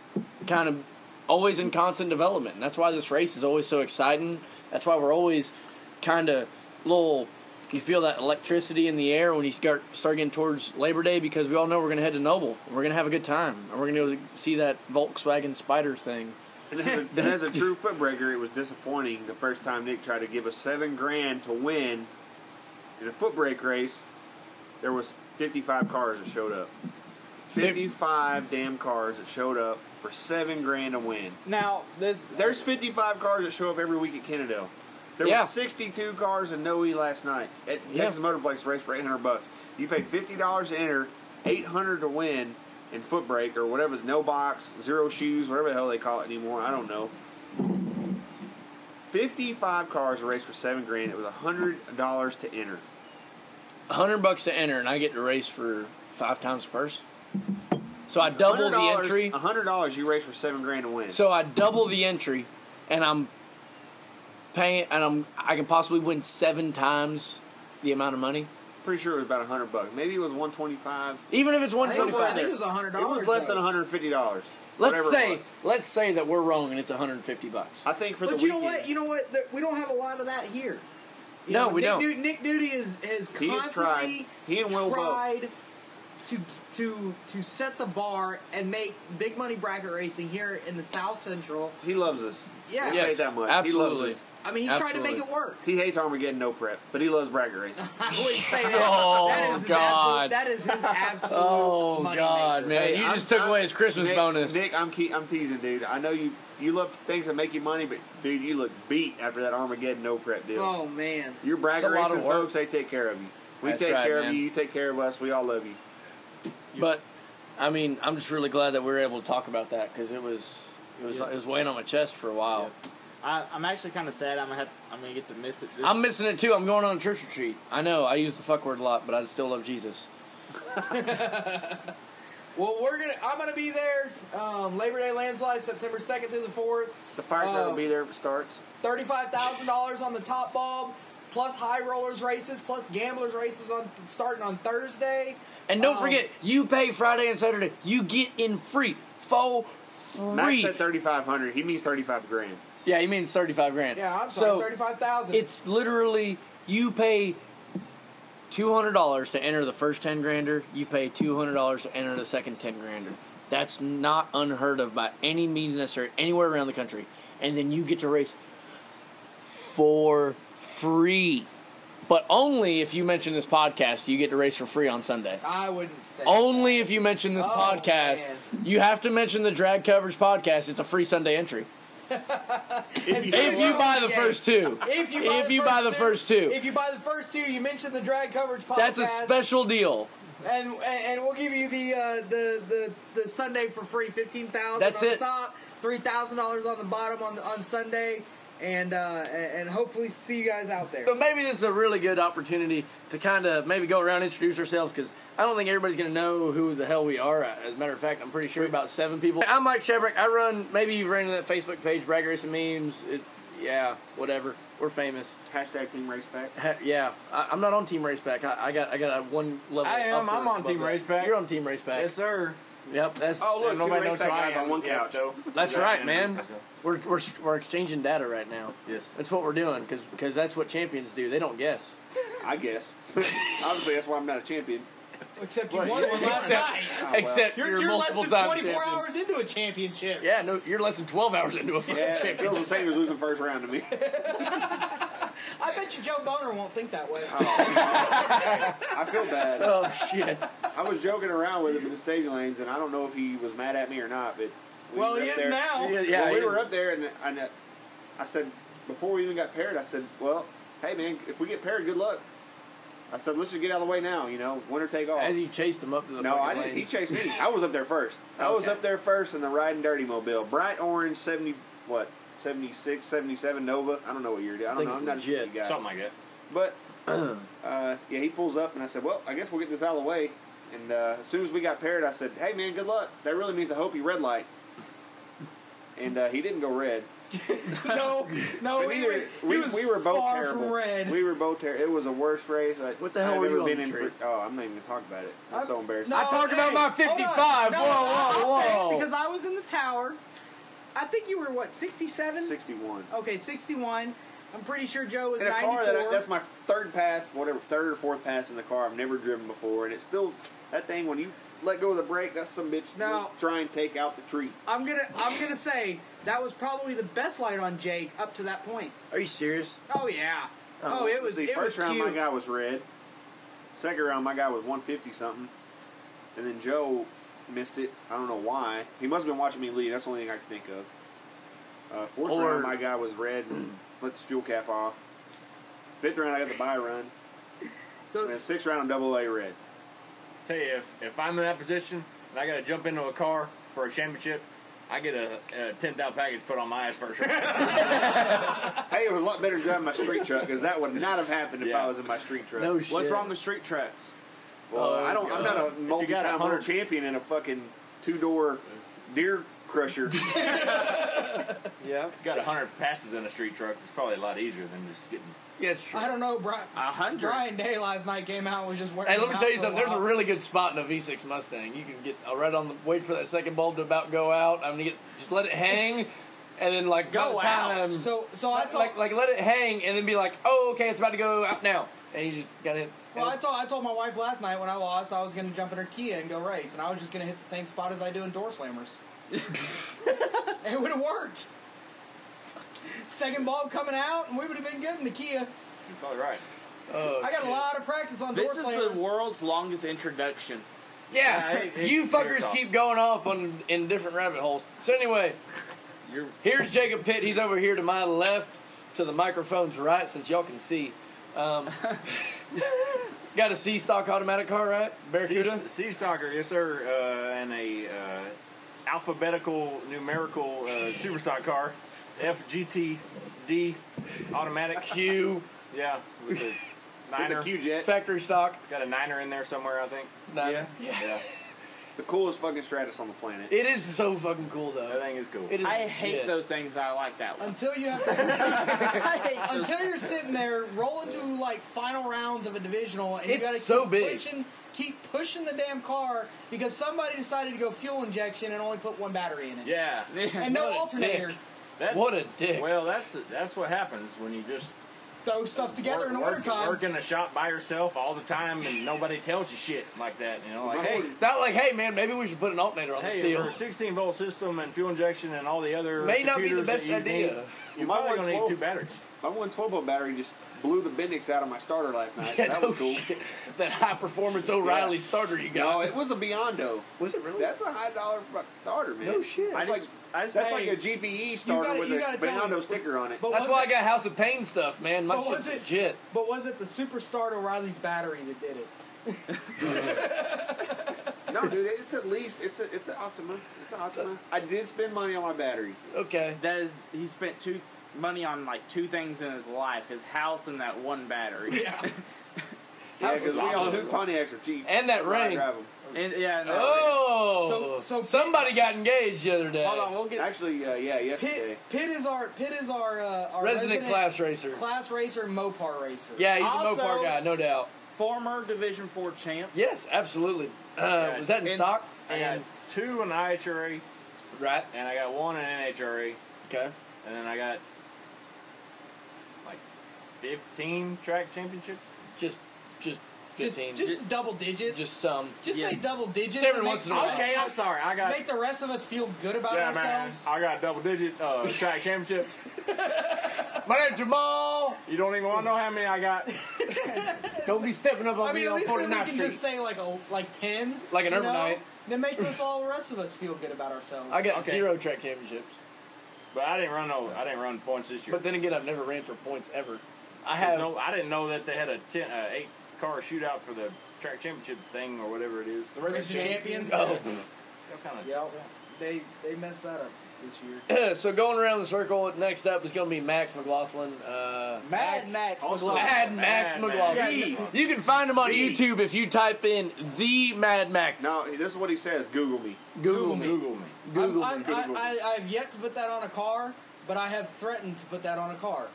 D: kind of always in constant development. And that's why this race is always so exciting. That's why we're always kind of little. You feel that electricity in the air when you start start getting towards Labor Day because we all know we're gonna head to Noble. We're gonna have a good time, and we're gonna go see that Volkswagen Spider thing.
E: And as, a, and as a true footbreaker, it was disappointing the first time Nick tried to give us seven grand to win in a footbreak race. There was 55 cars that showed up. 55 damn cars that showed up for seven grand to win.
J: Now this
E: There's 55 cars that show up every week at Kennedale. There
D: Yeah.
E: was 62 cars in Noe last night at
D: Yeah.
E: Texas Motorplex race for 800 bucks. You paid 50 dollars to enter, 800 to win in foot brake or whatever, no box, zero shoes, whatever the hell they call it anymore. I don't know. 55 cars raced for seven grand. It was 100 dollars to enter.
D: hundred bucks to enter, and I get to race for five times the purse. So I double the
E: $100
D: entry.
E: $100 dollars you race for seven grand to win.
D: So I double the entry, and I'm paying, and I'm I can possibly win seven times the amount of money,
E: Pretty sure it was about 100 bucks. Maybe it was 125.
D: even if it's one
J: I think it was, I think it
D: seventy-five.
J: was hundred
E: It
J: dollars.
E: was less than 150 dollars.
D: Let's say let's say that we're wrong and it's one hundred and fifty bucks.
E: I think for
J: But
E: the
J: you know
E: weekend,
J: what? You know what? There- We don't have a lot of that here. You
D: No,
J: know,
D: we
J: Nick
D: don't.
J: Du- Nick Duty is has
E: He has tried.
J: constantly
E: He and Will both.
J: tried to to to set the bar and make big money bracket racing here in the South Central.
E: He loves us.
J: Yeah,
E: Yes.
D: Yes,
E: that much. He loves
D: absolutely.
E: us.
J: I mean he's trying to make
D: Absolutely.
J: it work.
E: He hates Armageddon no prep, but he loves bracket racing.
J: I wouldn't say that.
D: Oh,
J: that is his
D: God.
J: Absolute, that is his absolute.
D: Oh
J: moneymaker.
D: God, man!
E: Hey,
D: you
E: I'm-
D: just took
E: I'm-
D: away his Christmas
E: Nick,
D: bonus.
E: Nick, I'm ke- I'm teasing, dude. I know you you love things that make you money, but dude, you look beat after that Armageddon no prep deal.
J: Oh man.
E: Your bracket
D: It's a lot of
E: racing
D: work.
E: folks, they take care of you. We
D: That's
E: take
D: right,
E: care
D: man.
E: of you. You take care of us. We all love you.
D: But I mean, I'm just really glad that we were able to talk about that because it was it was it was weighing on my chest for a while.
C: I, I'm actually kind of sad. I'm gonna have, I'm gonna get to miss it. This
D: I'm missing it too. I'm going on a church retreat. I know I use the fuck word a lot, but I still love Jesus.
F: Well, we're gonna. I'm gonna be there. Um, Labor Day landslide, September second through the fourth.
E: The fire truck
F: Oh.
E: will be there if it starts.
F: Thirty-five thousand dollars on the top bulb, plus high rollers races, plus gamblers races on starting on Thursday.
D: And don't
F: Um,
D: forget, you pay Friday and Saturday. You get in free, for
E: Max
D: free.
E: said thirty five hundred. He means thirty five grand.
D: yeah, he means thirty-five grand.
F: Yeah, I'm sorry,
D: so
F: thirty-five thousand.
D: it's literally you pay two hundred dollars to enter the first ten grander. You pay two hundred dollars to enter the second ten grander. That's not unheard of by any means necessary anywhere around the country. And then you get to race for free, but only if you mention this podcast. You get to race for free on Sunday.
F: I wouldn't say.
D: Only if you mention this
F: Oh,
D: podcast.
F: man.
D: You have to mention the drag coverage podcast. It's a free Sunday entry.
E: If you,
D: If you buy the first two.
F: If you buy,
D: If
F: the,
D: you
F: first
D: buy the
F: two,
D: first two.
F: If you buy the first two, you mention the drag coverage podcast.
D: That's a special deal.
F: And, and and we'll give you the uh, the the the Sunday for free. Fifteen thousand.
D: That's
F: on
D: it.
F: The top three thousand dollars on the bottom on on Sunday, and uh, and and hopefully see you guys out there.
D: So maybe this is a really good opportunity to kind of maybe go around and introduce ourselves because I don't think everybody's going to know who the hell we are. As a matter of fact, I'm pretty sure about seven people. I'm Mike Shebrick. I run, maybe you've ran into that Facebook page, Brag Racing Memes. It, yeah, whatever. We're famous.
E: hashtag team race back.
D: He- yeah, I, I'm not on Team Raceback. I, I got I got a one level.
G: I am.
D: upper
G: I'm on
D: above
G: Team
D: that.
G: Raceback.
D: You're on Team Raceback.
G: Yes, sir.
D: Yep, that's
E: Oh look, two
G: Nobody
E: race
G: knows
E: back
G: who I
E: guys on
G: am
E: one
G: yet,
E: couch.
G: though.
D: that's
E: Yeah,
D: right,
E: yeah,
D: man. We're, we're we're exchanging data right now.
G: Yes.
D: That's what we're doing because that's what champions do. They don't guess.
E: I guess. Obviously, that's why I'm not a champion.
J: Except you won it last
D: Except-
J: night.
E: Oh, well.
D: Except
J: You're,
D: you're,
J: you're, less
D: multiple
J: than
D: time
J: 24
D: champion.
J: hours into a championship.
D: Yeah, no, you're less than 12 hours into a fucking
E: Yeah, it feels the
D: championship.
E: same as losing first round to me.
J: I bet
F: bet you Joe Boner won't think that way.
D: Uh,
E: I feel bad.
D: Oh shit!
E: I was joking around with him in the staging lanes, and I don't know if he was mad at me or not, but we
F: well,
E: were
F: he
E: up
F: is
E: there.
F: now.
D: Yeah,
E: well, we
D: yeah.
E: were up there, and I, kn- I said before we even got paired, I said, "Well, hey man, if we get paired, good luck." I said, "Let's just get out of the way now, you know, winner take all."
D: As you chased him up to the
E: no, I
D: fucking
E: didn't. He
D: lanes.
E: chased me. I was up there first. I was
D: Okay.
E: up there first in the riding dirty mobile, bright orange seventy what. 76, 77 Nova. I don't know what year it is. I don't
D: think
E: know.
D: it's
E: I'm not a
D: legit.
E: speed guy.
G: Something like that.
E: But uh, yeah, he pulls up, and I said, "Well, I guess we'll get this out of the way." And uh, as soon as we got paired, I said, "Hey, man, good luck." That really means I hope you red light. And uh, he didn't go red.
F: No, no,
E: But
F: he
E: either-
F: was- he
E: we,
F: was
E: we were both
F: far
E: terrible.
F: From red.
E: We were both terrible. It was the worst race. I,
D: What the hell
E: I've
D: were
E: ever
D: you on
E: been
D: the
E: in
D: trip?
E: for- oh, I'm not even talking about it. That's so embarrassing.
F: No,
D: I talked about my
F: hold on.
D: 55.
F: No,
D: Whoa,
F: no,
D: whoa,
F: I'll say it
D: whoa.
F: because I was in the tower. I think you were what, 67?
E: 61.
F: Okay, 61. I'm pretty sure Joe was
E: in a
F: 94.
E: car that I, that's my third pass, whatever, third or fourth pass in the car. I've never driven before, and it's still that thing when you let go of the brake. That's some bitch.
F: No.
E: will try and take out the tree.
F: I'm gonna I'm gonna say that was probably the best light on Jake up to that point.
D: Are you serious?
F: Oh yeah. Oh, it was
E: See,
F: it
E: first
F: was
E: round. My
F: cute.
E: guy was red. Second round, my guy was 150 something, and then Joe missed it. I don't know why. He must have been watching me lead. That's the only thing I can think of. Uh, fourth
D: Or-
E: round, my guy was red and flipped his fuel cap off. Fifth round, I got the buy run.
F: So
E: And sixth round, double A red.
G: Tell you, if, if I'm in that position and I got to jump into a car for a championship, I get a, a 10,000 package put on my ass first round.
E: Hey, it was a lot better driving my street truck because that would not have happened if
G: Yeah.
E: I was in my street truck.
D: No shit.
C: What's wrong with street tracks?
E: well,
D: Oh,
E: I don't. I'm not a
G: If you got a
E: multi-time world
G: hundred-
E: champion in a fucking two-door deer crusher.
C: Yeah.
G: got 100 passes in a street truck. It's probably a lot easier than just getting.
D: Yeah, it's true.
F: I don't know, Brian.
C: A hundred.
F: Brian Day last night came out and was just wearing.
D: Hey, let me
F: out
D: tell you
F: for
D: something. There's a
F: while.
D: really good spot in a V6 Mustang. You can get uh, right on the wait for that second bulb to about go out. I'm gonna get just let it hang, and then like by
C: Go
D: the
C: out.
D: time,
F: So so I
D: like,
F: told
D: like like let it hang, and then be like, oh okay, it's about to go out now, and you just got it.
F: well I told I told my wife last night when I lost I was gonna jump in her Kia and go race and I was just gonna hit the same spot as I do in door slammers. it would have worked. Second ball coming out and we would have been good in the Kia.
G: You're probably right.
D: oh,
F: I got a
D: shit.
F: lot of practice on
C: This
F: door
C: is
F: slammers.
C: the world's longest introduction.
D: Yeah,
G: Yeah, it- it-
D: you
G: it's clear
D: fuckers
G: talk.
D: keep going off on in different rabbit holes. So anyway,
G: You're-
D: here's Jacob Pitt. He's over here to my left, to the microphone's right, since y'all can see. Um, got a C stock automatic car, right? Barracuda.
G: Sea Stalker, yes, sir. Uh, and a uh, alphabetical numerical uh, super stock car. FGTD automatic.
D: Q
G: Yeah. With a niner.
E: the Q-Jet.
D: factory stock.
G: Got a niner in there somewhere, I think.
D: Nah.
C: Yeah.
G: Yeah.
E: The coolest fucking Stratus on the planet.
D: It is so fucking cool
G: That
D: though.
G: thing is cool.
D: It is
C: I hate
D: legit.
C: those things. I like that one.
F: Until you have to, until you're sitting there rolling to like final rounds of a divisional, and you
D: It's
F: gotta
D: so
F: keep
D: big.
F: pushing, keep pushing the damn car because somebody decided to go fuel injection and only put one battery in it,
G: Yeah.
F: and no
D: What a
F: alternator.
D: dick.
G: That's,
D: What a dick.
G: Well, that's that's what happens when you just
F: Throw stuff together
G: work,
F: in the
G: work,
F: wintertime.
G: work in a shop by yourself all the time and nobody tells you shit like that. You know, like, hey,
D: Not like, hey man, maybe we should put an alternator on
G: hey,
D: this deal.
G: for a 16 volt system and fuel injection and all the other
D: May not be the
G: computers
D: best
G: that you
D: idea.
G: Need, you're
E: My
G: probably gonna need
E: 112
G: two batteries.
E: My 112 volt battery just blew the Bendix out of my starter last night. so
D: Yeah,
E: that
D: no
E: was cool.
D: shit. That high performance O'Reilly starter you got.
E: No, it was a Biondo.
D: was it really?
E: That's a high dollar fuck starter, man.
D: No shit.
E: That's
C: I just-
E: like,
C: I just
E: that's
C: made-
E: like a GPE starter
F: gotta-
E: with
F: you
E: a
F: gotta tell
E: Biondo
F: me.
E: sticker on it.
F: But
D: That's
F: was
D: why I
F: it-
D: got House of Pain stuff, man. My
F: But
D: shit's
F: was it-
D: legit.
F: But was it the superstar O'Reilly's battery that did it?
E: no, dude, it's at least it's a it's an Optima. It's an Optima. I did spend money on my battery.
D: Okay.
C: That is, he spent two money on like two things in his life: his house and that one battery. Yeah,
E: Yeah,
D: House
E: because
D: is
E: we all
D: awesome.
E: know Pontiacs are cheap.
D: And that
E: I
D: ring.
E: drive 'em.
C: and, yeah. and that-
D: Oh,
F: So- so-
D: somebody got engaged the other day.
C: Hold on, we'll get.
E: Actually, uh, yeah, yesterday.
F: Pitt, Pitt is our Pitt is our uh, our
D: Resident, class racer.
F: class racer, Mopar racer.
D: yeah, he's
C: Also-
D: a Mopar guy, no doubt.
C: former Division Four champ.
D: Yes, absolutely. Uh, was that in
G: And-
D: stock?
G: I got two in IHRA
D: Right.
G: and I got one in NHRA
D: Okay.
G: and then I got like 15 track championships.
D: Just, just
F: just,
D: 15.
F: just
D: Just,
F: double digits. Just,
D: just um.
F: say double digits.
D: Just every
F: and make-
D: once in a while.
G: Okay, I'm sorry. I got
F: make the rest of us feel good about
G: yeah, man.
F: ourselves.
G: I got double digit uh, track championships.
D: My name's Jamal.
G: You don't even want to know how many I got.
D: Don't be stepping up on
F: I mean,
D: me
F: at
D: on
F: least then we
D: 49th
F: can
D: Street.
F: just say like a like ten,
D: Like an
F: you
D: Urban
F: know?
D: Knight.
F: That makes us all the rest of us feel good about ourselves.
D: I got
G: Okay.
D: zero track championships.
G: But I didn't run no, I didn't run points this year.
D: But then again, I've never ran for points ever. I
G: There's
D: have.
G: no, I didn't know that they had a ten, uh, eight car shootout for the track championship thing or whatever it is.
A: The Race of Champions.
D: Oh.
G: What kind of-
F: Yep. They they messed that up this year.
D: Oh. so going around the circle, next up is going to be Max McLaughlin. Uh,
F: Mad Max
G: Also-
F: McLaughlin.
D: Mad Max
G: Mad
D: McLaughlin.
G: Max.
D: You can find him on
E: The-
D: YouTube if you type in the Mad Max.
E: No, this is what he says. Google me.
D: Google, me.
G: Google me.
D: Google
F: I'm,
D: me.
F: I'm, I, I, I have yet to put that on a car, but I have threatened to put that on a car.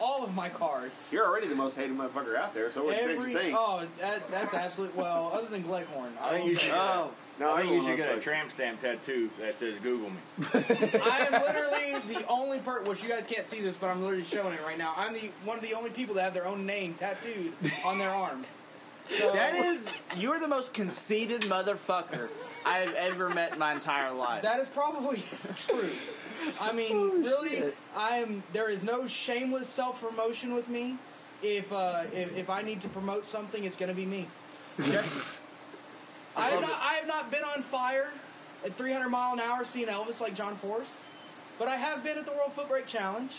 F: All of my cars.
E: You're already the most hated motherfucker out there, so what change your
F: Every
E: thing?
F: oh, that, that's absolute. Well, other than Gleghorn,
G: I
F: I,
G: think you should.
C: Oh,
E: no,
G: I think you
E: everyone
G: should get a
E: loves
G: tramp stamp tattoo that says Google me.
F: I am literally the only person. Which you guys can't see this, but I'm literally showing it right now. I'm the one of the only people that have their own name tattooed on their arm. So,
C: that is you're the most conceited motherfucker I have ever met in my entire life.
F: That is probably true. I mean,
C: Oh,
F: really, I'm. There is no shameless self promotion with me. If, uh, if if I need to promote something, it's going to be me. I have not. I have not been on fire at 300 mile an hour seeing Elvis like John Force, but I have been at the World Foot Brake Challenge,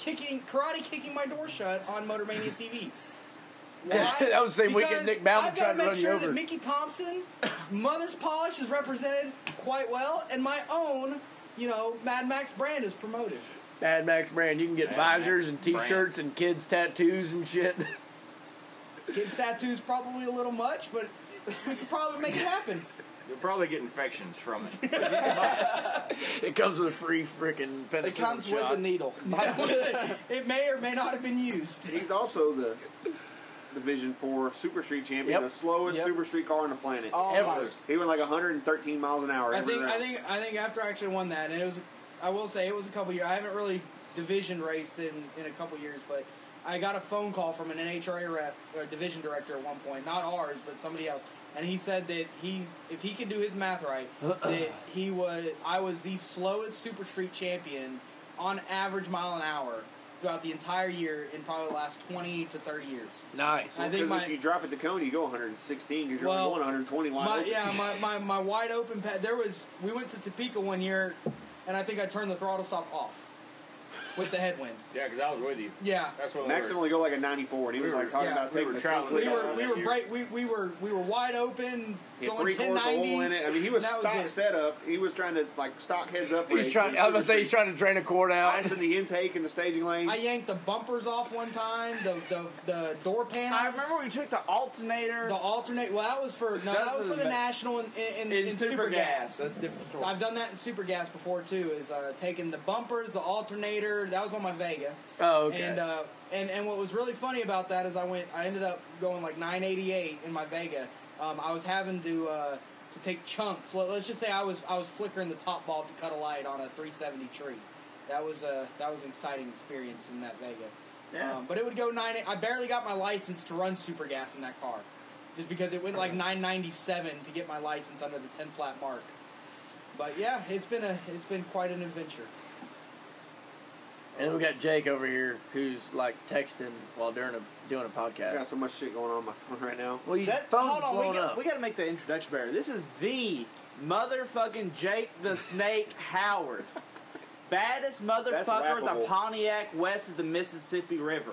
F: kicking karate kicking my door shut on Motor Mania TV. Why?
D: that was the same
F: Because
D: weekend Nick Bowden
F: I've gotta
D: tried to
F: make
D: run you
F: sure
D: over.
F: That Mickey Thompson, Mother's Polish is represented quite well, and my own, you know, Mad Max brand is promoted.
D: Mad Max brand. You can get
G: Max
D: visors and
G: brand.
D: T-shirts and kids tattoos and shit.
F: Kids tattoos probably a little much, but we could probably make it happen.
G: You'll probably get infections from it.
D: it comes with a free freaking penicillin
H: It comes with
D: shot.
H: a needle.
F: it may or may not have been used.
E: me. He's also the Division Four Super Street champion,
D: Yep.
E: the slowest
D: Yep.
E: Super Street car on the planet.
H: Oh,
D: Ever.
E: He went like 113 miles an hour.
F: I
E: every
F: think I
E: round.
F: think I think after I actually won that, and it was I will say it was a couple years. I haven't really division raced in in a couple years, but I got a phone call from an NHRA rep, or division director at one point, not ours, but somebody else, and he said that he if he could do his math right, that he was I was the slowest Super Street champion on average mile an hour throughout the entire year in probably the last twenty to thirty years.
D: Nice.
F: I think
E: Because
F: my-
E: if you drop it to Coney, you go 116 because you're
F: Well,
E: only going 120 wide
F: my,
E: open.
F: yeah, my, my, my wide open pad. There was we went to Topeka one year, and I think I turned the throttle stop off with the headwind.
G: yeah, because I was with you.
F: Yeah,
G: That's what
E: Max can only go like a 94, and he was
G: We
E: like
G: were-
E: talking
F: yeah,
E: about
G: we
E: taking
G: were
E: the
G: traveling.
E: complete
F: we were
E: out
F: we
E: that
F: were
E: year.
F: bright. We, we were we were wide open
E: He had
F: going
E: three
F: ten
E: quarters of oil in
F: ninety.
E: it. I mean, he was
F: That was
E: stock
F: it.
E: setup. He was trying to like stock heads up.
D: He's
E: race.
D: trying.
E: He
D: I was
E: was
D: gonna say he's trying to drain a cord out.
E: ice in the intake and the staging lane.
F: I yanked the bumpers off one time. The the, the door panels.
C: I remember we took the alternator
F: the alternate. Well, that was for no, that,
C: That
F: was
C: was
F: for the
C: ba-
F: national in in, in,
C: in
F: in
C: super gas.
F: Supergas.
C: That's a different story.
F: I've done that in super gas before too. Is uh, taking the bumpers, the alternator. That was on my Vega.
D: Oh, okay.
F: And uh, and and what was really funny about that is I went, I ended up going like 988 in my Vega. Um, I was having to uh, to take chunks. Let, let's just say I was I was flickering the top bulb to cut a light on a 370 tree. That was a that was an exciting experience in that Vega. Um, but it would go nine. I barely got my license to run super gas in that car, just because it went like 997 to get my license under the 10 flat mark. But yeah, it's been a it's been quite an adventure.
D: And then we got Jake over here who's like texting while during a doing a
E: I got
D: podcast.
E: so much shit going on on my phone right now.
D: Well, your
C: That,
D: phone's
C: hold on,
D: blowing
C: we, got,
D: up.
C: we got to make the introduction better. This is the motherfucking Jake the Snake Howard, baddest motherfucker the
E: laughable.
C: Pontiac west of the Mississippi River.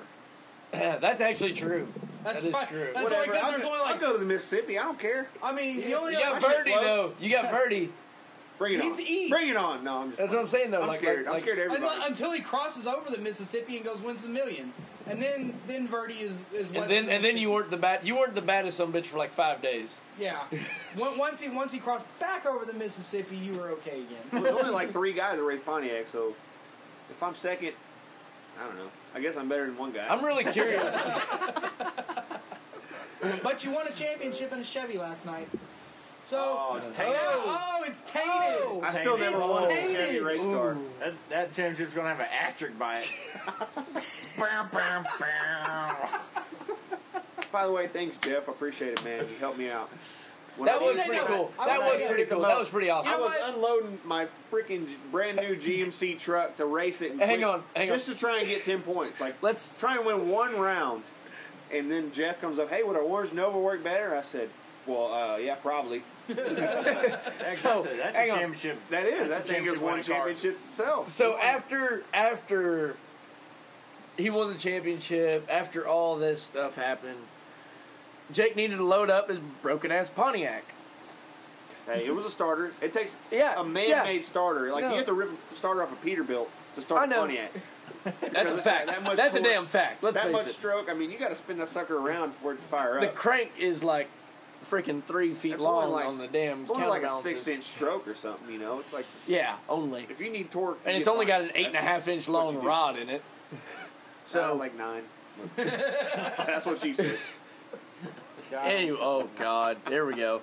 D: Yeah, that's actually true.
F: That's
D: That is
F: fi-
D: true.
F: That's
E: Whatever.
F: only because
E: I'll,
F: there's
E: go,
F: only
E: I'll
F: like
E: go to the Mississippi. I don't care.
F: I mean, the only
D: You
F: other
D: got Verdi
E: floats.
D: though. You got Verdi.
E: Bring it
F: He's
E: on.
F: east.
E: Bring it on. No, I'm just.
D: That's what I'm saying though.
E: I'm
D: like,
E: scared.
D: like-
E: I'm
D: like-
E: scared of everybody.
F: unle- until he crosses over the Mississippi and goes wins the million, and then then Verdi is is
D: And
F: west of
D: then and then
F: Mississippi.
D: you weren't the bat. You weren't the baddest some bitch for like five days.
F: yeah. Once- once he once he crossed back over the Mississippi, you were okay again.
E: There's only like three guys that race Pontiac, so if I'm second, I don't know. I guess I'm better than one guy.
D: I'm really curious.
F: But you won a championship in a Chevy last night, so
G: Oh, it's tainted.
F: Oh, oh, it's tainted.
E: I still never won a
F: Hated.
E: Chevy race car.
G: That, that championship's gonna have an asterisk by it. Bam, bam, bam.
E: By the way, thanks, Jeff. I appreciate it, man. You helped me out. When
D: That
E: I
D: was
E: was
D: pretty
E: thinking
D: cool.
E: about-
D: That
E: I was
D: was
E: thinking
D: pretty cool.
E: about-
D: That was pretty
E: I
D: awesome.
E: was unloading my freaking j- brand new GMC truck to race it. And
D: Hang
E: freak-
D: on, hang on.
E: just to try and get ten points. Like
D: Let's-
E: try and win one round, and then Jeff comes up. Hey, would a Orange Nova work better? I said, Well, uh, yeah, probably.
D: So,
G: that's a, that's
D: hang
G: a
D: on.
G: championship.
E: That is.
G: That's
E: that thing
G: a
E: has
G: championship
E: won
G: winning car.
E: championships itself.
D: So after after he won the championship, after all this stuff happened, Jake needed to load up his broken ass Pontiac.
E: hey, it was a starter. It takes
D: Yeah,
E: a man-made
D: yeah.
E: starter. Like
D: No.
E: you have to rip a starter off a Peterbilt
D: I
E: to start a
D: know.
E: Pontiac.
D: That's a
E: it's
D: fact.
E: that much
D: That's a
E: torque.
D: damn fact. Let's
E: that
D: face
E: much
D: it.
E: stroke. I mean, you got to spin that sucker around for it to fire
D: the
E: up.
D: crank is like freaking three feet
E: It's only
D: long
E: like-
D: on the damn.
E: It's only like a
D: counterbalances.
E: six-inch stroke or something. You know, it's like
D: Yeah, only.
E: if you need torque,
D: And
E: you
D: it's
E: get
D: only got
E: mine.
D: an eight and a
E: That's-
D: half inch
E: what you
D: long
E: do.
D: rod in it.
E: Uh,
D: So
E: like nine. That's what she said. God.
D: anyway, oh god, there we go.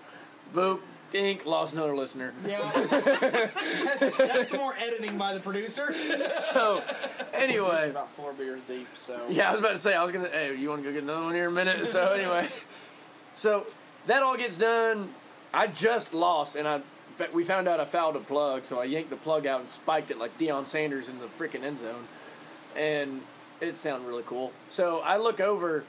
D: Boop, dink, lost another listener.
F: Yeah. that's, that's more editing by the producer.
D: So anyway.
C: About four beers deep, so.
D: Yeah, I was about to say I was gonna. Hey, you want to go get another one here in a minute? So anyway, so that all gets done. I just lost, and I in fact, we found out I fouled a plug, so I yanked the plug out and spiked it like Deion Sanders in the freaking end zone, and it sounded really cool. So I look over,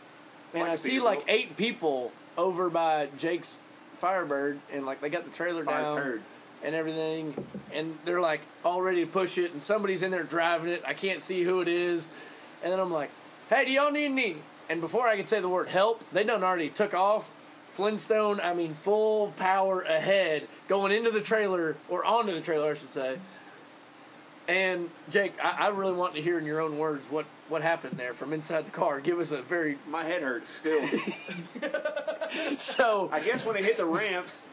D: and
E: Like
D: I
E: a
D: see
E: Peterbilt.
D: like eight people over by Jake's Firebird, and like they got the trailer down
E: Firebird.
D: Um, and everything, and they're like all ready to push it, and somebody's in there driving it. I can't see who it is, and then I'm like, "Hey, do y'all need any?" And before I could say the word help, they done already took off. Flintstone, I mean, full power ahead, going into the trailer or onto the trailer, I should say. And Jake, I, I really want to hear in your own words what what happened there from inside the car. Give us a very
E: My head hurts still.
D: so.
E: I guess when it hit the ramps,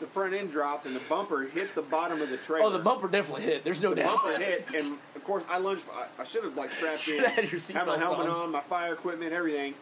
E: the front end dropped and the bumper hit the bottom of the trailer.
D: Oh, the bumper definitely hit. There's no doubt.
E: Bumper hit, and of course I lunged. I, I should have like strapped in,
D: Should've had your
E: had my
D: seatbelts
E: helmet
D: on.
E: on, my fire equipment, everything.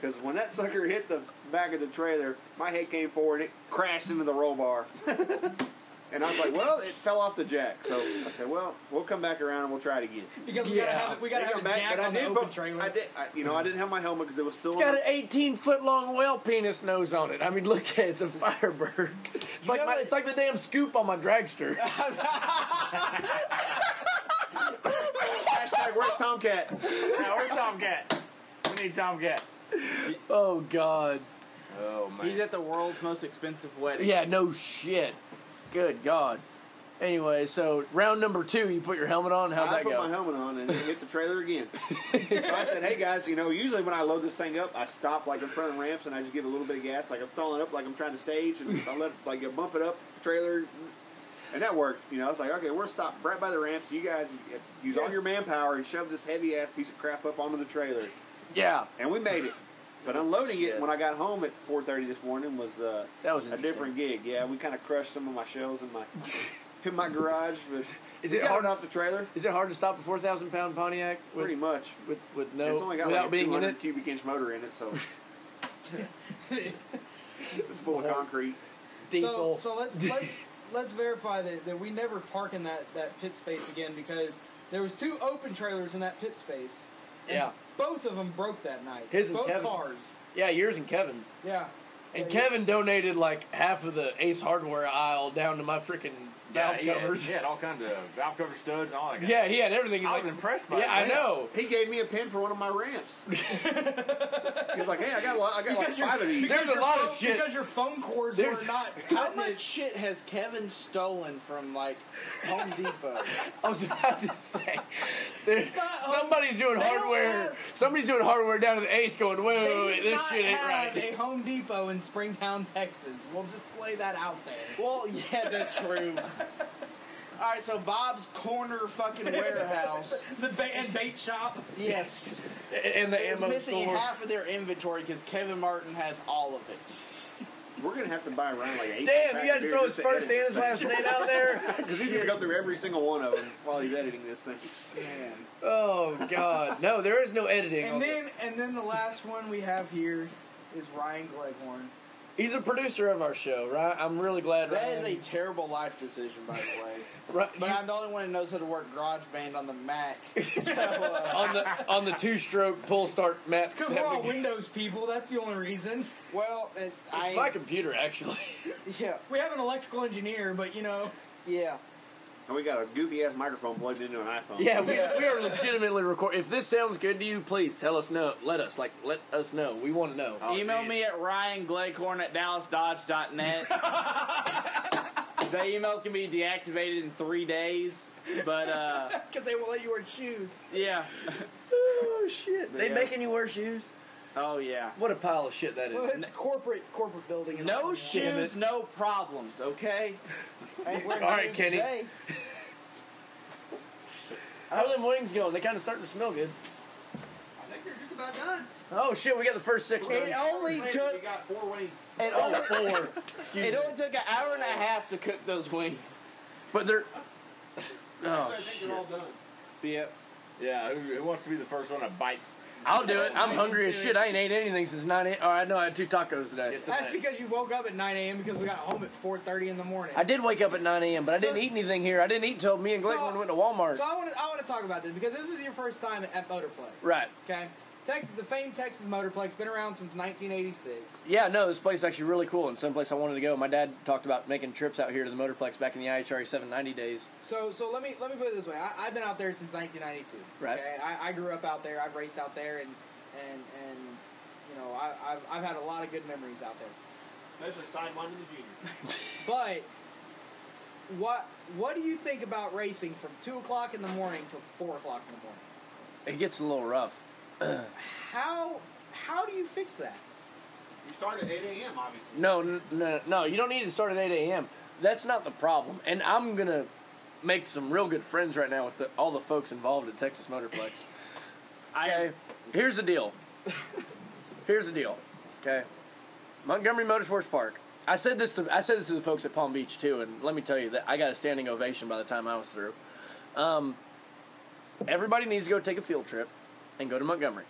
E: Because when that sucker hit the back of the trailer, my head came forward, it crashed into the roll bar, and I was like, "Well, it fell off the jack." So I said, "Well, we'll come back around and we'll try it again."
F: Because we gotta
D: Yeah.
F: have it- we gotta
E: They
F: have
E: come
F: a
E: back,
F: jack
E: but I
F: on the
E: did
F: open
E: put-
F: trailer.
E: I did, I, you know, I didn't have my helmet because it was still.
D: It's
E: in
D: got
E: the-
D: an 18 foot long whale penis nose on it. I mean, look at it. It's a Firebird. It's like my, it's like the damn scoop on my dragster.
E: Hashtag where's Tomcat?
G: Yeah, where's Tomcat? We need Tomcat.
D: Oh God.
G: Oh man.
C: He's at the world's most expensive wedding.
D: Yeah. No shit. Good God. Anyway, so round number two, you put your helmet on. How'd
E: I
D: that
E: put my
D: go?
E: helmet on and hit the trailer again. so I said, "Hey guys, you know, usually when I load this thing up, I stop like in front of ramps and I just give it a little bit of gas, like I'm thawing up, like I'm trying to stage, and I let like I bump it up the trailer, and that worked. You know, I was like, okay, we're stopped right by the ramps. You guys use all your manpower and shove this heavy ass piece of crap up onto the trailer,
D: Yeah,
E: and we made it. But unloading
D: Shit.
E: it when I got home at 4:30 this morning was uh,
D: that was
E: a
D: interesting.
E: different gig. Yeah, we kind of crushed some of my shells in my in my garage. But
D: Is
E: we
D: it
E: got
D: hard-
E: off the trailer?
D: Is it hard to stop a four thousand pound Pontiac
E: Pretty
D: with
E: much.
D: with, with
E: it's
D: no
E: only got
D: without
E: like a
D: being in
E: 200
D: it?
E: cubic inch motor in it, so it's full of concrete.
D: Diesel.
F: So, so let's let's let's verify that, that we never park in that, that pit space again because there was two open trailers in that pit space. and
D: yeah,
F: Both of them broke that night.
D: His and
F: both
D: Kevin's.
F: cars.
D: yeah, yours and Kevin's.
F: Yeah.
D: And
F: Yeah,
D: Kevin donated like half of the Ace Hardware aisle down to my freaking
G: yeah,
D: valve
G: he had-
D: covers.
G: He had all kinds of valve cover studs and all that.
D: Yeah, he had everything. He's
G: I
D: like,
G: was impressed by
D: yeah, I
G: that.
D: know.
E: He gave me a pin for one of my ramps. He's like, "Hey, I got a lot, I got like five of these."
D: There's a lot of
F: phone-
D: shit.
F: Because your phone cords
D: There's-
F: were not.
C: How much shit has Kevin stolen from like Home Depot?
D: I was about to say, there,
F: not um,
D: somebody's doing
F: they don't
D: hardware. Somebody's doing hardware down to the Ace, going, wait, wait,
F: They
D: wait,
F: did
D: this
F: not
D: shit ain't
F: have
D: right.
F: a Home Depot in Springtown, Texas. We'll just lay that out there.
C: well, yeah, that's true. All right, so Bob's corner fucking warehouse.
F: The ba- and bait shop.
C: yes,
D: And the
C: is
D: ammo
C: missing
D: store.
C: half of their inventory because Kevin Martin has all of it.
E: We're gonna have to buy around like eight.
D: Damn, you had to throw his first and his last name out there.
E: because he's gonna go through every single one of them while he's editing this thing.
D: Oh God, no, there is no editing. on
F: And
D: this.
F: then and then the last one we have here is Ryan Gleghorn.
D: He's a producer of our show, right? I'm really glad.
C: That is
D: Ryan-
C: a terrible life decision, by the way.
D: Ri-
C: But
D: you-
C: I'm the only one who knows how to work GarageBand on the Mac. So, uh,
D: on the on the two stroke pull start map.
F: Because we're all Windows people. That's the only reason.
C: well, it, I
D: It's my computer actually.
C: yeah
F: We have an electrical engineer, but you know,
C: yeah.
E: And we got a goofy ass microphone plugged into an iPhone.
D: yeah, we, we are legitimately recording. If this sounds good to you, please tell us. No, let us like let us know. We want to know. E,
C: Email me at ryangleghorn at dallasdodge.net. the emails can be deactivated in three days, but uh,
F: because they won't let you wear shoes.
C: yeah.
D: oh shit! They
C: Yeah.
D: making you wear shoes?
C: Oh, yeah.
D: What a pile of shit that
F: Well,
D: is.
F: it's corporate corporate building. and all
C: No
F: that.
C: shoes, no problems, okay?
D: All right, Kenny.
C: Today.
D: How are them wings going? They kind of starting to smell good.
E: I think you're just about done.
D: Oh shit! We got the first six.
C: It
D: done.
C: only took
E: got four wings.
C: it only,
D: Four. Excuse
C: it
D: me.
C: only took an hour and a half to cook those wings.
D: But they're. Oh
E: I think
D: shit!
E: they're all done.
C: Yep.
G: Yeah, who, who wants to be the first one to bite?
D: I'll do it. I'm hungry as shit. I ain't ate anything since nine. Eight. Oh, I know. I had two tacos today.
G: Get some
F: That's
G: of that.
F: because you woke up at 9 a.m. because we got home at 4:30 in the morning.
D: I did wake up at 9 a.m., but I didn't
F: So-
D: eat anything here. I didn't eat till me and Glenn
F: So-
D: went to Walmart.
F: so I want to I want to talk about this because this is your first time at, at Motorplex.
D: right.
F: Okay. Texas, the famed Texas Motorplex, been around since 1986.
D: Yeah, no, this place is actually really cool and someplace I wanted to go. My dad talked about making trips out here to the Motorplex back in the IHRA 790 E days.
F: So, so let me let me put it this way: I, I've been out there since 1992.
D: Right.
F: Okay? I, I grew up out there. I've raced out there, and and and you know, I, I've I've had a lot of good memories out there.
E: Especially side one to the junior.
F: But what what do you think about racing from two o'clock in the morning till four o'clock in the morning?
D: It gets a little rough.
F: How how do you fix that?
E: You start at 8 a.m. obviously.
D: No, n- no, no, you don't need to start at 8 a.m. That's not the problem. And I'm going to make some real good friends right now with the, all the folks involved at Texas Motorplex. Okay, here's the deal. Here's the deal. Okay, Montgomery Motorsports Park. I said this to I said this to the folks at Palm Beach too, and let me tell you that I got a standing ovation by the time I was through. Um, everybody needs to go take a field trip and go to Montgomery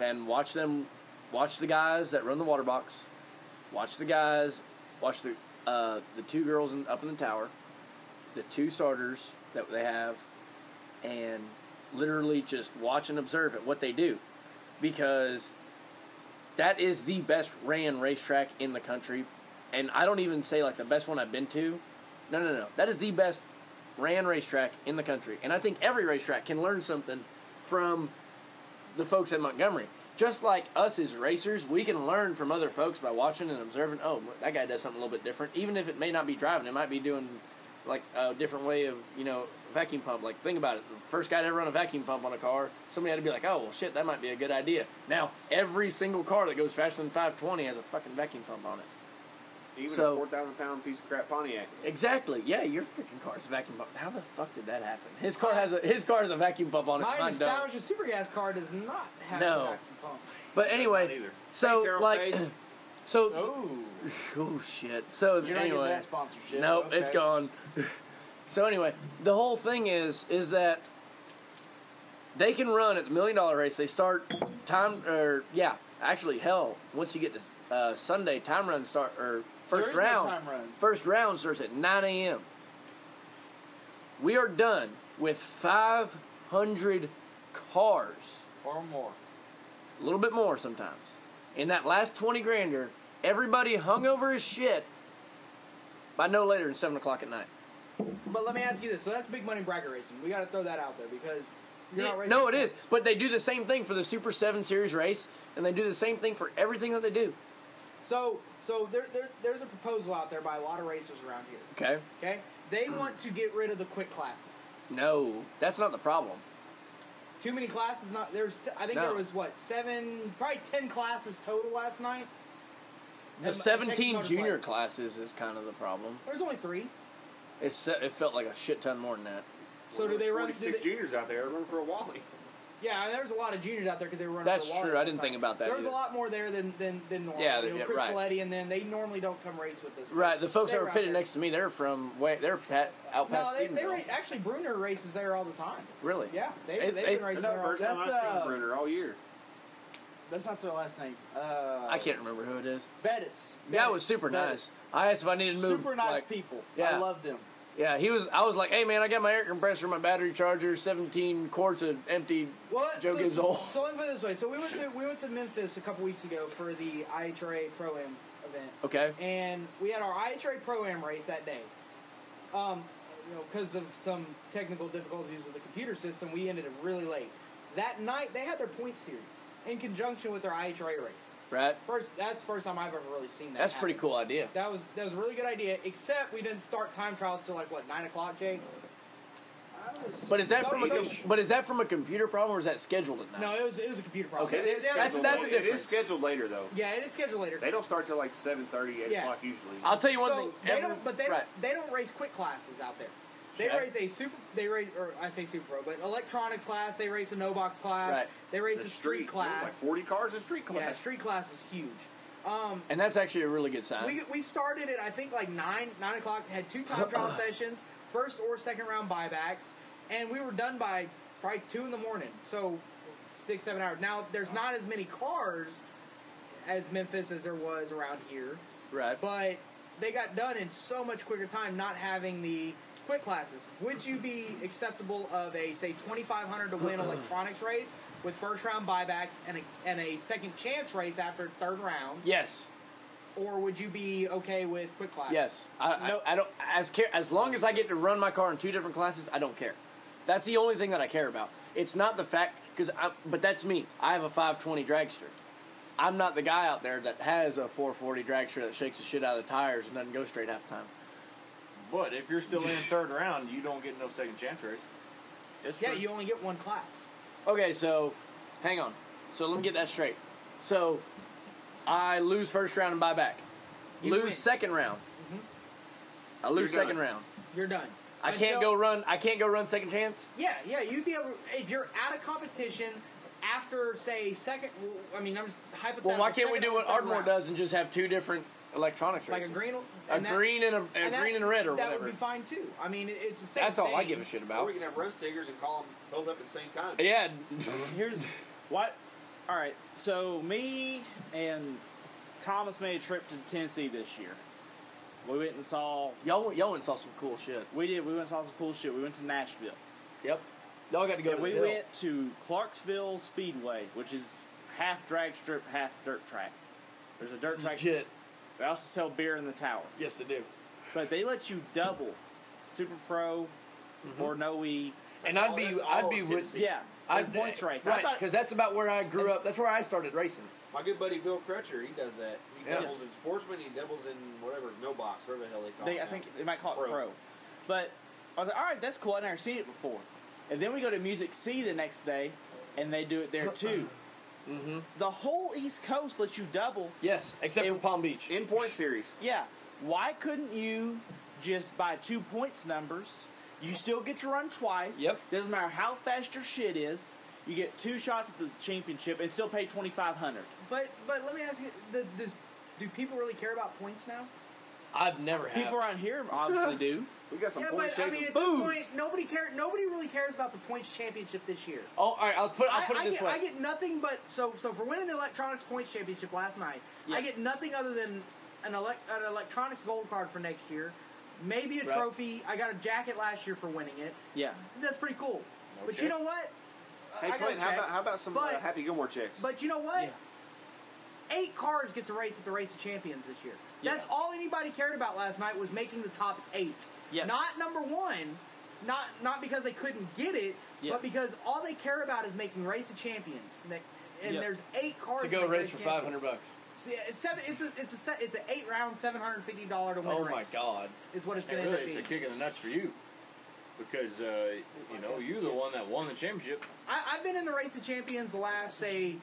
D: and watch them, watch the guys that run the water box, watch the guys, watch the uh, the two girls in, up in the tower, the two starters that they have, and literally just watch and observe at what they do because that is the best ran racetrack in the country and i don't even say like the best one i've been to no no no that is the best ran racetrack in the country and i think every racetrack can learn something from the folks at montgomery just like us as racers we can learn from other folks by watching and observing oh that guy does something a little bit different even if it may not be driving it might be doing like a different way of you know vacuum pump. Like think about it, the first guy to ever run a vacuum pump on a car, somebody had to be like, oh well, shit, that might be a good idea. Now every single car that goes faster than 520 has a fucking vacuum pump on it.
E: Even
D: So-
E: a 4,000 pound piece of crap Pontiac.
D: Exactly. Yeah, your freaking car's a vacuum pump. How the fuck did that happen? His car has a his car has a vacuum pump on it.
F: My
D: mine don't.
F: nostalgia supergas car does not have
D: No.
F: a vacuum pump.
D: But anyway,
E: either.
D: so
E: Thanks,
D: like,
E: Aerospace.
D: so
C: Oh,
D: oh shit. So
C: you're not getting
D: anyway,
C: that sponsorship.
D: Nope,
C: Okay.
D: it's gone. so anyway, the whole thing is is that they can run at the million dollar race. They start time or yeah, actually hell, once you get to uh, Sunday, time run start or first
C: is no
D: round.
C: time run.
D: First round starts at nine a.m. We are done with five hundred cars
C: or more.
D: a little bit more sometimes. In that last 20 grander, everybody hung over as shit by no later than 7 o'clock at night.
F: But let me ask you this: so that's big money bracket racing. We got to throw that out there because you're not racing.
D: no, it is. But they do the same thing for the Super 7 Series race, and they do the same thing for everything that they do.
F: So, so there, there, there's a proposal out there by a lot of racers around here.
D: Okay?
F: Okay, they
D: Hmm.
F: want to get rid of the quick classes.
D: No, that's not the problem.
F: Too many classes. Not there's. I think
D: No.
F: there was what seven, probably ten classes total last night.
D: The
F: And- and
D: 17
F: Texas
D: junior
F: Motorplex.
D: classes is kind of the problem.
F: There's only three.
D: It, se- it felt like a shit ton more than that.
F: So do they run? Do
E: Six
F: they,
E: juniors out there running for a Wally.
F: yeah, and there's a lot of juniors out there because they were running.
D: That's
F: for the Wallabies
D: true. I didn't
F: last
D: think
F: night.
D: about that
F: There was
D: either.
F: a lot more there than than than normal.
D: Yeah,
F: you know,
D: yeah,
F: Chris
D: right.
F: Galletti and then they normally don't come race with us.
D: Right, the folks
F: They
D: that were
F: out
D: pitted
F: there.
D: next to me, they're from way, they're pat, out past
F: No, they, they
D: Stephenville.
F: ra- actually Bruner races there all the time.
D: Really?
F: Yeah, they,
D: It-
F: they've
D: it-
F: been racing
E: That's the
F: there all
E: first time I've
C: that's, uh,
E: seen Bruner all year.
F: That's not their last name. Uh,
D: I can't remember who it is.
F: Bettis.
D: That was super nice. I asked if I needed to move.
F: Super nice
D: like-
F: people.
D: yeah.
F: I love them.
D: Yeah, he was. I was like, "Hey man, I got my air compressor, my battery charger, 17 quarts of empty."
F: Well,
D: Joe
F: so,
D: Gibbs
F: so,
D: all.
F: so let me put it this way. So we went to we went to Memphis a couple weeks ago for the IHRA Pro Am event,
D: Okay.
F: and we had our IHRA Pro Am race that day. Um, you know, because of some technical difficulties with the computer system, we ended up really late. That night, they had their point series in conjunction with their IHRA race.
D: Right.
F: First, that's the first time I've ever really seen that.
D: That's a pretty
F: happen.
D: cool idea.
F: That was that was a really good idea. Except we didn't start time trials till like what nine o'clock, Jake.
D: But is that
F: So-
D: from a
F: so-
D: com- but is that from a computer problem or is that scheduled at night?
F: No, it was it was a computer problem.
D: Okay.
F: They- they-
D: That's- that's a
E: It
D: difference.
E: is scheduled later though.
F: yeah, it is scheduled later.
E: They don't start till like 7.30, 8
F: Yeah.
E: o'clock usually.
D: I'll tell you one
F: so
D: thing.
F: They
D: every-
F: don't, but they
D: right.
F: don't, they don't raise quick classes out there. They
D: Okay.
F: raise a super. They raise, or I say super pro, but electronics class. They raise a no box class.
D: Right.
F: They raise a street,
E: There was
F: class.
E: like 40 cars in street class.
F: yeah, street class is huge.
D: and that's actually a really good sign.
F: We, we started at I think like nine nine o'clock. Had two time trial sessions, first or second round buybacks, and we were done by probably two in the morning. So six seven hours. Now there's not as many cars as Memphis as there was around here.
D: right.
F: but they got done in so much quicker time not having the quick classes. Would you be acceptable of a say 2500 to win electronics race with first round buybacks and a, and a second chance race after third round
D: yes.
F: or would you be okay with quick class?
D: Yes. I, I, I don't as care as long as I get to run my car in two different classes, I don't care. That's the only thing that I care about. It's not the fact cuz I but that's me. I have a 520 dragster. I'm not the guy out there that has a 440 dragster that shakes the shit out of the tires and doesn't go straight half the time.
G: But if you're still in third round, you don't get no second chance, right?
F: Yeah, you only get one class.
D: Okay, so hang on. So let me get that straight. So I lose first round and buy back.
F: You
D: lose
F: win.
D: second round. I lose
E: You're
D: second
E: done.
D: round.
F: You're done.
D: I can't
F: Until-
D: go run. I can't go run second chance.
F: Yeah, yeah, you'd be able if you're out of competition after say second I mean I'm just hypothetical.
D: Well, why can't we
F: second
D: do
F: or
D: what
F: third
D: Ardmore
F: round.
D: does and just have two different electronics
F: Like a
D: races?
F: green
D: a
F: and that-
D: green and a, a
F: that-
D: green and a red or
F: that
D: whatever.
F: would be fine too. I mean, it- it's the same.
D: That's all I
F: thing.
D: give a shit
K: Or
D: about.
K: we can have road stickers and call them both up at the same time.
D: Yeah,
C: Here's what. All right, so me and Thomas made a trip to Tennessee this year. We went and saw.
D: y'all went- y'all went and saw some cool shit.
C: We did. We went and saw some cool shit. We went to Nashville.
D: Yep, y'all got to go.
C: And
D: to
C: we
D: the hill.
C: went to Clarksville Speedway, which is half drag strip, half dirt track. There's a dirt track.
D: Legit.
C: They also sell beer in the tower,
D: Yes, they do.
C: but they let you double Super Pro or no E.
D: And I'd
K: Oh,
D: be
K: that's
D: I'd
K: all
D: be
K: in
D: with
K: Tennessee.
C: Yeah,
D: Mm-hmm. i
C: and points race. I
D: Right,
C: thought-
D: because that's about where I grew up. That's where I started racing.
K: My good buddy Bill Crutcher, he does that. He
D: Yeah.
K: doubles in sportsman, he doubles in whatever, no box, whatever the hell they call
C: They,
K: it.
C: I
K: now.
C: think they might call it pro.
K: Pro.
C: But I was like, all right, that's cool. I've never seen it before. And then we go to Music C the next day, and they do it there too. mm-hmm. The whole East Coast lets you double.
D: Yes, except for
C: It-
D: Palm Beach.
E: In point series.
C: Yeah. Why couldn't you just buy two points numbers? You still get to run twice.
D: Yep.
C: Doesn't matter how fast your shit is. You get two shots at the championship and still pay twenty five hundred.
F: But but let me ask you: does, does do people really care about points now?
D: I've never had.
C: People around here obviously do.
E: We got some
F: yeah,
E: point
F: but I
E: chasing.
F: mean, at
C: boobs.
F: this point, nobody care. Nobody really cares about the points championship this year.
D: oh, all right. I'll put I'll put
F: I-
D: it
F: I
D: this
F: get,
D: way.
F: I get nothing but so so for winning the electronics points championship last night. I
C: Yes.
F: get nothing other than an, elec an electronics gold card for next year, maybe a
D: Right.
F: trophy. I got a jacket last year for winning it.
C: Yeah.
F: That's pretty cool. but you know what?
E: hey,
F: I gotta
E: Clayton, how
F: check.
E: about, how about some
F: But-
E: uh, Happy Gilmore chicks?
F: But you know what? Eight cars get to race at the Race of Champions this year. That's
C: Yeah.
F: all anybody cared about last night was making the top eight.
C: Yes.
F: Not number one, not not because they couldn't get it,
C: Yeah.
F: but because all they care about is making Race of Champions. And they- And
C: Yeah.
F: there's eight cars
D: to
F: that
D: go
F: make
D: race for
F: of
D: five hundred
F: Champions.
D: bucks.
F: So, yeah, It's seven. It's a it's a se- it's an eight round seven hundred fifty dollar to win.
D: Oh
F: race,
D: my god.
F: Is what it's
G: And
F: going to
G: really,
F: end
G: it's a
F: up being.
G: kick in the nuts for you. Because, uh, you know, you're the one that won the championship.
F: I, I've been in the Race of Champions the last say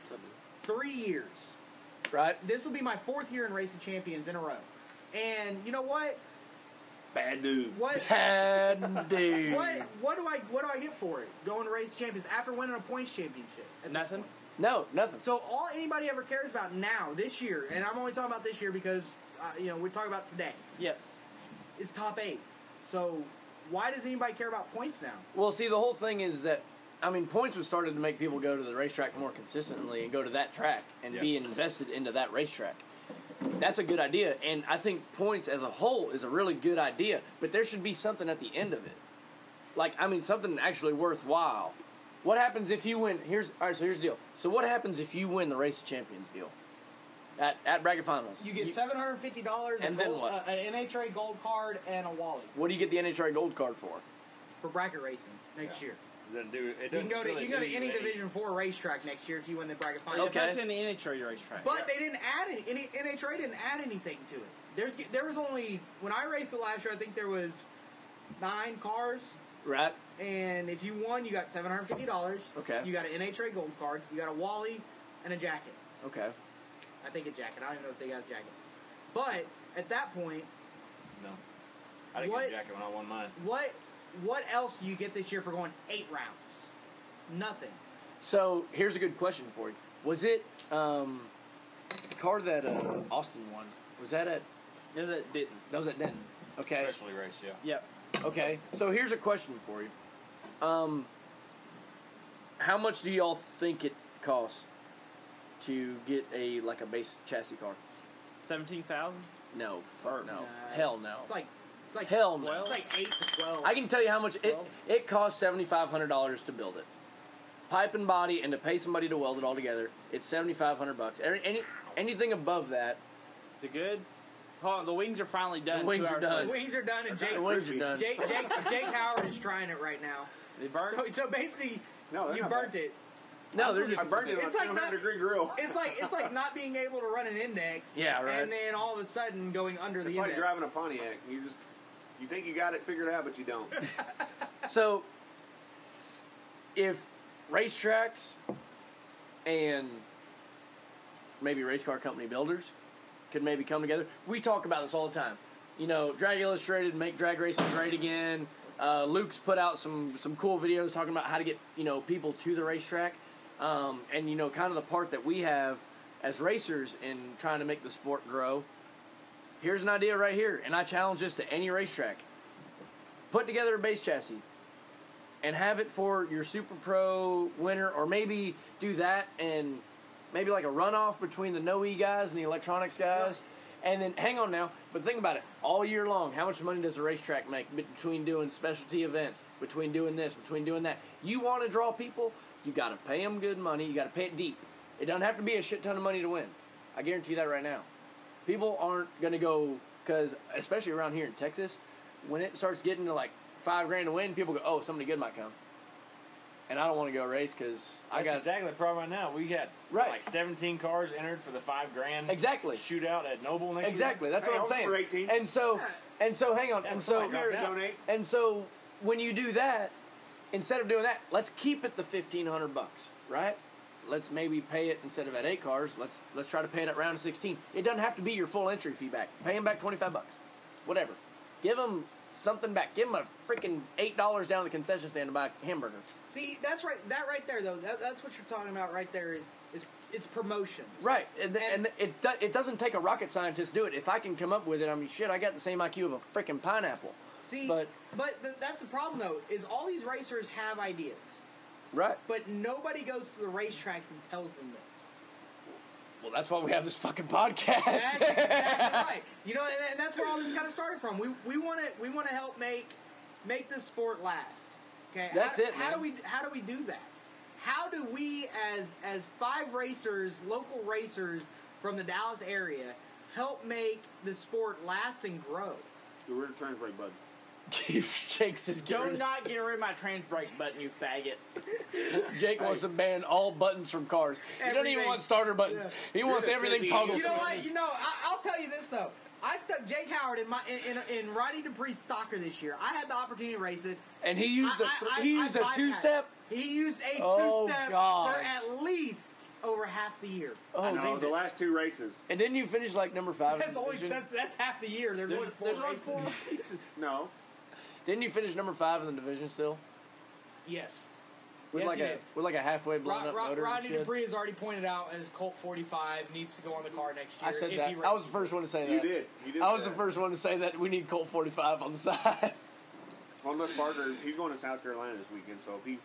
F: three years.
D: Right.
F: This will be my fourth year in Race of Champions in a row. And you know what?
E: Bad dude.
F: What
D: Bad dude.
F: what what do I what do I get for it? Going to race champions after winning a points championship. at this
C: Nothing.
F: point.
D: No, nothing.
F: So all anybody ever cares about now this year, and I'm only talking about this year because uh, you know we're talking about today
C: Yes.
F: is top eight. So why does anybody care about points now?
D: Well, see, the whole thing is that I mean, points was started to make people go to the racetrack more consistently and go to that track and be invested into that racetrack. That's a good idea, and I think points as a whole is a really good idea. But there should be something at the end of it, like I mean, something actually worthwhile. What happens if you win? Here's all right. So here's the deal. So what happens if you win the race of champions deal at at bracket finals?
F: You get seven hundred fifty dollars
D: And then what?
F: Uh, an NHRA gold card and a wallet
D: What do you get the NHRA gold card for?
F: for bracket racing next year.
G: Doesn't do- it
F: You can
G: doesn't
F: go to
G: really
F: you can go
G: do
F: to any
G: anything.
F: Division Four racetrack next year if you win the bracket final.
D: Okay.
C: That's in the NHRA racetrack.
F: But they didn't add any, any NHRA didn't add anything to it. There's there was only when I raced it last year, I think there was nine cars,
D: Right?
F: and if you won, you got seven hundred fifty dollars.
D: Okay.
F: You got an NHRA gold card. You got a Wally and a jacket.
D: Okay.
F: I think a jacket. I don't even know if they got a jacket. But at that point,
G: No. I didn't
F: What?
G: get a jacket when I won mine.
F: what what else do you get this year for going eight rounds? Nothing.
D: So here's a good question for you. Was it um, the car that uh, Austin won? Was that at
C: Does it didn't?
D: that was at Denton? Okay.
G: Especially race, yeah.
C: Yep.
D: Okay. So here's a question for you. Um, how much do y'all think it costs to get a like a base chassis car?
C: Seventeen thousand.
D: No. Fur, no.
F: Nah,
D: Hell
F: Uh, it's-
D: no.
F: It's like it's like
D: Hell no.
F: It's like eight to twelve.
D: I can tell you how much it
C: Well-
D: it costs seventy five hundred dollars to build it, pipe and body, and to pay somebody to weld it all together. It's seventy five hundred bucks. Any, any anything above that,
C: Is it good? Hold on, the wings are finally done.
D: The wings
C: two
D: are
C: hours
D: done.
C: later.
F: Wings are done, and Jake
D: the wings are done.
F: Jake, Jake, Jake Howard is trying it right now.
C: They burned.
F: So, so basically,
E: No, they're
F: you
E: not
F: burnt
E: bad.
F: it.
D: No, they're just
E: I burned it on
F: It's
E: a
F: like
E: 200
F: not-
E: degree grill.
F: It's like it's like not being able to run an index.
D: Yeah, right.
F: And then all of a sudden going under
E: It's
F: the
E: like
F: index.
E: driving a Pontiac. You just you think you got it figured out, but you don't.
D: So, if racetracks and maybe race car company builders could maybe come together, we talk about this all the time. You know, Drag Illustrated make drag racing great again. Uh, Luke's put out some some cool videos talking about how to get you know people to the racetrack, um, and you know kind of the part that we have as racers in trying to make the sport grow. Here's an idea right here, and I challenge this to any racetrack put together a base chassis and have it for your super pro winner or maybe do that and maybe like a runoff between the no e guys and the electronics guys and then hang on now but think about it all year long how much money does a racetrack make between doing specialty events between doing this between doing that you want to draw people you got to pay them good money you got to pay it deep it doesn't have to be a shit ton of money to win i guarantee that right now people aren't gonna go because especially around here in Texas, when it starts getting to like five grand to win, people go, "Oh, somebody good might come," and I don't want to go race because I
G: That's
D: got
G: exactly the problem right now. We got
D: Right.
G: like 17 cars entered for the five grand
D: Exactly.
G: shootout at Noble next
D: exactly.
G: year.
D: That's
E: Hey,
D: what I'm
E: I'm for
D: saying.
E: 18.
D: And so, and so, hang on, and so,
E: Come here to donate.
D: and so, when you do that, instead of doing that, let's keep it the fifteen hundred bucks, right? Let's maybe pay it instead of at eight cars. Let's let's try to pay it at round sixteen. It doesn't have to be your full entry fee back. Pay them back twenty five bucks, whatever. Give them something back. Give them a freaking eight dollars down at the concession stand to buy a hamburger.
F: See, that's right. That right there, though. That, that's what you're talking about right there. Is is it's promotions.
D: Right, and, th- and, th- it do- it doesn't take a rocket scientist to do it. If I can come up with it, I mean, shit, I got the same IQ of a freaking pineapple.
F: See,
D: but-
F: but but th- that's the problem though. Is all these racers have ideas,
D: Right.
F: but nobody goes to the racetracks and tells them this.
D: Well, that's why we have this fucking podcast.
F: That's exactly right. You know, and, and that's where all this kind of started from. We we want to we want to help make make this sport last. Okay, How-
D: That's it,
F: How
D: man.
F: do we how do we do that? How do we as as five racers, local racers from the Dallas area, help make the sport last and grow?
E: Your rear turn's brake, bud.
D: Jake's is
C: Don't
D: going.
C: not get rid of my trans brake button, you faggot.
D: Jake wants to ban all buttons from cars. He doesn't even
F: Everything.
D: want starter buttons. He wants
E: the
D: everything
E: sissy.
D: toggle.
F: You know what?
D: switches.
F: You know, I, I'll tell you this though. I stuck Jake Howard in my in, in, in Roddy Dupree's stalker this year. I had the opportunity to race it.
D: And he used a
F: I-
D: th-
F: I-
D: he
F: I
D: used a
F: bypassed.
D: two step.
F: He used a
D: Oh,
F: two-step
D: God.
F: for at least over half the year.
D: Oh,
E: No, the last two races.
D: and didn't you finish like number five? in
F: That's
D: the
F: only
D: division?
F: that's, that's half the year. There's, only four.
C: There's only
F: races.
C: four races.
E: No,
D: didn't you finish number five in the division still?
F: Yes.
D: With
F: Yes,
D: like
F: he
D: a
F: did.
D: with like a halfway blown
F: Ro-
D: up
F: Ro-
D: motor and
F: Rodney
D: shit.
F: Dupree has already pointed out as Colt 45 needs to go on the car next year.
D: I said
F: if
D: that.
F: he
D: I
F: races.
D: was the first one to say that.
E: you did. You did.
D: I was
E: say
D: the
E: that.
D: first one to say that we need Colt 45 on the side.
E: Well, unless Barker, he's going to South Carolina this weekend, so if he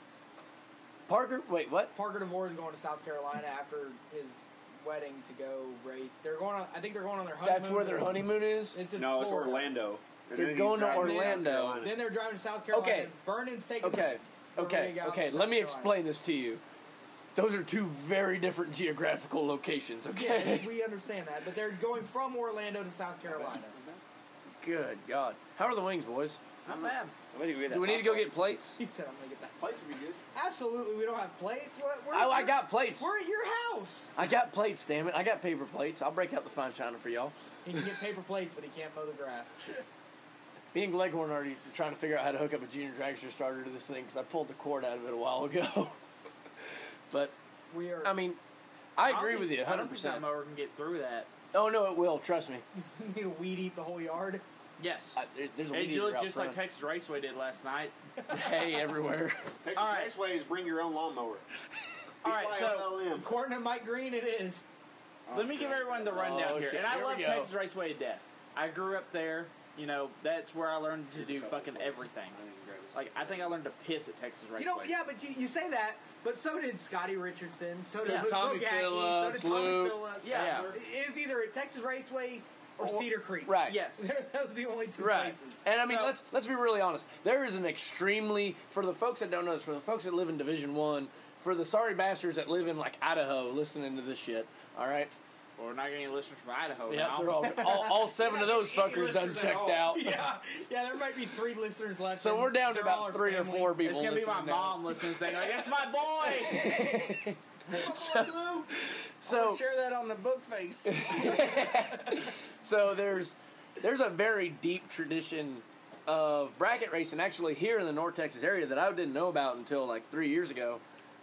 D: Parker, wait, what?
F: Parker DeVore is going to South Carolina after his wedding to go race. They're going on. I think they're going on their honeymoon.
D: That's where their honeymoon is.
F: It's in
E: No, it's
F: Florida.
E: Orlando. And
D: They're
E: then he's
D: going to
E: driving South
D: Orlando.
E: Carolina.
F: Then they're driving to South Carolina.
D: Okay.
F: Vernon's taking.
D: Okay,
F: the
D: okay,
F: rig out
D: okay.
F: to
D: Let me
F: South
D: explain this to you. Those are two very different geographical locations.
F: Carolina.
D: Okay.
F: Yes, we understand that, but they're going from Orlando to South Carolina.
D: Good God. How are the wings, boys?
C: Not bad.
E: I'm gonna go get that
D: Do we need to go
E: hot
D: get plates?
F: He said, "I'm gonna get that."
E: sauce. Plate would be good.
F: Absolutely, we don't have plates. What? We're,
D: I, Oh, I got plates.
F: We're at your house.
D: I got plates. Damn it! I got paper plates. I'll break out the fine china for y'all.
F: He can get paper plates, but he can't mow the grass.
D: Me and Gleghorn are already trying to figure out how to hook up a junior dragster starter to this thing because I pulled the cord out of it a while ago. but
F: We are.
D: I mean, I
C: don't
D: agree
C: think-
D: with you
C: I don't think
D: 100%.
C: that mower can get through that.
D: Oh no, it will. Trust me.
F: you need to weed eat the whole yard.
C: Yes.
D: I, there, there's a
C: It
D: weed
C: you
D: eater
C: look
D: out
C: just like
D: front.
C: Texas Raceway did last night.
D: hay everywhere.
E: Texas
C: All right.
E: next way is bring your own lawnmower.
C: All right, so
E: LM.
F: According to Mike Green, it is.
C: let me give everyone the rundown
D: Oh,
C: here.
D: shit,
C: And I
D: here we
C: love
D: go.
C: Texas Raceway to death. I grew up there. You know, that's where I learned to do fucking everything. Like, I think I learned to piss at Texas Raceway.
F: You know, yeah, but you, you say that, but so did Scotty Richardson, so did
C: Yeah.
F: Luke
D: Tommy
F: Bogacki, so did
D: Phillips,
F: Tommy
D: Luke.
F: Phillips.
D: Yeah.
F: It is either at Texas Raceway or, Cedar Creek.
D: right.
C: Yes.
F: that was the only two
D: Right.
F: places.
D: And I mean,
C: So-
D: let's let's be really honest. There is an extremely for the folks that don't know this, for the folks that live in Division One, for the sorry bastards that live in like Idaho, listening to this shit. All right.
C: Well, we're not getting any listeners from Idaho
D: Yeah,
C: now.
D: they're all, all all seven of those fuckers done
E: listeners at
D: checked
E: all.
D: out.
F: yeah, yeah, there might be three listeners left.
D: So
F: and
D: we're down to
F: they're all
D: about
F: our
D: three or
F: family.
D: four people.
C: it's gonna be my
D: listening now.
C: mom listens. They're like, "That's my boy."
D: So
G: Share that on the book face.
D: So there's there's a very deep tradition of bracket racing actually here in the North Texas area that I didn't know about until like three years ago,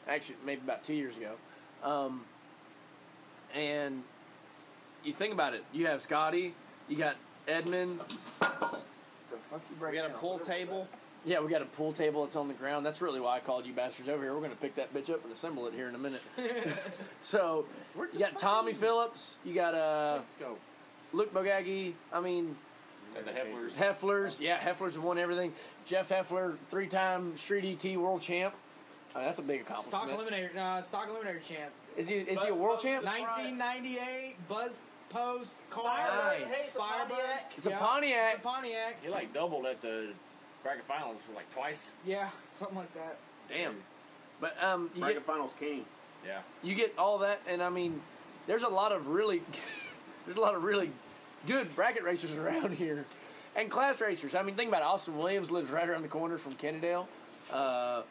D: actually maybe about two years ago. Um, and you think about it, you have Scotty, you got Edmund.
C: we got a pool table.
D: Yeah, we got a pool table that's on the ground. That's really why I called you bastards over here. We're gonna pick that bitch up and assemble it here in a minute. so you got Tommy Phillips, you got uh,
C: Let's go.
D: Luke Bogacki. I mean,
G: and the Hefflers.
D: Hefflers, yeah, Hefflers have won everything. Jeff Heffler, three-time Street ET world champ. Uh, that's a big
F: Stock
D: accomplishment.
F: eliminator, uh, stock eliminator champ,
D: Is he is he a world champ?
F: 1998 Buzz Post car,
D: Nice. Hey,
K: it's a Pontiac.
D: It's a
F: Yeah,
D: Pontiac.
F: It's a Pontiac.
G: He like doubled at the bracket finals for like twice.
F: Yeah, something like that.
D: Damn. But um, you
E: Bracket
D: get
E: finals king.
G: Yeah.
D: you get all that, and I mean, there's a lot of really there's a lot of really good bracket racers around here, and class racers. I mean, think about it. Austin Williams lives right around the corner from Kennedale. Uh,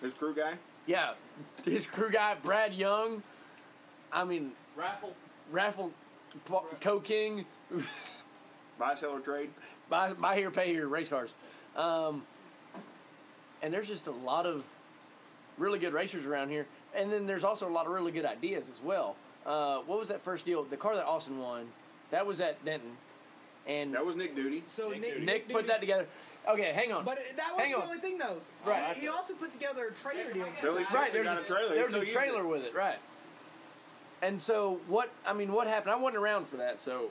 E: His crew guy.
D: yeah, his crew guy Brad Young. I mean,
C: Raffle.
D: Raffle Co King.
E: Buy, sell, or trade.
D: buy, buy here, pay here, race cars. Um, and there's just a lot of really good racers around here. And then there's also a lot of really good ideas as well. Uh, what was that first deal? The car that Austin won, that was at Denton. And
E: That was Nick Duty.
F: So Nick, Nick,
D: Nick
F: Duty-
D: put that together. Okay, hang on.
F: But that was
D: Hang
F: the
D: on.
F: only thing, though.
D: Right.
F: He also put together a trailer deal.
E: So he's
D: right,
E: They
D: there's
E: got
D: a,
E: a trailer.
D: There's
E: They
D: a
E: still use
D: trailer with it, right? And so what? I mean, what happened? I wasn't around for that, so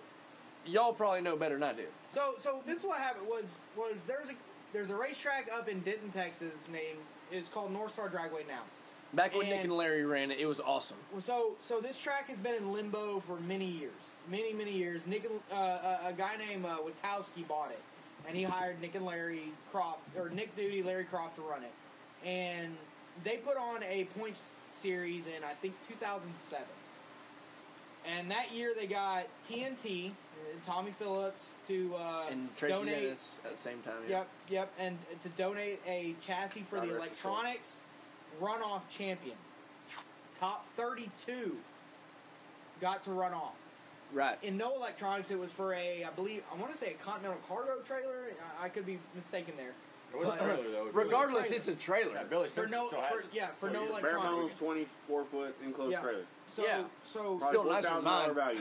D: y'all probably know better than I do.
F: So, so this is what happened was was there's a there's a racetrack up in Denton, Texas. Named it's called North Star Dragway now.
D: Back when Nick
F: And-
D: and Larry ran it, it was awesome.
F: Well, So, so this track has been in limbo for many years, many many years. Nick, and- uh, a, a guy named uh, Witowski bought it, and he hired Nick and Larry Croft or Nick Duty, Larry Croft to run it, and they put on a points series in I think 2007. And that year they got TNT, uh, Tommy Phillips to uh,
D: And Tracy
F: donate.
D: did this at the same time. yeah.
F: Yep, yep, and to donate a chassis for the electronics runoff champion. Top 32 got to run off.
D: Right.
F: In no electronics, it was for a, I believe, I want to say a Continental cargo trailer. I, I could be mistaken there.
G: It was a trailer though.
D: Regardless,
F: trailer.
D: it's a trailer.
G: Yeah, Billy
F: For
G: Simpson
F: no,
G: still has
F: for,
G: it.
F: yeah, for
G: So
F: no
G: he's
E: Bare bones,
F: electronics.
E: 24 foot enclosed
F: Yeah.
E: trailer.
F: So,
D: Yeah.
F: so
E: Probably
D: Still nicer than
E: $4,000
D: mine.
E: Value.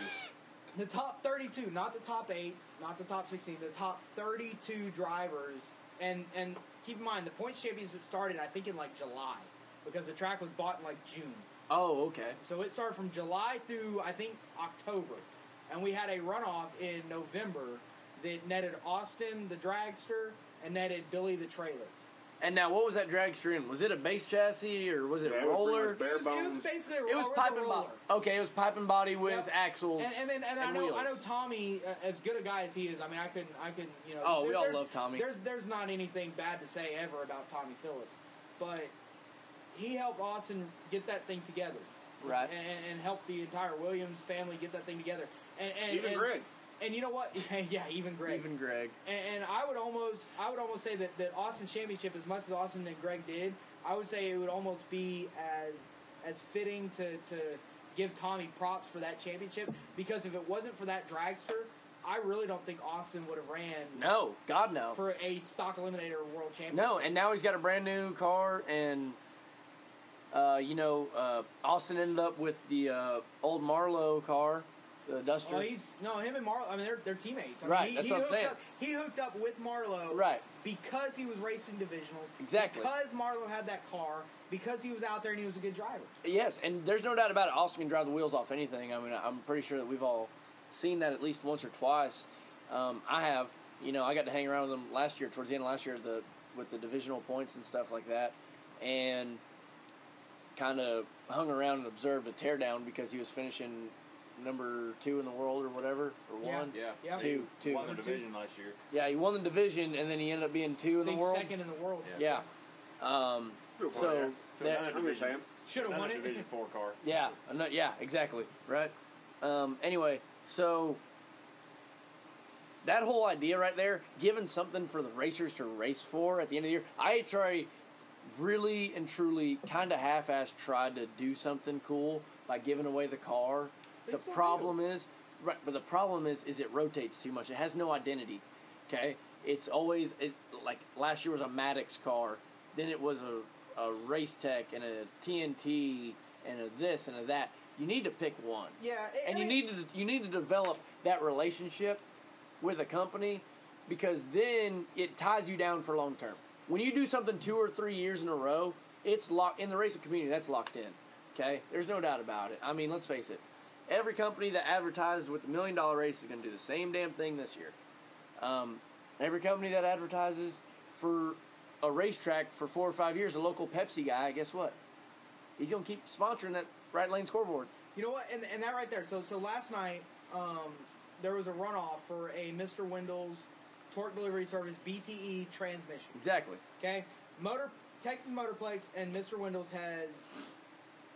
F: the top 32 not the top 8 not the top 16 the top 32 drivers and and keep in mind the points championship started i think in like july because the track was bought in like june
D: Oh, okay.
F: so it started from july through i think october and we had a runoff in november that netted austin the dragster and netted billy the trailer
D: And now, what was that drag stream? Was it a base chassis or was it a
E: Yeah, it was pretty
D: roller?
E: much Bare
F: It was, it was
E: bones.
F: basically a
D: It was
F: roller
D: pipe and
F: roller.
D: body. Okay, it was pipe and body with
F: Yep.
D: axles.
F: And, and then and, I
D: And
F: know I know
D: wheels.
F: Tommy, uh, as good a guy as he is, I mean I couldn't I couldn't you know.
D: Oh, we all
F: there's-
D: love Tommy.
F: There's there's not anything bad to say ever about Tommy Phillips, but he helped Austin get that thing together
D: right.
F: and, and helped the entire Williams family get that thing together. And, and
C: Even
F: and,
C: Greg.
F: And you know what? yeah, even Greg.
D: Even Greg.
F: And, and I would almost, I would almost say that that Austin Championship, as much as Austin and Greg did, I would say it would almost be as as fitting to to give Tommy props for that championship because if it wasn't for that dragster, I really don't think Austin would have ran
D: No, God no.
F: for a stock eliminator world champion.
D: No, and now he's got a brand new car, and uh, you know, uh, Austin ended up with the uh, old Marlowe car, the Duster.
F: Oh, he's no him and Marlo. I mean, they're they're teammates. I mean,
D: Right,
F: he,
D: that's
F: he
D: what I'm
F: hooked
D: saying.
F: Up, he hooked up with Marlo.
D: Right.
F: Because he was racing divisionals.
D: Exactly.
F: Because Marlo had that car. Because he was out there and he was a good driver.
D: yes, and there's no doubt about it. Austin can drive the wheels off anything. I mean, I'm pretty sure that we've all seen that at least once or twice. Um, I have. You know, I got to hang around with him last year, towards the end of last year, the with the divisional points and stuff like that, and kind of hung around and observed a teardown because he was finishing number two in the world or whatever or
F: Yeah.
D: one.
G: Yeah.
F: Yeah.
D: Two, two.
G: Won the division last year.
D: Yeah, he won the division, and then he ended up being two in the
F: Big
D: world.
F: second in the world.
D: Yeah. Um,
E: Good
D: so
E: point,
D: that,
G: Another
E: I'm just
G: division.
E: saying.
F: Should have won
G: Another
F: it.
G: division four car.
D: yeah, ano- yeah, exactly, right. Um, anyway, so that whole idea right there, giving something for the racers to race for at the end of the year, IHRA really and truly kind of half-assed tried to do something cool by giving away the car. the
F: still
D: problem is, right, but the problem is, is it rotates too much. It has no identity. Okay, it's always it, like last year was a Maddox car, then it was a a race tech and a TNT and a this and a that. You need to pick one
F: Yeah. I- I
D: and you
F: mean,
D: need to you need to develop that relationship with a company because then it ties you down for long term. When you do something two or three years in a row, it's locked in the racing community. That's locked in. Okay, there's no doubt about it. I mean, let's face it. Every company that advertises with the million dollar race is going to do the same damn thing this year. Um, every company that advertises for a racetrack for four or five years, a local Pepsi guy, guess what? He's going to keep sponsoring that right lane scoreboard.
F: You know what? And, and that right there. So so last night, um, there was a runoff for a Mr. Wendell's torque delivery service BTE transmission.
D: Exactly.
F: Okay, Motor Texas Motorplex and Mr. Wendell's has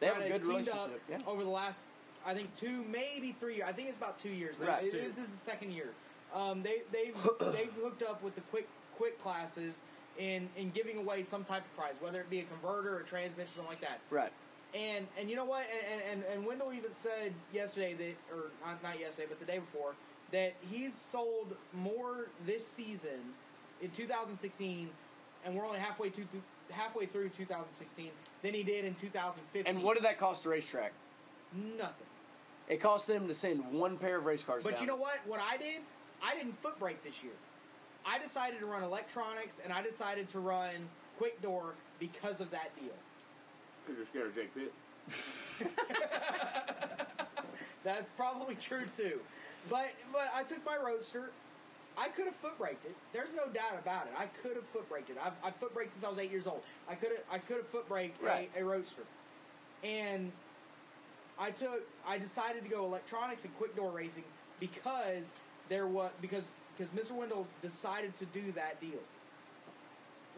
D: They have a
F: kinda
D: good
F: teamed up
D: relationship. Yeah.
F: over the last, I think two, maybe three. years. I think it's about two years. now.
D: Right.
F: It- This is the second year. Um, they they've they've hooked up with the quick quick classes in in giving away some type of prize, whether it be a converter or a transmission, something like that.
D: Right.
F: And and you know what? And and, and, and Wendell even said yesterday that, or not, not yesterday, but the day before, that he's sold more this season in 2016, and we're only halfway to halfway through 2016 than he did in 2015.
D: And what did that cost the racetrack?
F: Nothing.
D: It cost them to send one pair of race cars.
F: But
D: down.
F: you know what? What I did, I didn't foot brake this year. I decided to run electronics, and I decided to run quick door because of that deal.
E: Because you're scared of Jake Pitt.
F: That's probably true too. But but I took my roadster. I could have foot braked it. There's no doubt about it. I could have foot braked it. I've, I've foot braked since I was eight years old. I could have I could have foot braked
D: Right.
F: a, a roadster, and I took I decided to go electronics and quick door racing because there was because because Mr. Wendell decided to do that deal.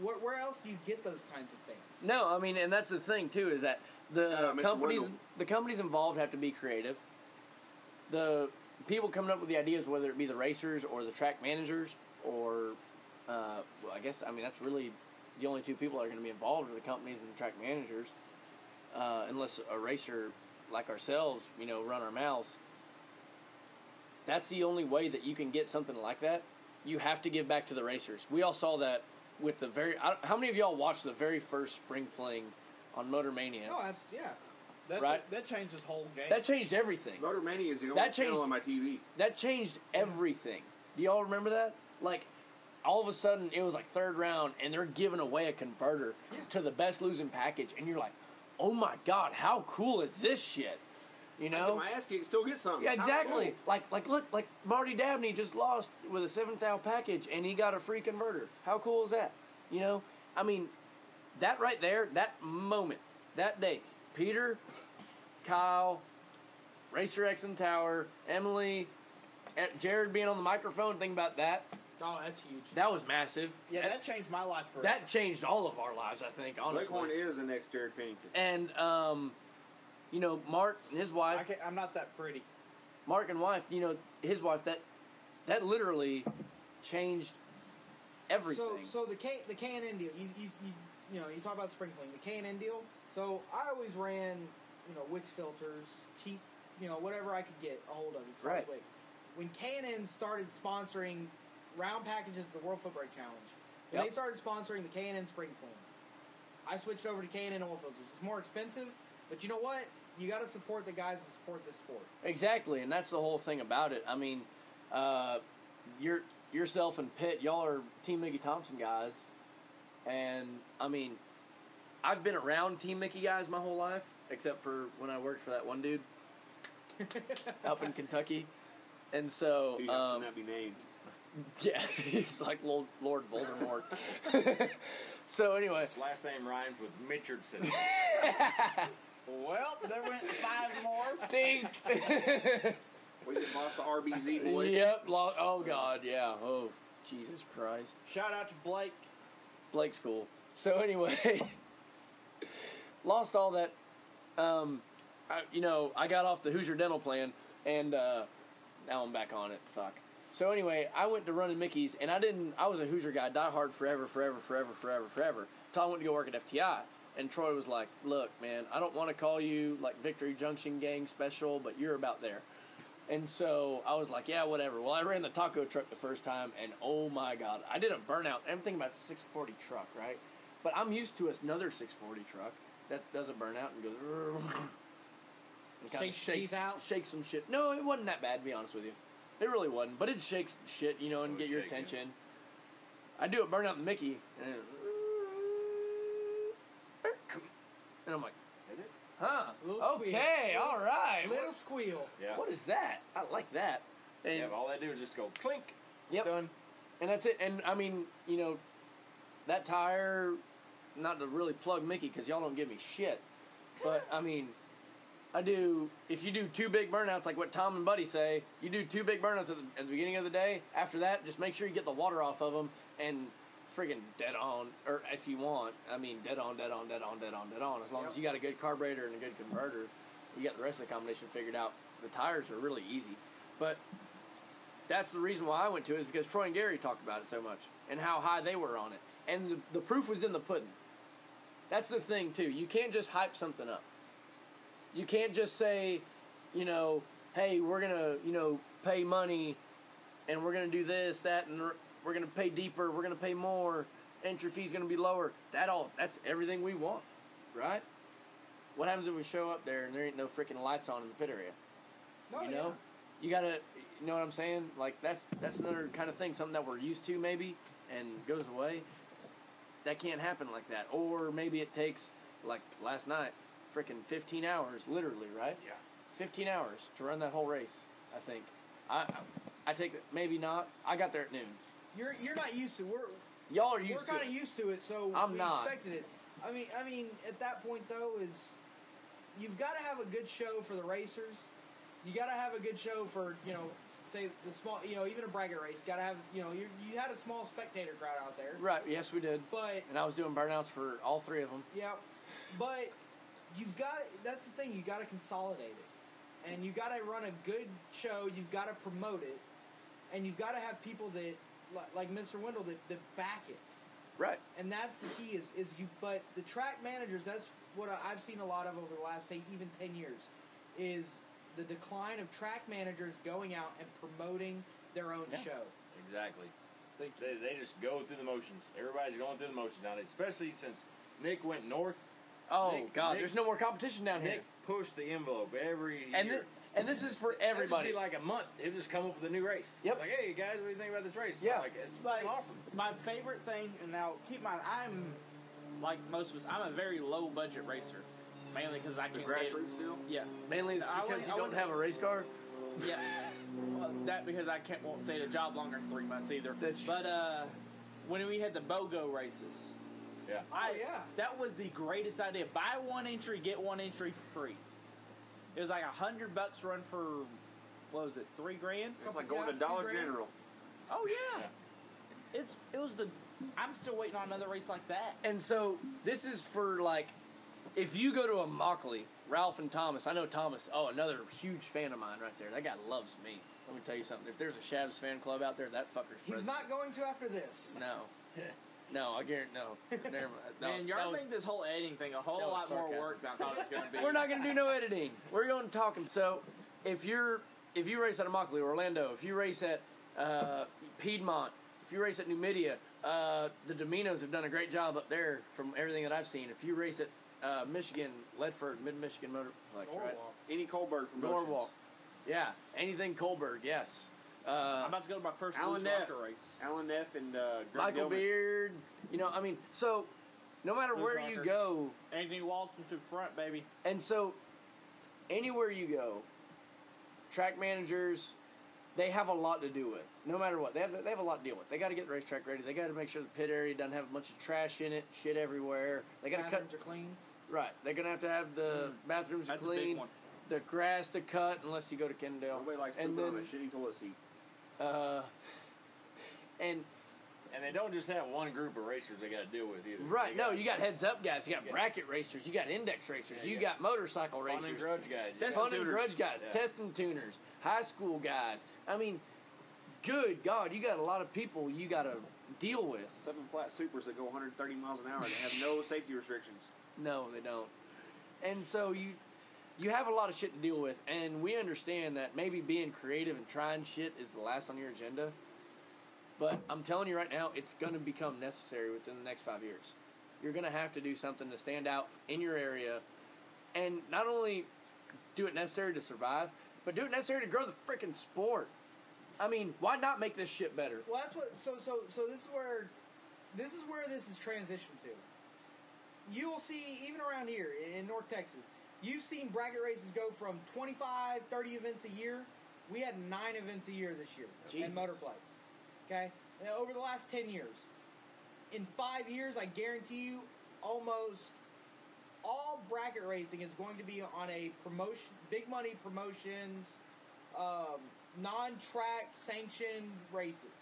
F: Where, where else do you get those kinds of things?
D: No, I mean, and that's the thing too is that the
E: Uh, Mr.
D: companies
E: Wendell.
D: the companies involved have to be creative. The people coming up with the ideas, whether it be the racers or the track managers, or uh, well, I guess I mean that's really the only two people that are going to be involved are the companies and the track managers, uh, unless a racer like ourselves, you know, run our mouths. That's the only way that you can get something like that. You have to give back to the racers. We all saw that with the very. I, how many of y'all watched the very first spring fling on Motor Mania?
F: Oh, abs- yeah.
L: That's
D: Right.
L: that changed his whole game.
D: That changed everything.
E: Motor Mania is the only
D: That changed-
E: channel on my TV.
D: That changed everything. Do y'all remember that? Like, all of a sudden, it was like third round, and they're giving away a converter to the best losing package, and you're like, oh my god, how cool is this shit? You know?
E: My ass kicked, still get something.
D: Yeah, exactly. Like, like, look, like Marty Dabney just lost with a seventh thou package, and he got a free converter. How cool is that? You know, I mean, that right there, that moment, that day, Peter, Kyle, Racer X and Tower, Emily, eh, Jared being on the microphone, think about that.
F: Oh, that's huge.
D: That was massive.
F: Yeah, that
D: that,
F: changed my life forever.
D: that changed all of our lives, I think,
E: Leghorn
D: honestly.
E: is the next Jared Pennington.
D: And, um, you know, Mark and his wife.
F: I can't, I'm not that pretty.
D: Mark and wife, you know, his wife that that literally changed everything.
F: So, so the K the K and N deal. You, you, you, you know, you talk about spring clean. The K and N deal. So I always ran, you know, Wix filters, cheap, you know, whatever I could get a hold of. as far as
D: Right.
F: Wix. When K and N started sponsoring round packages of the World Foot Brake Challenge, when
D: Yep.
F: they started sponsoring the K and N spring clean, I switched over to K and N oil filters. It's more expensive, but you know what? You got to support the guys that support this sport.
D: exactly, and that's the whole thing about it. I mean, uh, your yourself and Pitt, y'all are Team Mickey Thompson guys, and I mean, I've been around Team Mickey guys my whole life, except for when I worked for that one dude up in Kentucky, and so
E: He
D: um,
E: um, not be named.
D: yeah, he's like Lord, Lord Voldemort. so anyway,
G: His last name rhymes with Mitchardson.
C: Well, there went five more.
D: think.
E: We just lost the RBZ boys.
D: Yep. Lo- oh God. Yeah. Oh Jesus Christ.
C: Shout out to Blake.
D: Blake's cool. So anyway, lost all that. Um, I, you know, I got off the Hoosier dental plan, and uh, now I'm back on it. Fuck. So anyway, I went to running Mickey's, and I didn't. I was a Hoosier guy, die hard forever, forever, forever, forever, forever. Till I went to go work at FTI, and Troy was like, "Look, man, I don't want to call you like Victory Junction Gang Special, but you're about there." And so I was like, yeah, whatever. Well, I ran the taco truck the first time, and oh my god, I did a burnout. I'm thinking about 640 truck, right? But I'm used to another 640 truck that does a burnout and goes. and kinda
F: Shakes your teeth out?
D: Shakes some shit. No, it wasn't that bad. To be honest with you, it really wasn't. But it shakes shit, you know, and
G: Oh, It
D: get
G: would
D: your
G: shake you.
D: attention. I do a burnout in Mickey, and, and I'm like,
G: Did it?
D: huh?
F: Little squeal.
D: Okay,
F: Little-
D: all right.
F: Little squeal.
G: Yeah.
D: What is that? I like that. And,
G: yeah, but all they do is just go clink.
D: Yep.
G: Done.
D: and that's it. And I mean, you know, that tire, not to really plug Mickey because y'all don't give me shit, but I mean, I do. If you do two big burnouts, like what Tom and Buddy say, you do two big burnouts at the, at the beginning of the day. After that, just make sure you get the water off of them and friggin' dead on, or if you want, I mean, dead on, dead on, dead on, dead on, dead on. As long as you got a good carburetor and a good converter, you got the rest of the combination figured out. The tires are really easy, but that's the reason why I went to it is because Troy and Gary talked about it so much and how high they were on it. And the, the proof was in the pudding. That's the thing, too. You can't just hype something up. You can't just say, you know, hey, we're going to, you know, pay money and we're going to do this, that, and we're- we're going to pay deeper, we're going to pay more, entry fee's going to be lower. That all, that's everything we want, right? What happens if we show up there and there ain't no freaking lights on in the pit area?
F: No,
D: you know you gotta you know what i'm saying like that's that's another kind of thing something that we're used to maybe and goes away that can't happen like that or maybe it takes like last night freaking 15 hours literally right
G: Yeah.
D: 15 hours to run that whole race i think i i take maybe not i got there at noon
F: You're you're not used to. We're
D: y'all are used
F: we're
D: to
F: kind
D: it.
F: of used to it, so
D: I'm
F: we
D: not.
F: expected it. I mean, I mean, at that point though, is you've got to have a good show for the racers. You got to have a good show for you know, say the small, you know, even a braggart race. Got to have you know, you you had a small spectator crowd out there,
D: right yes we did
F: but
D: and i was doing burnouts for all three of them
F: yeah, but you've got that's the thing. You got to consolidate it, and you got to run a good show. You've got to promote it, and you've got to have people that li- like Mr. Wendell that, that back it.
D: right
F: and that's the key is is you but the track managers that's what I- i've seen a lot of over the last say even 10 years is the decline of track managers going out and promoting their own show
G: Exactly. They, they just go through the motions. Everybody's going through the motions nowadays, especially since Nick went north.
D: oh
G: Nick-
D: god
G: Nick-
D: there's no more competition down here
G: Nick pushed the envelope every
D: and
G: year.
D: thi- and this is for
G: That'd just
D: everybody
G: be like a month. He'll just come up with a new race.
D: Yep.
G: Like, hey guys, what do you think about this race?
D: Yeah.
G: I'm Like it's
C: Like-
G: awesome.
C: My favorite thing, and now keep in mind, I'm like most of us. I'm a very low budget racer, mainly because I can't say it.
E: Grassroots deal.
C: Yeah,
D: Mainly it's
C: I
D: because
C: wouldn't-
D: you
C: I
D: don't
C: wouldn't-
D: have a race car.
C: yeah. well, that because I can't won't stay at a job longer than three months either.
D: That's-
C: but uh, when we had the BOGO races,
G: Yeah.
C: I,
F: yeah.
C: That was the greatest idea. Buy one entry, get one entry free. It was like a hundred bucks run for what was it, three grand?
E: It's like going to
F: Yeah,
E: Dollar
F: grand.
E: General.
C: Oh yeah. It's it was the I'm still waiting on another race like that.
D: And so this is for like, if you go to a Mockley, Ralph and Thomas. I know Thomas. Oh, another huge fan of mine right there. That guy loves me. Let me tell you something. If there's a Shabs fan club out there, that fucker's
F: He's
D: president.
F: not going to after this.
D: No. No, I guarantee. No. Never mind. That
C: Man,
D: was- that
C: y'all
D: was-
C: make this whole editing thing a whole
D: that was
C: lot more
D: sarcasm.
C: work than I thought it was gonna be.
D: We're not going to do no editing. We're going to talk. So, if you're if you race at Immokalee, Orlando, if you race at uh, Piedmont, if you race at Numidia, uh, the Dominos have done a great job up there from everything that I've seen. If you race at uh, Michigan, Ledford, Mid Michigan Motorplex, right?
E: Any Kohlberg promotions.
D: Norwalk. Yeah. Anything Kohlberg, yes. Uh,
C: I'm about to go to my first
E: Alan
C: Alan
E: Neff.
C: race.
E: Alan Neff and uh, Greg
D: Michael
E: Gilman.
D: Beard. You know, I mean, so no matter where you
C: Rocker.
D: go,
C: Anthony Walton to the front, baby.
D: And so, anywhere you go, track managers, they have a lot to do with. No matter what, they have they have a lot to deal with. They got to get the racetrack ready. They got to make sure the pit area doesn't have a bunch of trash in it, shit everywhere. They got to cut
F: Bathrooms are clean.
D: right. They're gonna have to have the bathrooms
C: That's a
D: clean.
C: big one.
D: The grass to cut unless you go to Kendall.
E: Nobody likes
D: and
E: pooping on a
D: then
E: shitty toilet seat.
D: and
G: And they don't just have one group of racers they got to deal with either.
D: right,
G: They
D: no,
G: got
D: you got heads up guys. You got
G: Yeah.
D: bracket racers. You got index racers.
G: Yeah,
D: you
G: yeah.
D: got motorcycle
G: fun and
D: racers.
G: grudge guys.
D: Test fun and grudge guys,
G: Yeah.
D: testing tuners, high school guys. I mean, good God, you got a lot of people you got to deal with.
E: Seven flat supers that go 130 miles an hour that have no safety restrictions.
D: No, they don't. And so you you have a lot of shit to deal with, and we understand that maybe being creative and trying shit is the last on your agenda. But I'm telling you right now, it's going to become necessary within the next five years. You're going to have to do something to stand out in your area, and not only do it necessary to survive, but do it necessary to grow the freaking sport. I mean, why not make this shit better?
F: Well, that's what. So so so this is where, this is where this is transitioned to. You will see even around here in- in North Texas, you've seen bracket races go from 25, 30 events a year. We had nine events a year this year
D: Jesus.
F: in Motorplex. Okay, And over the last ten years, in five years, I guarantee you, almost all bracket racing is going to be on a promotion, big money promotions, um, non-track sanctioned races.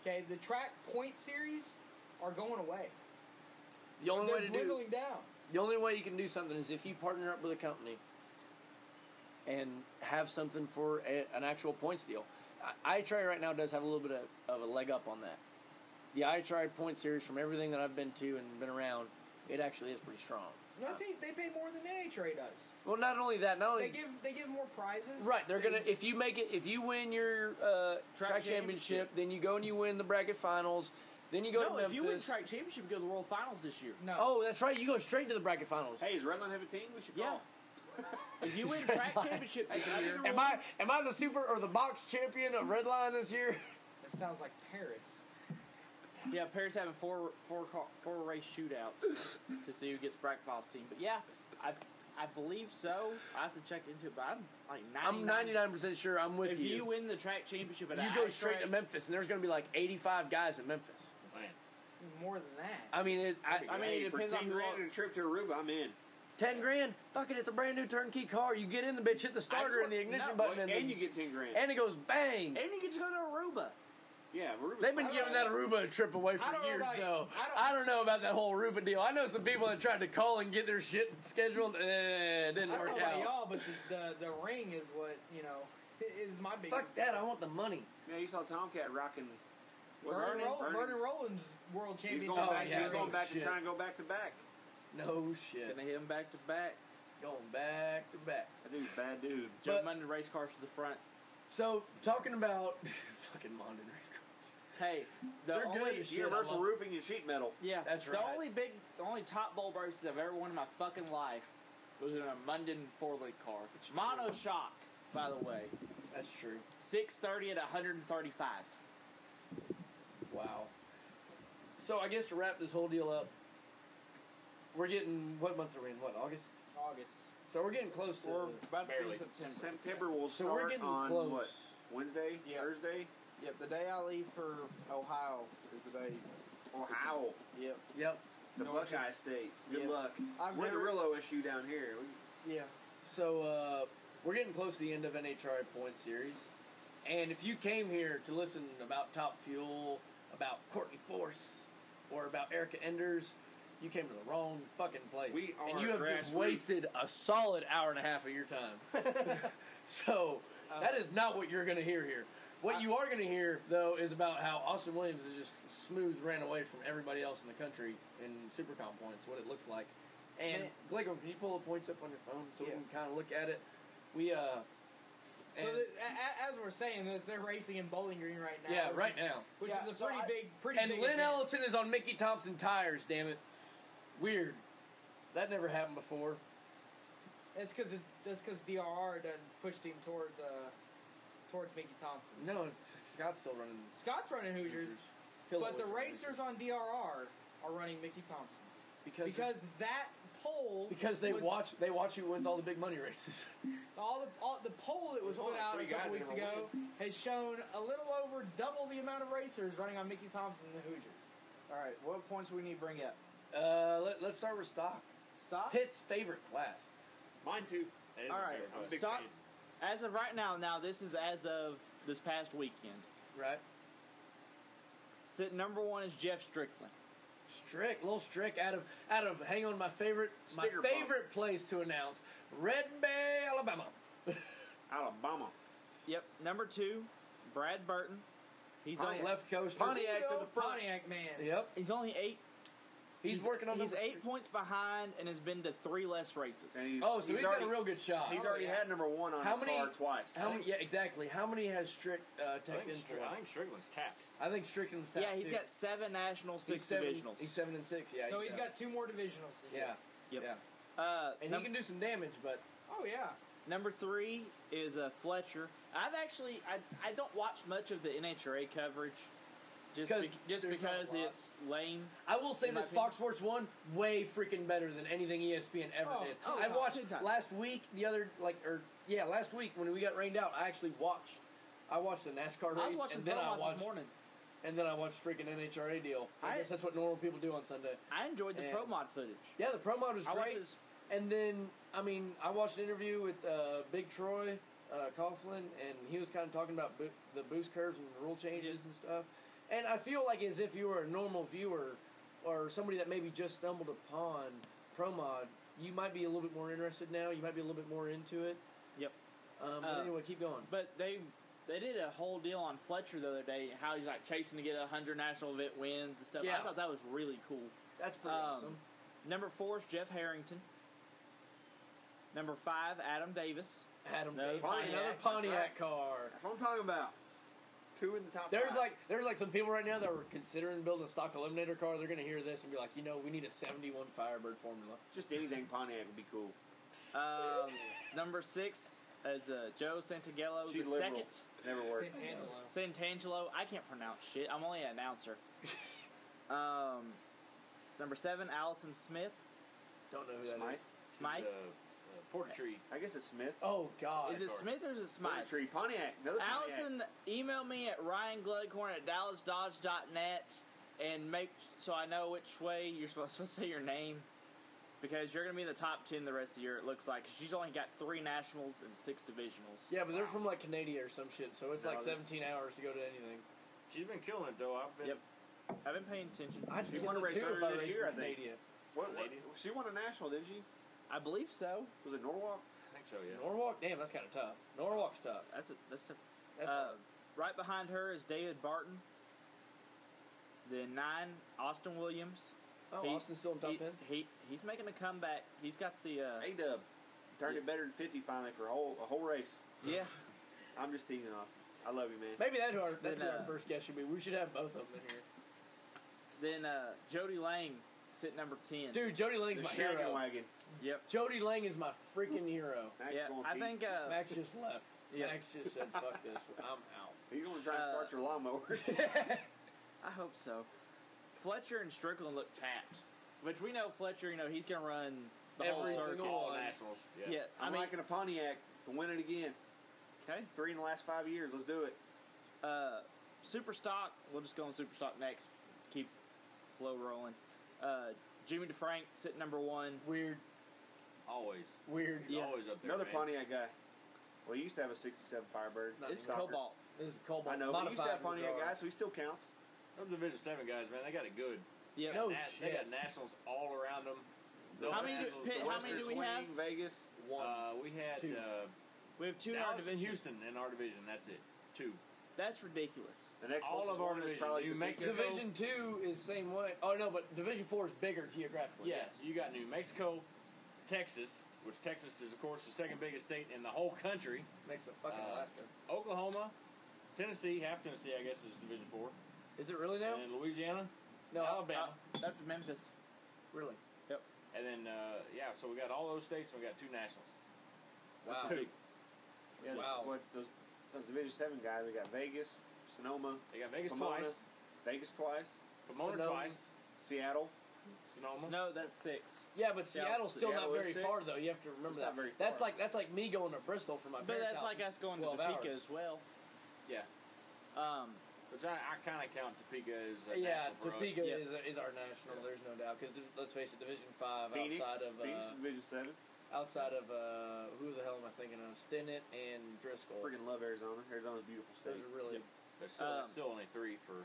F: Okay, the track point series are going away.
D: The only way
F: They're
D: to do
F: dwindling down.
D: the only way you can do something is if you partner up with a company and have something for a, an actual points deal. I iTry right now does have a little bit of, of a leg up on that. The iTry point series from everything that I've been to and been around, it actually is pretty strong.
F: You know, They pay, they pay more than NHRA does.
D: Well, not only that, not only
F: They give they give more prizes.
D: Right, they're
F: They-
D: gonna if you make it if you win your uh, track, championship,
C: championship.
D: then you go and you win the bracket finals, then you go to
C: No,
D: Memphis.
C: if you win track championship, you go to the world finals this year.
F: No.
D: oh, that's right, you go straight to the bracket finals.
E: Hey, does Redline have a team? We should
C: Yeah.
E: call.
C: if you win track championship this year,
D: Am I am I the super or the box champion of Redline this year?
F: That sounds like Paris.
C: yeah, Paris having four four car, four race shootouts to see who gets bracket finals team. But yeah, I I believe so. I have to check into it, but I'm like 99.
D: I'm 99 percent sure I'm with
C: If
D: you.
C: you. win the track championship, at
D: You
C: an
D: go
C: ice
D: straight to
C: track-
D: Memphis, and there's going to be like 85 guys in Memphis.
F: More than that.
D: I mean, it, I,
C: I mean,
E: Hey,
C: it
E: for
C: depends on
E: 10
C: who
E: grand
C: all-
E: and a trip to Aruba, I'm in.
D: 10 grand. Fuck it, it's a brand new turnkey car. You get in the bitch, hit the
E: I just
D: starter
E: want-
D: and the ignition
E: no,
D: button,
E: well,
D: and,
E: and
D: then-
E: you get 10 grand.
D: and it goes bang.
C: and you get to go to Aruba.
E: yeah, Aruba's
D: They've been giving that Aruba a trip away for
F: I don't know
D: years,
F: about-
D: though.
F: I don't-
D: I don't know about that whole Aruba deal. I know some people that tried to call and get their shit scheduled. Eh, it didn't
F: I don't know
D: work
F: about
D: out.
F: y'all, but the, the the ring is what you know is my biggest.
D: Fuck that. I want the money.
E: Yeah, you saw Tomcat rocking. what,
F: Vernon, Roll-
E: Vernon's-
F: Vernon Rollins World
E: He's
F: Championship.
E: going
D: Oh,
E: back,
D: yeah,
E: he's going
D: no
E: back
D: shit.
E: and trying to go back to back.
D: No
C: And
D: shit.
C: they hit them back to back.
D: Going back to back.
E: That dude's a bad dude.
C: Joe
D: But-
C: Monday race cars to the front.
D: So, talking about fucking Mondin race cars.
C: Hey, the
D: They're
C: only
D: good as shit. I
E: Universal
D: love-
E: Roofing and Sheet Metal.
C: yeah,
D: That's
C: the
D: right.
C: only big, the only top bowl races I've ever won in my fucking life was in a Munden four link car. Mono shock, by the way,
D: That's true.
C: six thirty at one hundred and thirty five.
D: Wow. So I guess to wrap this whole deal up, we're getting what month are we in? What August?
F: August.
D: So we're getting close to.
C: We're about to be
G: Barely.
C: in September.
E: September will
D: So
E: start
D: we're getting
E: on
D: close.
E: what? Wednesday,
K: Yeah.
E: Thursday,
K: Yep, the day I leave for Ohio is the day.
E: Ohio.
K: Yep.
D: Yep.
E: The
F: No,
E: Buckeye State. Good
F: Yeah.
E: luck.
F: I've
E: We're the
F: never-
E: Rillo issue down here. We-
F: Yeah.
D: So uh, we're getting close to the end of NHRA Point Series, and if you came here to listen about Top Fuel, about Courtney Force, or about Erica Enders, you came to the wrong fucking place.
E: We
D: and
E: are
D: you have just
E: grassroots.
D: wasted a solid hour and a half of your time. so that is not what you're going to hear here. What you are going to hear though is about how Austin Williams is just smooth ran away from everybody else in the country in SuperCom points. What it looks like. And
F: Man.
D: Glickman, can you pull the points up on your phone so
F: Yeah.
D: we can kind of look at it? We uh,
A: So
D: and-
A: the, a, a- as we're saying this, they're racing in Bowling Green right now.
D: Yeah,
A: which
D: right
A: is-
D: now.
A: which
F: Yeah,
A: is a
F: so
A: pretty
F: I-
A: big, pretty
D: and
A: big.
D: Lynn
A: event.
D: Ellison is on Mickey Thompson tires. Damn it, weird. That never happened before.
A: That's because that's because DRR done pushed him towards uh towards Mickey Thompson.
D: No, Scott's still running.
A: Scott's running Hoosiers,
D: Hill
A: but the
D: Boys.
A: racers on DRR are running Mickey Thompson's
D: because
A: because that poll
D: because they
A: was-
D: watch they watch who wins all the big money races.
A: all the all, the poll that was put out a
E: three
A: couple
E: guys
A: weeks
E: in a
A: ago has shown a little over double the amount of racers running on Mickey Thompson and the Hoosiers.
F: All right. What points we need to bring up?
D: Uh, let, let's start with stock.
F: Stop.
D: Pitt's favorite class.
E: Mine too.
F: All right.
E: I'm a big
F: Stop.
E: fan.
C: As of right now, now this is as of this past weekend.
D: Right.
C: Sit number one is Jeff Strickland.
D: Strick, little Strick, out of out of hang on, my favorite, my
E: Sticker bomb.
D: favorite place to announce Red Bay, Alabama.
E: Alabama.
C: Yep. Number two, Brad Burton. He's
D: Pontiac.
C: on
D: left coaster.
E: Pontiac to the
A: Bill
E: front.
A: Pontiac man.
D: Yep,
C: He's only eight.
D: he's, working on.
C: He's
D: number
C: eight
D: three.
C: points behind and has been to three less races.
E: And he's,
D: Oh, so he's
E: already,
D: got a real good shot.
E: He's already had number one on
D: How
E: his
D: many-
E: car twice.
D: How many? Yeah, exactly. How many has Strick uh,
G: I
D: taken
G: think,
D: into?
G: Str- I think Strickland's tapped.
D: I think Strickland's top
C: yeah, he's
D: two.
C: got seven nationals,
D: He's
C: six
D: seven,
C: divisionals.
D: He's seven and six. Yeah.
A: So he's
D: top.
A: got two more divisionals. to do.
D: Yeah.
C: Yep.
D: Yeah.
C: uh,
D: And
C: num-
D: he can do some damage, but
A: Oh yeah.
C: Number three is uh, Fletcher. I've actually I, I don't watch much of the NHRA coverage, just
D: Because
C: be- just
D: there's not a
C: because
D: lot.
C: it's lame.
D: I will say
C: In my
D: this:
C: opinion.
D: Fox Sports One way freaking better than anything E ESPN ever
A: Oh,
D: did.
A: oh,
D: I
A: top-
D: watched
A: big time.
D: last week, the other like, or yeah, last week when we got rained out, I actually watched. I watched the NASCAR race,
C: I was watching
D: and then I
C: Promos
D: watched,
C: this morning.
D: and then I watched freaking NHRA deal. I,
C: I-
D: guess that's what normal people do on Sunday.
C: I enjoyed the
D: And-
C: pro mod footage.
D: Yeah, the promo was
C: I watched
D: great.
C: this.
D: And then, I mean, I watched an interview with uh, Big Troy uh, Coughlin, and he was kind of talking about bo- the boost curves and the rule changes and stuff. And I feel like as if you were a normal viewer or somebody that maybe just stumbled upon ProMod, you might be a little bit more interested now. You might be a little bit more into it.
C: Yep.
D: Um, but
C: Uh,
D: anyway, keep going.
C: But they they did a whole deal on Fletcher the other day, how he's like chasing to get a hundred national event wins and stuff.
D: Yeah.
C: I thought that was really cool.
D: That's pretty
C: um,
D: awesome.
C: Number four is Jeff Harrington. Number five, Adam Davis.
D: Adam
C: no,
D: Davis,
C: Pontiac,
D: another
C: that's
D: Pontiac
E: right.
D: car.
E: That's what I'm talking about. Two in the top
D: There's
E: five.
D: like there's like some people right now that are considering building a stock eliminator car. They're gonna hear this and be like, you know, we need a 71 Firebird formula.
E: Just anything Pontiac would be cool.
C: Um, number six is uh, Joe Santagello
E: She's
C: the
E: liberal.
C: second.
E: Never worked.
A: Santangelo.
C: Santangelo. I can't pronounce shit. I'm only an announcer. um, number seven, Allison Smith.
D: Don't know who that is.
E: Smythe?
C: Smythe.
G: Uh, uh, Porter Tree.
E: I guess it's Smith.
D: Oh God!
C: Is it Smith or is it
E: Porter
C: Smythe?
E: Tree. Pontiac. Another Pontiac.
C: Allison, email me at ryangludcorn at dallasdodge.net and make so I know which way you're supposed to say your name because you're going to be in the top 10 the rest of the year, it looks like. 'cause she's only got three nationals and six divisionals.
D: Yeah, but they're from like Canada or some shit, so it's
C: No,
D: like
C: they-
D: 17 hours to go to anything.
G: She's been killing it though. I've been.
C: Yep. I've been paying attention.
D: I'd
C: She
D: kill
C: won a
D: them
C: race
D: too
C: earlier
D: if I
C: this
D: raced
C: year.
D: in
E: year, I think.
D: Canada.
E: What, what, she won a national, didn't she?
C: I believe so.
E: Was it Norwalk?
G: I think so. Yeah.
D: Norwalk, damn, that's kind of tough. Norwalk's tough.
C: That's a, that's a
D: That's
C: Uh, right behind her is David Barton. Then nine, Austin Williams.
D: oh,
C: He-
D: Austin's still in top
C: he,
D: 10.
C: He he's making a comeback. He's got the uh,
E: A Dub turned it better than 50 finally for a whole a whole race.
C: yeah.
E: I'm just teasing off. I love you, man.
D: Maybe that who our, that's
C: Then,
D: who our
C: uh,
D: first guest should be. We should have both of them in here.
C: Then uh, Jody Lang is at number ten.
D: Dude, Jody Lang's
E: The
D: my
E: shaggin'
D: hero.
E: wagon.
C: Yep.
D: Jody Lang is my freaking hero.
E: Max
C: yeah,
E: gonna
C: I
E: pee.
C: think uh,
D: Max just left.
C: Yeah.
D: Max just said, "Fuck this, I'm out."
E: You're going to try and start
C: uh,
E: your lawnmower.
C: I hope so. Fletcher and Strickland look tapped, which we know Fletcher. You know he's gonna run the
D: Every
C: whole
D: single
C: circuit.
G: All
D: one.
G: nationals. Yeah.
C: Yeah, I
E: I'm
C: mean,
E: liking a Pontiac to win it again.
C: okay.
E: Three in the last five years. Let's do it.
C: Uh, super stock. We'll just go on super stock next. Keep flow rolling. Uh, Jimmy DeFrank sitting number one.
F: Weird,
G: Always.
F: weird.
G: He's always up there.
E: Another
G: man.
E: Pontiac guy. Well, he used to have a 67 Firebird.
C: It's
E: Stalker.
C: Cobalt.
F: This is cobalt.
E: I know, but he used to
F: modified
E: have Pontiac
F: bizarre.
E: guys, so he still counts.
G: Those Division Seven guys, man, they got it good.
C: Yeah.
D: No
G: Na-
D: shit.
G: They got nationals all around them. No
C: Oh, How many do-
G: nationals,
C: Pitt,
G: the
C: how many do
G: Western's
C: we
G: win.
C: have?
E: Vegas.
G: Uh, we had
F: Two.
G: Uh,
C: We have two in our
G: Dallas and
C: division.
G: Houston in our division. That's it. Two.
C: That's ridiculous.
E: The next
G: All
E: closest
G: of our
E: one is
G: division.
E: probably
G: You make
E: Topeka.
D: Division two is same way. Oh no, but Division four is bigger geographically.
G: Yes, you got New Mexico, Texas, which Texas is of course the second biggest state in the whole country.
D: next to fucking
G: Uh,
D: Alaska.
G: Oklahoma, Tennessee, half Tennessee, I guess, is Division Four,
D: Is it really now?
G: and then Louisiana,
D: no,
G: Alabama,
C: Uh, up to Memphis.
D: really.
G: and then uh, yeah. So we got all those states, and we got two nationals.
D: Wow.
G: Two.
E: Yeah,
D: Wow.
E: What those, those Division Seven guys? We got Vegas, Sonoma,
G: They got Vegas
E: Pomona,
G: twice,
E: Vegas twice,
G: Pomona
D: Sonoma.
G: twice,
E: Seattle.
G: Sonoma.
C: No, that's six.
D: Yeah, but Seattle's still
E: Seattle
D: not very
E: is six.
D: far though. You have to remember
E: It's
D: that.
E: not very
D: That's
E: far.
D: like that's like me going to Bristol for my.
C: But
D: parents'
C: that's
D: house.
C: like us
D: It's
C: going to
D: 12
C: Topeka
D: hours.
C: as well.
G: Yeah,
C: Um,
G: which I, I kind of count Topeka as a
D: Yeah,
G: national for
D: Topeka
G: us.
C: Yeah.
D: is, is our national. There's no doubt because let's face it, Division Five
E: Phoenix,
D: outside of
E: Phoenix,
D: uh,
E: is Division Seven.
D: outside of uh, who the hell am I thinking of? Stinnett and Driscoll.
E: Freaking love Arizona. Arizona's a beautiful
D: Those
E: state.
D: are really
G: There's still,
C: Um,
G: there's still only three for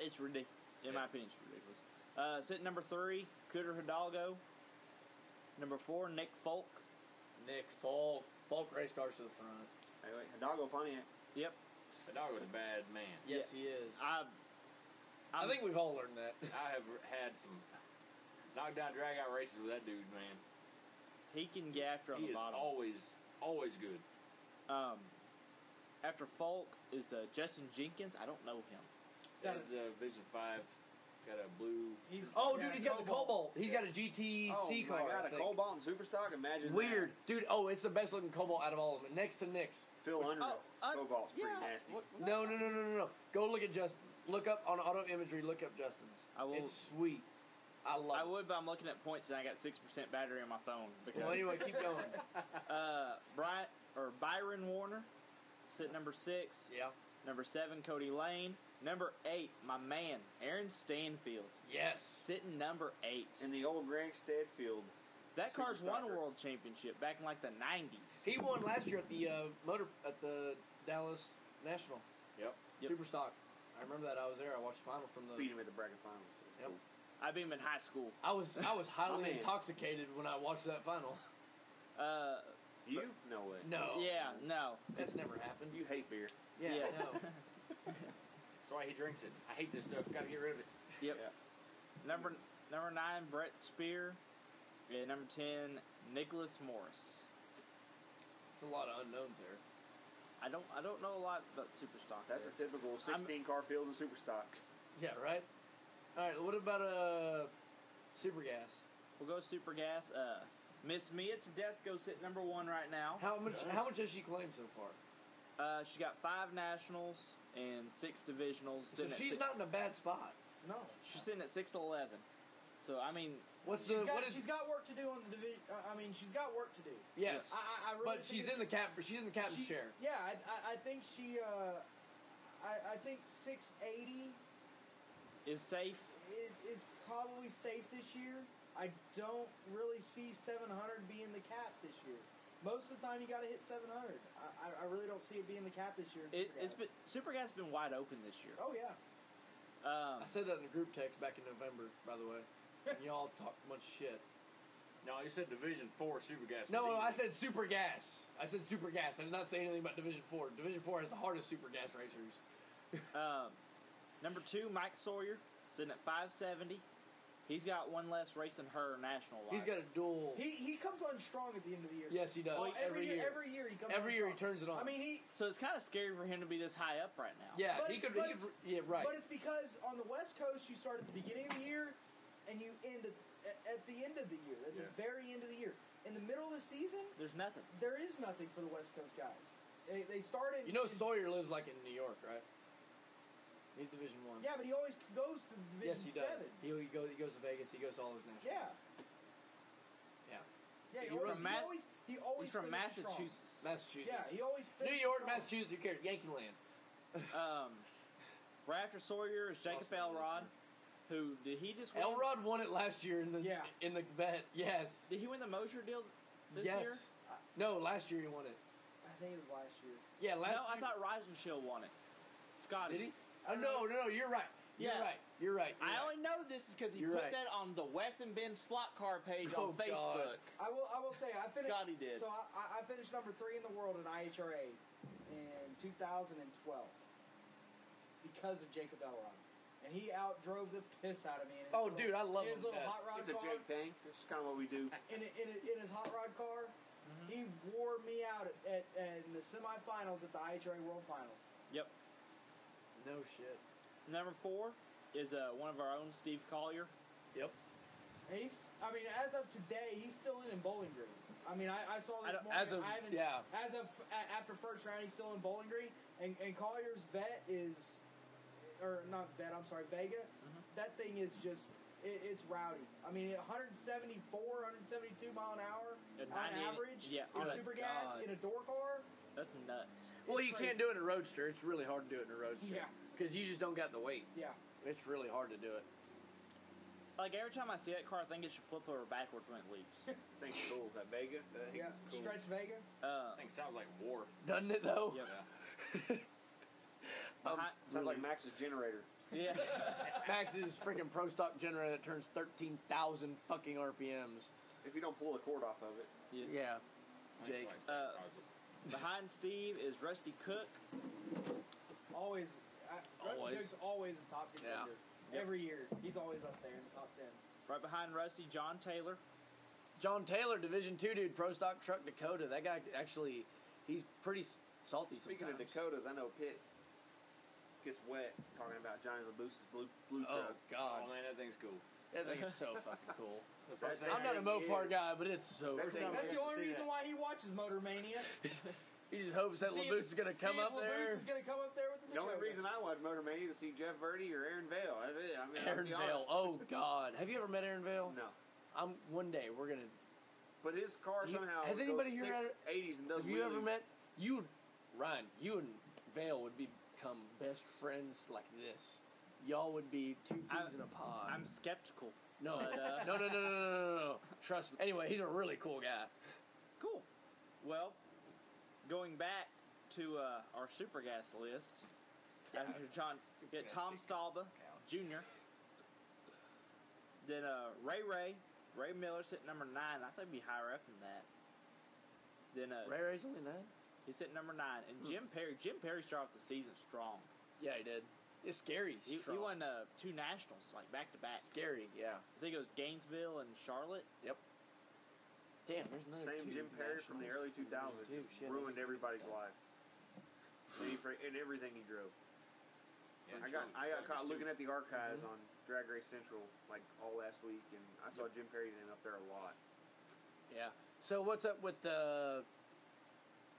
C: it's ridiculous. In my opinion, it's ridiculous. Uh, sitting number three, Cooter Hidalgo. Number four, Nick Folk.
D: Nick Falk. Falk race cars to the front.
E: Hey, wait, Hidalgo Pontiac.
C: Yep.
G: a dog with a bad man.
D: Yes, he is. I,
C: I, I'm-
D: think we've all learned that.
G: I have had some knockdown, drag out races with that dude, man.
C: he can get after on
G: He
C: the
G: is
C: bottom.
G: always, always good.
C: Um, after Falk is uh, Justin Jenkins. I don't know him.
F: that
G: That's uh, Vision Five. Got a blue.
D: Oh,
F: Yeah,
D: dude, he's got the
F: Cobalt.
D: Cobalt. He's got a GTC
E: oh
D: car.
E: my god,
D: I
E: a
D: think.
E: Cobalt and Superstock. Imagine
D: Weird, dude. Oh, it's the best looking Cobalt out of all of them. Next to Nick's.
E: That. Phil Under.
C: oh, uh,
E: Cobalt's pretty
C: yeah.
E: nasty.
C: What-
D: No, no, no, no, no, no. Go look at Justin. Look up on Auto Imagery. Look up Justin's.
C: I will-
D: It's sweet. I love.
C: I
D: it.
C: would, but I'm looking at points and I got six percent battery on my phone because
D: Well, anyway, keep going.
C: uh, Bryant or Byron Warner, sit number six.
D: yeah.
C: Number seven, Cody Lane. Number eight, my man, Aaron Stanfield.
D: Yes.
C: Sitting number eight.
E: In the old Greg Stadfield.
C: that car's won a
E: Superstar.
C: world championship back in like the 90s.
D: He won last year at the uh, motor at the Dallas National
G: Yep.
C: Yep.
D: Superstock. I remember that I was there. I watched the final from the.
E: Beat him at the bracket finals.
D: Uh, Yep.
C: I beat him in high school.
D: I was I was
E: My
D: highly
E: man.
D: intoxicated when I watched that final.
C: Uh,
E: You? No way.
D: No.
C: yeah, no.
D: That's never happened.
E: You hate beer.
D: Yeah.
C: Yeah.
D: No.
G: That's why he drinks it. I hate this stuff. Got to get rid of it.
C: Yep.
E: Yeah.
C: Number number nine, Brett Spear. Yeah, number ten, Nicholas Morris.
D: It's a lot of unknowns there.
C: I don't I don't know a lot about Superstock.
E: That's a
C: there.
E: typical 16 car field in Superstock.
D: Yeah. Right. All right. What about uh, Super Gas?
C: we'll go Super Gas. Uh, Miss Mia Tedesco sit number one right now.
D: How much? How much has she claimed so far?
C: Uh, she got five nationals and six divisionals.
D: So
C: sitting at
D: she's
C: six-
D: not in a bad spot.
F: No.
C: She's sitting at six eleven. So I mean,
D: What's
F: She's
D: the?
F: got,
D: what is?
F: she's got work to do on the division. I mean, she's got work to do.
D: yes.
F: I, I, I really
D: but
F: think
D: she's
F: it's-
D: in the cap. She's in the captain's
F: she-
D: chair.
F: Yeah, I, I, I think she. Uh, I, I think 680
C: is safe.
F: is, is probably safe this year. I don't really see 700 being the cap this year. Most of the time, you got to hit 700. I, I, I really don't see it being the cap this year.
C: It,
F: in Supergas.
C: it's been Super Gas been wide open this year.
F: Oh yeah,
C: Um,
D: I said that in the group text back in November, by the way. And y'all talk much shit.
G: No, you said Division Four Super Gas.
D: No, no, I said super gas. I said super gas. I did not say anything about Division Four. Division Four has the hardest super gas racers.
C: um, number two, Mike Sawyer sitting at five seventy. He's got one less race than her national wise.
D: He's got a dual.
F: he he comes on strong at the end of the year.
D: yes, he does.
F: Oh,
D: every, year,
F: every year he comes.
D: Every
F: on
D: year he
F: strong.
D: turns it on.
F: I mean he.
C: so it's kind of scary for him to be this high up right now.
D: yeah,
F: but
D: he
F: it-
D: could.
F: but
D: he
F: it's-
D: could yeah, right.
F: But it's because on the West Coast you start at the beginning of the year, and you end at, at the end of the year, at the
G: Yeah.
F: very end of the year. In the middle of the season,
C: There's nothing.
F: there is nothing for the West Coast guys. They, they started.
D: you know, Sawyer lives like in New York, right? He's Division One.
F: Yeah, but he always goes to Division
D: Yes, he does.
F: Seven.
D: He, he goes. He goes to Vegas. He goes to all his nationals.
F: Yeah.
D: Yeah.
F: Yeah, he,
C: He's
F: always,
C: from
F: he
C: Ma-
F: always he always
C: He's from
F: finished strong.
C: Massachusetts.
D: Massachusetts.
F: Yeah, he always
D: New
F: finished
D: York,
F: strong.
D: Massachusetts. Who cares? Yankee Land.
C: Um, right after Sawyer is Jacob
D: Lost my
C: Elrod,
D: listener.
C: Who did he just win?
D: Elrod won it last year in the
F: Yeah.
D: in the vet. Yes.
C: Did he win the Mosher deal this year?
D: yes. No, last year he won it.
F: I think it was last year.
D: Yeah, last
C: no, I
D: year-
C: thought Rising Shield won it. Scotty.
D: Did he? Oh, no, no, no, you're right. You're
C: Yeah.
D: right. You're right. You're
C: I
D: right.
C: only know this is because he
D: You're
C: put
D: right.
C: that on the Wes and Ben slot car page
D: Oh,
C: on
D: God.
C: Facebook.
F: I will. I will say I finished.
C: Scotty did.
F: So I- I, I finished number three in the world in IHRA in 2012 because of Jacob Elrod, and he outdrove the piss out of me. In his
D: Oh,
F: little-
D: dude, I love
F: in his
D: him
F: little
D: to death.
F: hot rod
E: It's a
F: car.
E: Jake thing. It's kind of what we do.
F: in, in, in his hot rod car.
D: Mm-hmm.
F: He wore me out at, at, at in the semifinals at the IHRA World Finals.
C: Yep.
D: No shit.
C: Number four is uh, one of our own, Steve Collier.
D: Yep.
F: And he's, I mean, as of today, he's still in in Bowling Green. I mean, I, I saw
D: I
F: this
D: don't-
F: morning.
D: as of-
F: I haven't,
D: yeah.
F: As of a, after first round, he's still in Bowling Green, and, and Collier's vet is, or not vet. I'm sorry, Vega.
D: Mm-hmm.
F: That thing is just. It, it's rowdy. I mean, at 174, 172 mile an hour
C: At
F: on
C: 98
F: average.
C: yeah.
F: in
C: Oh,
F: super gas
D: God.
F: in a door car.
C: That's nuts.
D: Well,
F: It's
D: you
F: crazy.
D: can't do it in a roadster. It's really hard to do it in a roadster.
F: Yeah.
D: Because you just don't got the weight.
F: Yeah,
D: It's really hard to do it.
C: Like every time I see that car, I think it should flip over backwards when it leaves.
E: I think it's cool. That Vega. That I think
F: yeah.
E: it's cool.
F: Stretch Vega.
C: Uh,
K: Thing sounds like war.
D: Doesn't it though?
C: yep.
D: Um,
C: Hi-
E: Sounds like Max's generator.
C: Yeah.
D: Max's freaking pro stock generator that turns thirteen thousand fucking RPMs.
E: If you don't pull the cord off of it,
C: yeah.
D: Yeah. Jake.
K: It's like sabotage it.
C: Behind Steve is Rusty Cook.
F: Always. I,
D: Always.
F: always. Duke's always a top contender. Every year, he's always up there in the top ten.
C: Right behind Rusty, John Taylor.
D: John Taylor, Division Two dude, Pro Stock Truck Dakota. That guy actually, he's pretty s- salty.
E: Speaking of
D: sometimes.
E: Dakotas, I know Pitt gets wet talking about Johnny LaBoose's blue blue
D: oh
E: truck.
K: Oh
D: god,
K: man, that thing's cool.
D: that thing is so fucking cool.
K: The first thing
D: I'm not a Mopar guy, but it's so.
E: First
D: cool.
E: time-
F: That's
E: Yeah,
F: the
E: I
F: only
E: see
F: reason
E: that.
F: why he watches Motor Mania.
D: He just hopes that
F: See if-
D: Laboose is gonna
F: see
D: come
F: if
D: up
F: LaBoose
D: there.
F: is going to come up there with the
E: The only
F: Dakota.
E: reason I watch Motor Mania is to see Jeff Verdi or Aaron Vale. That's it. I mean, I'll
D: Aaron
E: be
D: Vale.
E: honest.
D: Oh god, have you ever met Aaron Vale?
E: No.
D: I'm one day we're gonna.
E: But his car
D: He-
E: somehow
D: has
E: goes
D: anybody here ever-
E: 680s and does
D: Have you ever
E: wheelies.
D: met you, Ryan? You and Vale would become best friends like this. Y'all would be two peas
C: I'm-
D: in a pod.
C: I'm skeptical.
D: no,
C: but, uh,
D: no, no, no, no, no, no, no, no. Trust me. Anyway, he's a really cool guy.
C: Cool. Well, going back to uh, our super gas list, after John, get Tom Stalba Jr., then uh, Ray Ray, Ray Miller's at number nine. I think he'd be higher up than that. Then uh,
D: Ray Ray's only nine.
C: he's at number nine,
D: Hmm.
C: and Jim Perry. Jim Perry started off the season strong.
D: Yeah, he did. It's scary.
C: He, he
D: strong.
C: won uh, two nationals like back to back.
D: Scary. Yeah.
C: I think it was Gainesville and Charlotte.
D: Yep. Damn, there's another
E: Same
D: two
E: Jim Perry from the early
D: nationals.
E: 2000s
D: Dude, shit.
E: ruined everybody's life. And he fr- and everything he drove. I got I got caught looking at the archives
D: Mm-hmm.
E: on Drag Race Central like all last week, and I saw Jim Perry's name up there a lot.
D: Yeah. So what's up with the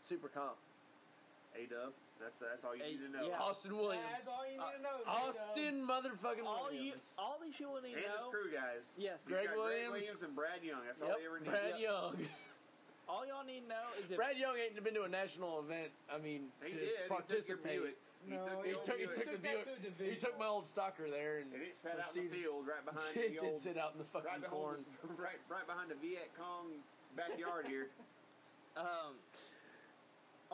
D: super comp?
E: A Dub, that's that's all you
C: A-
E: need to know.
C: yeah.
D: Austin Williams.
F: That's all you need
E: uh,
F: to know. is that, um,
D: Austin motherfucking
C: All you,
D: Williams.
C: all these people need to
E: And his
C: know.
E: crew guys.
C: Yes.
E: He's got
D: Greg Williams.
E: and Brad Young. That's all
D: Yep,
E: they ever need.
D: Brad Young.
C: All y'all need to know is if
D: Brad Young ain't been to a national event. I mean,
E: He
D: to
E: did.
D: participate.
F: No,
E: He
D: He
E: took,
D: took, he
E: the
D: took the
E: old Buick.
F: Took that
D: Buick-
F: to a
D: he took
F: divisional.
D: my old stalker there and,
E: And it sat out in the
D: proceeded-
E: field right behind
D: it
E: the
D: did
E: old,
D: sit out in the fucking
E: right
D: corn.
E: behind, right, right behind the Viet Cong backyard here.
C: Um,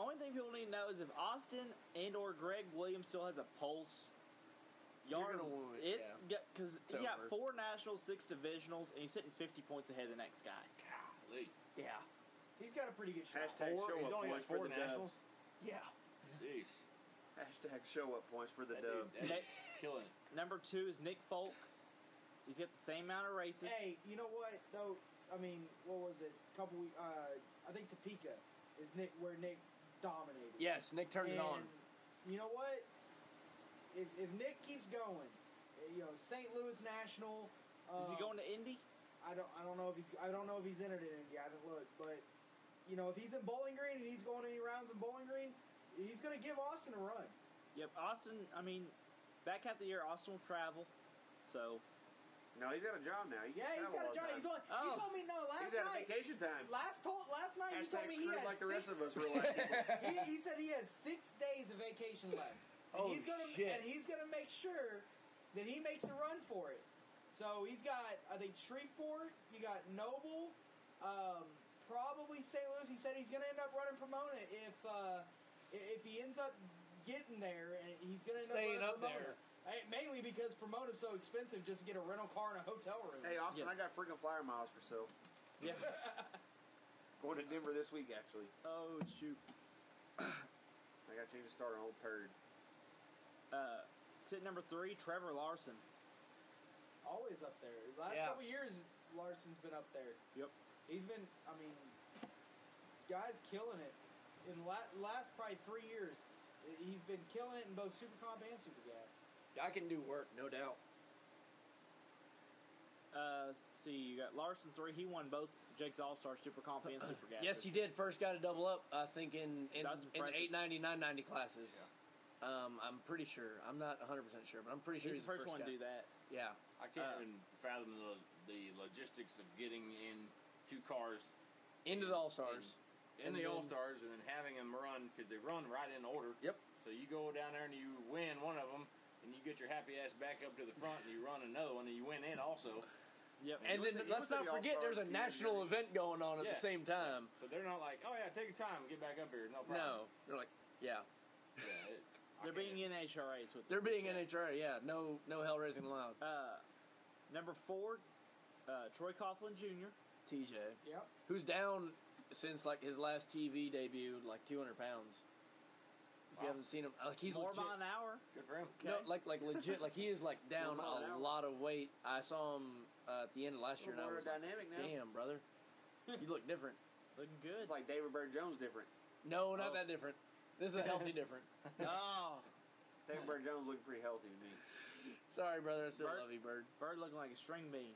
C: only thing people need to know is if Austin and or Greg Williams still has a pulse.
D: You're
C: y'all-
D: gonna win it,
C: It's
D: yeah.
C: because
D: It's
C: he
D: over.
C: got four nationals, six divisionals, and he's sitting fifty points ahead of the next guy.
K: Golly.
D: Yeah,
F: Um, he's got a pretty good shot.
E: Hashtag
K: Four-
E: show
K: he's
E: up
K: only
E: points
K: got four
E: for the
K: nationals.
D: yeah.
K: Jeez.
E: dub. Hashtag show up points for the
K: That
E: dub.
K: dude, that's killing it.
C: Number two is Nick Folk. He's got the same amount of races.
F: Hey, you know what though? I mean, what was it? A couple weeks. Uh, I think Topeka is Nick where Nick dominated.
D: Yes, Nick turned
F: and
D: it on.
F: You know what? If, if Nick keeps going, uh, you know St. Louis National. Um,
C: is
D: uh,
C: he going to Indy?
F: I don't. I don't know if he's. I don't know if he's entered it in. Yeah, I haven't looked. But you know, if he's in Bowling Green and he's going any rounds in Bowling Green, he's going to give Austin a run.
C: Yep. Austin. I mean, back half the year, Austin will travel. So
E: No, he's got a job now. He
F: Yeah, he's got a job. He's on.
C: Oh.
F: He told me no last
E: He's at
F: night.
E: vacation time.
F: Last told last night he
E: Hashtag
F: told me he
E: screwed
F: has
E: like the rest
F: six,
E: of us were like.
F: he, he said he has six days of vacation left. And
D: Oh,
F: he's gonna
D: shit.
F: and he's gonna make sure Then he makes a run for it. So he's got, I think, Shreveport. You got Noble. Um, probably St. Louis. He said he's going to end up running Pomona if uh, i- if he ends up getting there, and he's going to end
D: Staying
F: up
D: up
F: running Pomona.
D: there.
F: Eh, Mainly because Pomona's so expensive, just to get a rental car and a hotel room.
E: Hey, Austin,
D: Yes.
E: I got freaking flyer miles for sale.
D: Yeah.
E: Going to Denver this week, actually.
C: Oh shoot.
E: I got to change the start on old third.
C: Uh, sit number three, Trevor Larson.
F: always up there. Last
D: Yeah.
F: couple years, Larson's been up there.
E: Yep.
F: He's been, I mean, guys killing it. In la- last probably three years, i- he's been killing it in both Super Comp and Super Gas.
D: I can do work, no doubt.
C: Uh, let's see, you got Larson three. He won both Jake's All Star Super Comp and Super Gas.
D: Yes, he did. First got a double up, I think, in in,
C: That's
D: in the 890, 990
C: impressive.
D: classes. Um, I'm pretty sure. I'm not 100% sure, but I'm pretty sure
C: He's the first, one
D: guy.
C: to do that.
D: Yeah.
K: I can't
C: Uh,
K: even fathom the, the logistics of getting in two cars
D: Into the All Stars.
K: in
D: And
K: the
D: then-
K: All Stars and then having them run because they run right in order.
D: Yep.
K: So you go down there and you win one of them, and you get your happy ass back up to the front, and you run another one, and you win in also.
C: Yep.
D: And
E: looked
D: then
E: at- he
D: let's
E: looked at
D: not
E: the
D: forget
E: All-Star
D: there's a
E: a few
D: national
E: years
D: event going on at
K: Yeah.
D: the same time.
K: So they're not like, oh yeah, take your time, get back up here, no problem.
D: No. They're like, yeah.
K: Yeah, it's, I
C: they're
K: can't-
C: being in HRAs with.
D: They're being NHRA, yeah. No no hell raising allowed.
C: Uh, number four, uh, Troy Coughlin Jr.
D: TJ.
F: Yep.
D: Who's down since like his last TV debut, like 200 pounds. If you haven't seen him, like he's
C: More
D: legit.
C: by an hour.
K: good for him.
D: No,
C: Okay.
D: like like legit, like he is like down
E: More mild
D: a
E: out.
D: lot of weight. I saw him uh, at the end of last year, and I
E: More
D: was like,
E: dynamic now.
D: "Damn, brother, you look different."
C: Looking good.
E: It's like David Bird Jones different.
D: No, not
C: Oh.
D: that different. This is a healthy different.
C: oh,
E: David Bird Jones looking pretty healthy to me.
D: Sorry, brother. I still
C: Bert?
D: love you, bird.
C: bird looking like a string bean.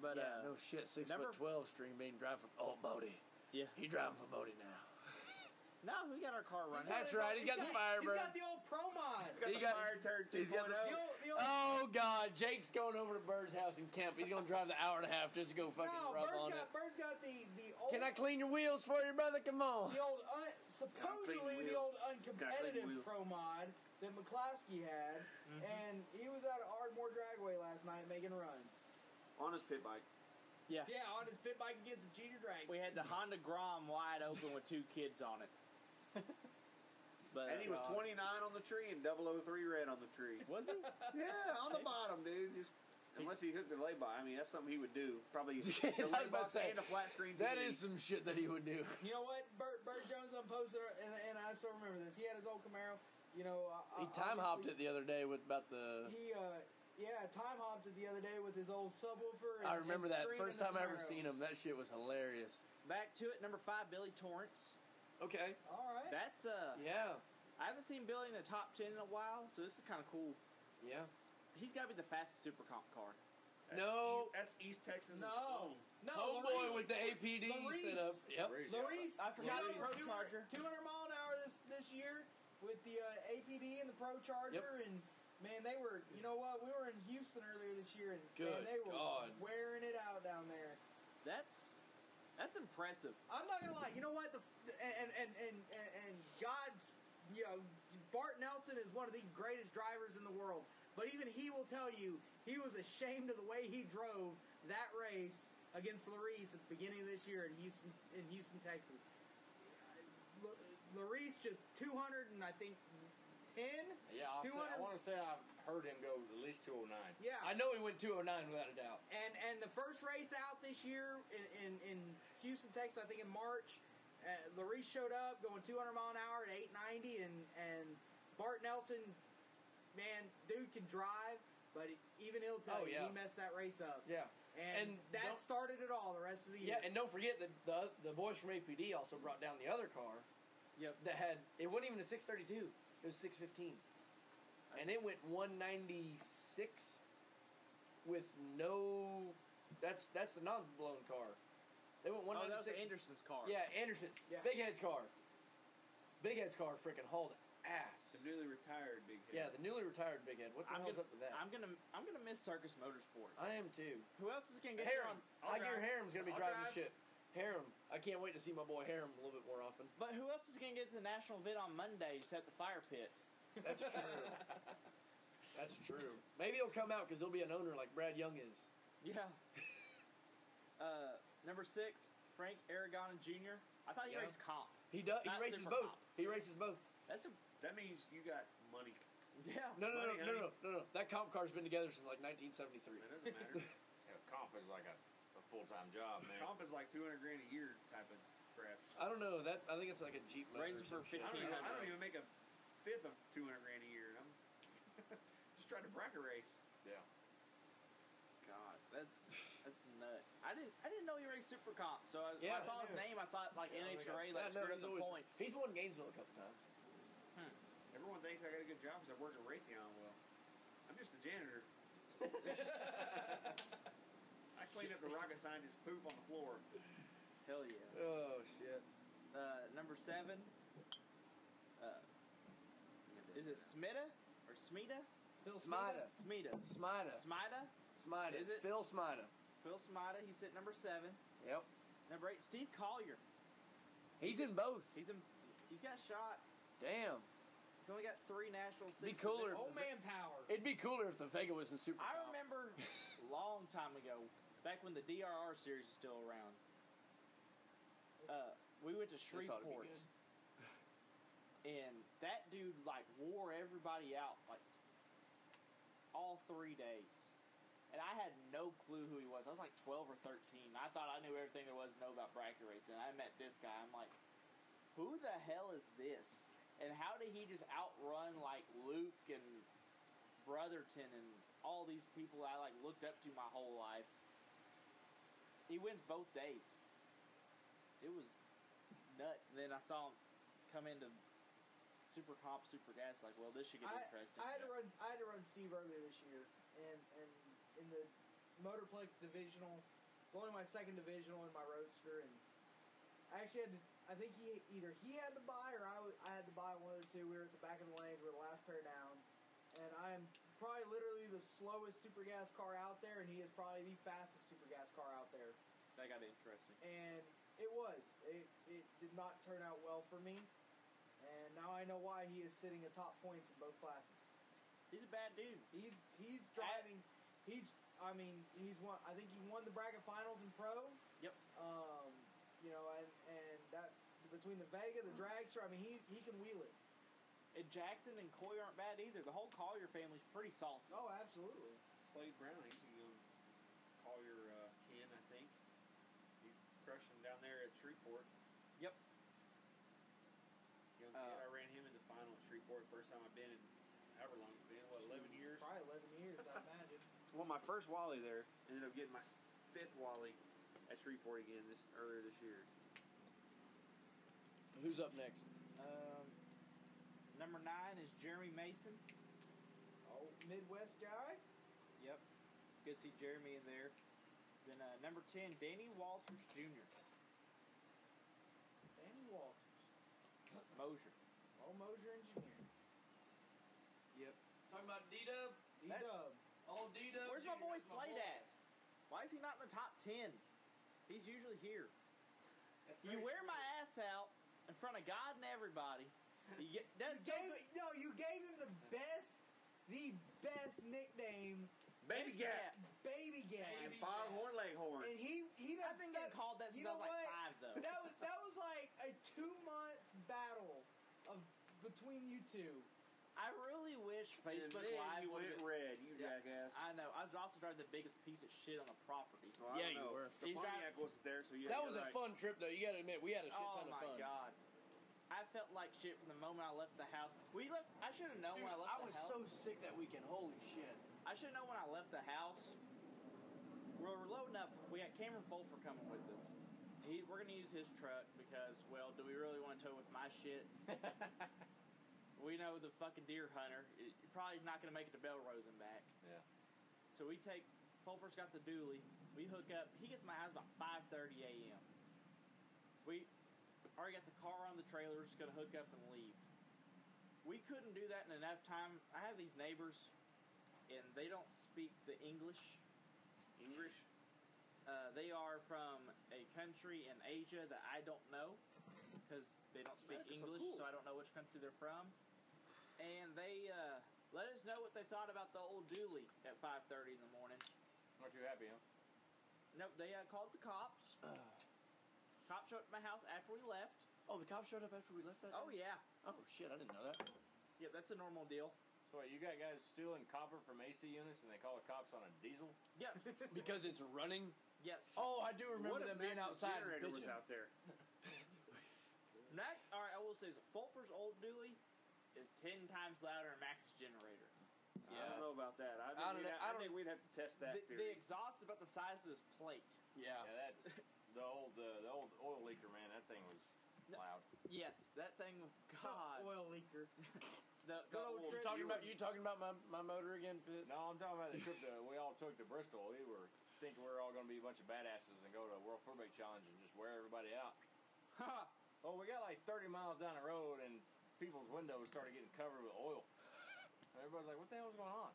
C: But
D: yeah,
C: uh,
D: no shit. Six
C: number-
D: foot twelve string bean drive from oh Bodie.
C: yeah.
D: He driving for Bodie now.
C: No, we got our car running.
D: That's right. He's got the fire,
F: He's
D: bro.
F: got the old Pro Mod.
E: He's got
D: He
E: the
D: got-
E: fire turd
D: he's got the-
E: 2.0.
F: The old, the old,
D: Oh God, Jake's going over to Bird's house in camp. He's gonna drive the hour and a half just to go fucking
F: no,
D: rub
F: Bird's
D: on
F: got,
D: it.
F: Bird's got the, the old,
D: Can I clean your wheels for you, brother? Come on.
F: the old un, supposedly the
E: wheels.
F: old uncompetitive
E: wheels.
F: Pro Mod that McCloskey had,
D: Mm-hmm.
F: and he was out at Ardmore Dragway last night making runs.
E: On his pit bike.
C: Yeah.
F: Yeah, on his pit bike against the Junior Dragon.
C: We had the Honda Grom wide open with two kids on it. But
E: And he was
C: uh,
E: 29 on the tree and 003 red on the tree.
C: was he?
E: yeah, on the bottom, dude. Just, unless he hooked a lay by. I mean, that's something he would do. Probably
D: Yeah, I was
E: the lay
D: about to
E: by
D: say,
E: and a flat screen.
D: That
E: TV.
D: is some shit that he would do.
F: You know what? Bert, Bert Jones unposted, and, and I still remember this. He had his old Camaro. You know, I-
D: He
F: I-
D: time hopped it the
F: obviously,
D: other day with about the.
F: Uh, He, uh, yeah, time hopped it the other day with his old subwoofer. And,
D: I remember
F: and
D: that
F: screaming
D: first
F: in
D: time
F: the
D: I ever
F: Camaro.
D: seen him. That shit was hilarious.
C: Back to it. Number five, Billy Torrance.
D: Okay.
F: All right.
C: That's uh,
D: Yeah.
C: I haven't seen Billy in the top ten in a while, so this is kind of cool.
D: Yeah.
C: He's got to be the fastest super comp car.
D: No.
E: That's East Texas.
F: no, no.
D: Homeboy Oh,
F: Larice-
D: with the APD
F: Larice.
D: setup. Yep.
K: Crazy.
F: Larice,
C: I forgot
F: Larice,
C: the Pro
F: 200
C: Charger.
F: 200 mile an hour this this year with the uh, APD and the Pro Charger and. Man, they were. You know what? We were in Houston earlier this year, and man,
D: Good
F: they were
D: God.
F: wearing it out down there.
C: That's that's impressive.
F: I'm not gonna lie. You know what? The f- and and and and, and God's. You know, Bart Nelson is one of the greatest drivers in the world. But even he will tell you he was ashamed of the way he drove that race against Larice at the beginning of this year in Houston, in Houston, Texas. L- Larice just 200 and I think 10.
K: Yeah, I'll say, I
F: 200
K: want to say I've heard him go at least 209.
F: Yeah,
D: I know he went 209 without a doubt.
F: And and the first race out this year in in, in Houston, Texas, I think in March, uh, Larice showed up going 200 mile an hour at 890, and and Bart Nelson, man, dude can drive, but even he'll tell
D: Oh,
F: you
D: yeah.
F: he messed that race up.
D: Yeah.
F: and,
D: And
F: that
D: don't-
F: started it all the rest of the
D: Yeah,
F: year.
D: and don't forget that the the boys from APD also brought down the other car.
C: Yep.
D: That had it wasn't even a 632. It was 615. And it went 196 with no. That's that's the non-blown car. They went
C: Oh, that was
D: 196.
C: Anderson's car.
D: Yeah, Anderson's.
F: Yeah.
D: Big Head's car. Big Head's car freaking hauled ass.
E: The newly retired big head.
D: yeah, the newly retired Big Head. What the
C: I'm
D: hell's
C: gonna,
D: up with that?
C: I'm gonna I'm gonna miss Circus Motorsports.
D: I am too.
C: Who else is gonna get you
D: Harem.
C: on?
D: I hear
E: drive.
D: Harem's going to be
E: I'll
D: driving
E: drive.
D: shit. Harem. I can't wait to see my boy Harem a little bit more often.
C: But who else is gonna get to the national event on Monday except the fire pit?
D: That's true. That's true. Maybe he'll come out because he'll be an owner like Brad Young is.
C: Yeah. uh, number six, Frank Aragon Jr. I thought he
D: Yeah.
C: raced comp.
D: He does. He
C: Not
D: races
C: super
D: both.
C: pop.
D: He races both.
C: That's a
E: That means you got money.
C: yeah.
D: No, no, no, no,
E: Money,
D: no,
E: honey.
D: no, no, no. That comp car's been together since like 1973.
E: That doesn't matter.
K: Yeah, comp is like a, a full time job, man.
E: Comp is like 200 grand a year type of crap.
D: I don't know. That I think it's like a Jeep. motor
C: Raised
D: or some
C: it for
D: shit.
E: I don't, even, I
C: 1500.
E: don't even make a fifth of 200 grand a year. and I'm just trying to bracket race.
K: Yeah.
C: God, that's that's nuts. I didn't I didn't know he raced super comp. So I,
D: Yeah.
C: when I saw his name, I thought like
D: Oh my God.
C: NHRA
D: Yeah, no,
C: like screwed
D: he's
C: up the
D: always-
C: points.
D: He's won Gainesville a couple times.
E: Everyone thinks I got a good job because I work at Raytheon well. I'm just a janitor. I clean up the rocket scientist's poop on the floor.
C: Hell yeah.
D: Oh shit.
C: Uh, number seven. Uh, is it Smita or Smita?
A: Phil
D: Smida.
C: Smita.
D: Smida.
C: Smita.
D: Smida.
C: Is it?
D: Phil Smida.
C: Phil Smita. He's at number seven.
D: Yep.
C: Number eight, Steve Collier.
D: He's in both.
C: He's in. He's got shot.
D: Damn.
C: He's only got three national six.
D: cooler if
C: divisions.
A: Old man power.
D: It'd be cooler if the Vega was in Super.
C: I
D: Comp.
C: remember long time ago, back when the DRR series was still around. Uh, we went to
D: This ought to be
C: Shreveport, and that dude like wore everybody out like all three days, and I had no clue who he was. I was like twelve or thirteen. I thought I knew everything there was to know about bracket racing. I met this guy. I'm like, who the hell is this? And how did he just outrun like Luke and Brotherton and all these people I like looked up to my whole life. He wins both days. It was nuts. And then I saw him come into Super Comp, Super Gas. Like, well, this should get
F: I,
C: interesting.
F: I had to run. I had to run Steve earlier this year, and and in the Motorplex divisional, it's only my second divisional in my roadster, and I actually had. To, I think he either he had the buy or I, was- I had to buy one of the two. We were at the back of the lanes. We were the last pair down, and I am probably literally the slowest super gas car out there, and he is probably the fastest super gas car out there
C: that got interesting.
F: and it was. It, it did not turn out well for me, and now I know why he is sitting atop points in both classes.
C: He's a bad dude.
F: He's he's driving. He's I mean he's won. I think he won the bracket finals in pro.
C: Yep.
F: Um, you know, and and that between the Vega, the dragster. I mean, he he can wheel it.
C: And Jackson and Coy aren't bad either. The whole Collier family's pretty salty.
F: Oh, absolutely.
E: Slade Brown, he's going to call your uh, kin, I think. He's crushing down there at Shreveport.
C: Yep.
E: Young
C: Uh,
E: kid, I ran him in the final at Shreveport. First time I've been in however long it's been, what, 11 years?
F: Probably eleven years, I imagine.
E: Well, my first Wally there ended up getting my s- fifth Wally at Shreveport again this earlier this year.
D: Who's up next?
C: Um, number nine is Jeremy Mason.
F: Oh, Midwest guy.
C: Yep. Good to see Jeremy in there. Then uh, number 10, Danny Walters Jr.
F: Danny Walters,
C: Mosier.
F: Old Mosier engineer.
C: Yep.
D: Talking about D-Dub.
C: That-
F: E-Dub.
D: Oh, D-Dub.
C: Where's my boy Slade at? Why is he not in the top 10? He's usually here. You wear my ass out in front of God and everybody. You get, that's
F: You
C: so
F: gave,
C: good.
F: no, you gave him the best, the best nickname,
E: Baby
C: Yeah.
E: Gap
F: Baby Gab.
E: and Bob Hornleghorn.
F: And he he doesn't
C: I've been getting called
F: suck-
C: that since
F: you know
C: I was like
F: what?
C: five, though.
F: That was that was like a two month battle of between you two.
C: I really wish
E: And
C: Facebook
E: then
C: Live
E: you
C: would
E: went red, you jackass.
C: I know. I was also driving the biggest piece of shit on the property.
E: Well, I
D: Yeah,
E: don't
D: you
E: know.
D: were.
E: The
C: He's
E: Pontiac
C: right.
E: wasn't there, so yeah.
D: That
E: you're
D: was a
E: right.
D: fun trip, though. You got to admit, we had a shit
C: Oh
D: ton of
C: my
D: fun.
C: god. I felt like shit from the moment I left the house. We left. I should have known
D: Dude,
C: when I left
D: I
C: the
D: was
C: house.
D: so sick that weekend. Holy shit.
C: I should know when I left the house. We're we're loading up. We got Cameron Fulford coming with us. He, we're gonna use his truck because, well, do we really want to tow with my shit? we know the fucking deer hunter. y- You're probably not gonna make it to Belrose and back.
K: Yeah.
C: So we take Fulford's got the dually. We hook up. He gets to my house about 5:30 a.m. We already got the car on the trailer. We're just gonna hook up and leave. We couldn't do that in enough time. I have these neighbors, and they don't speak the English.
E: English.
C: Uh, they are from a country in Asia that I don't know because they don't speak
E: America's so
C: English,
E: cool.
C: so I don't know which country they're from. And they uh, Let us know what they thought about the old Dooley at 5:30 in the morning.
G: Aren't you happy, huh?
C: Nope, they uh, called the cops. cops showed up at my house after we left.
D: Oh, the cops showed up after we left that.
C: Oh
D: day?
C: yeah,
D: Oh shit! I didn't know that.
C: yeah, that's a normal deal.
G: So wait, you got guys stealing copper from AC units and they call the cops on a diesel?
C: Yes,
D: Because it's running.
C: yes.
D: Oh, I do remember
E: what
D: them
E: if
D: being
E: Max's
D: outside.
E: generator was
D: bitching.
E: out there?
C: Max, all right, I will say this: Fulfer's old Dooley is ten times louder than Max's generator.
E: I
D: Yeah.
E: don't know about that.
D: I
E: I think,
D: don't know-
E: we'd,
D: I
E: have, I
D: don't-
E: think we'd have to test that
C: The,
E: theory.
C: the exhaust is about the size of this plate.
D: Yeah.
G: Yeah, that the old uh, the old oil leaker man, that thing was loud.
C: Yes, that thing. God,
F: Oil leaker.
C: the, the
F: old
C: oh, old
F: Trent.
D: Talking about you talking about my, my motor again, Pitt.
G: No, I'm talking about the trip that we all took to Bristol. We were thinking we were all going to be a bunch of badasses and go to a World Football Challenge and just wear everybody out. well, we got like 30 miles down the road and people's windows started getting covered with oil. And everybody's like, "What the hell's going on?"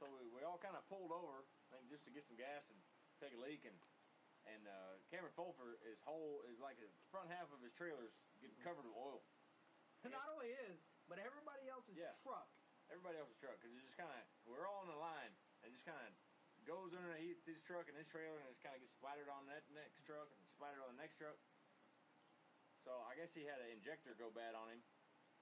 G: So we, we all kind of pulled over, I think, just to get some gas and take a leak. And and uh, Cameron Fulfer, his whole is like the front half of his trailer's getting covered with oil.
F: Not only his, but everybody else's
G: Yeah.
F: truck.
G: everybody else's truck because it just kind of we're all in a line and just kind of goes underneath this truck and this trailer and just kind of gets splattered on that next truck and splattered on the next truck. So I guess he had an injector go bad on him,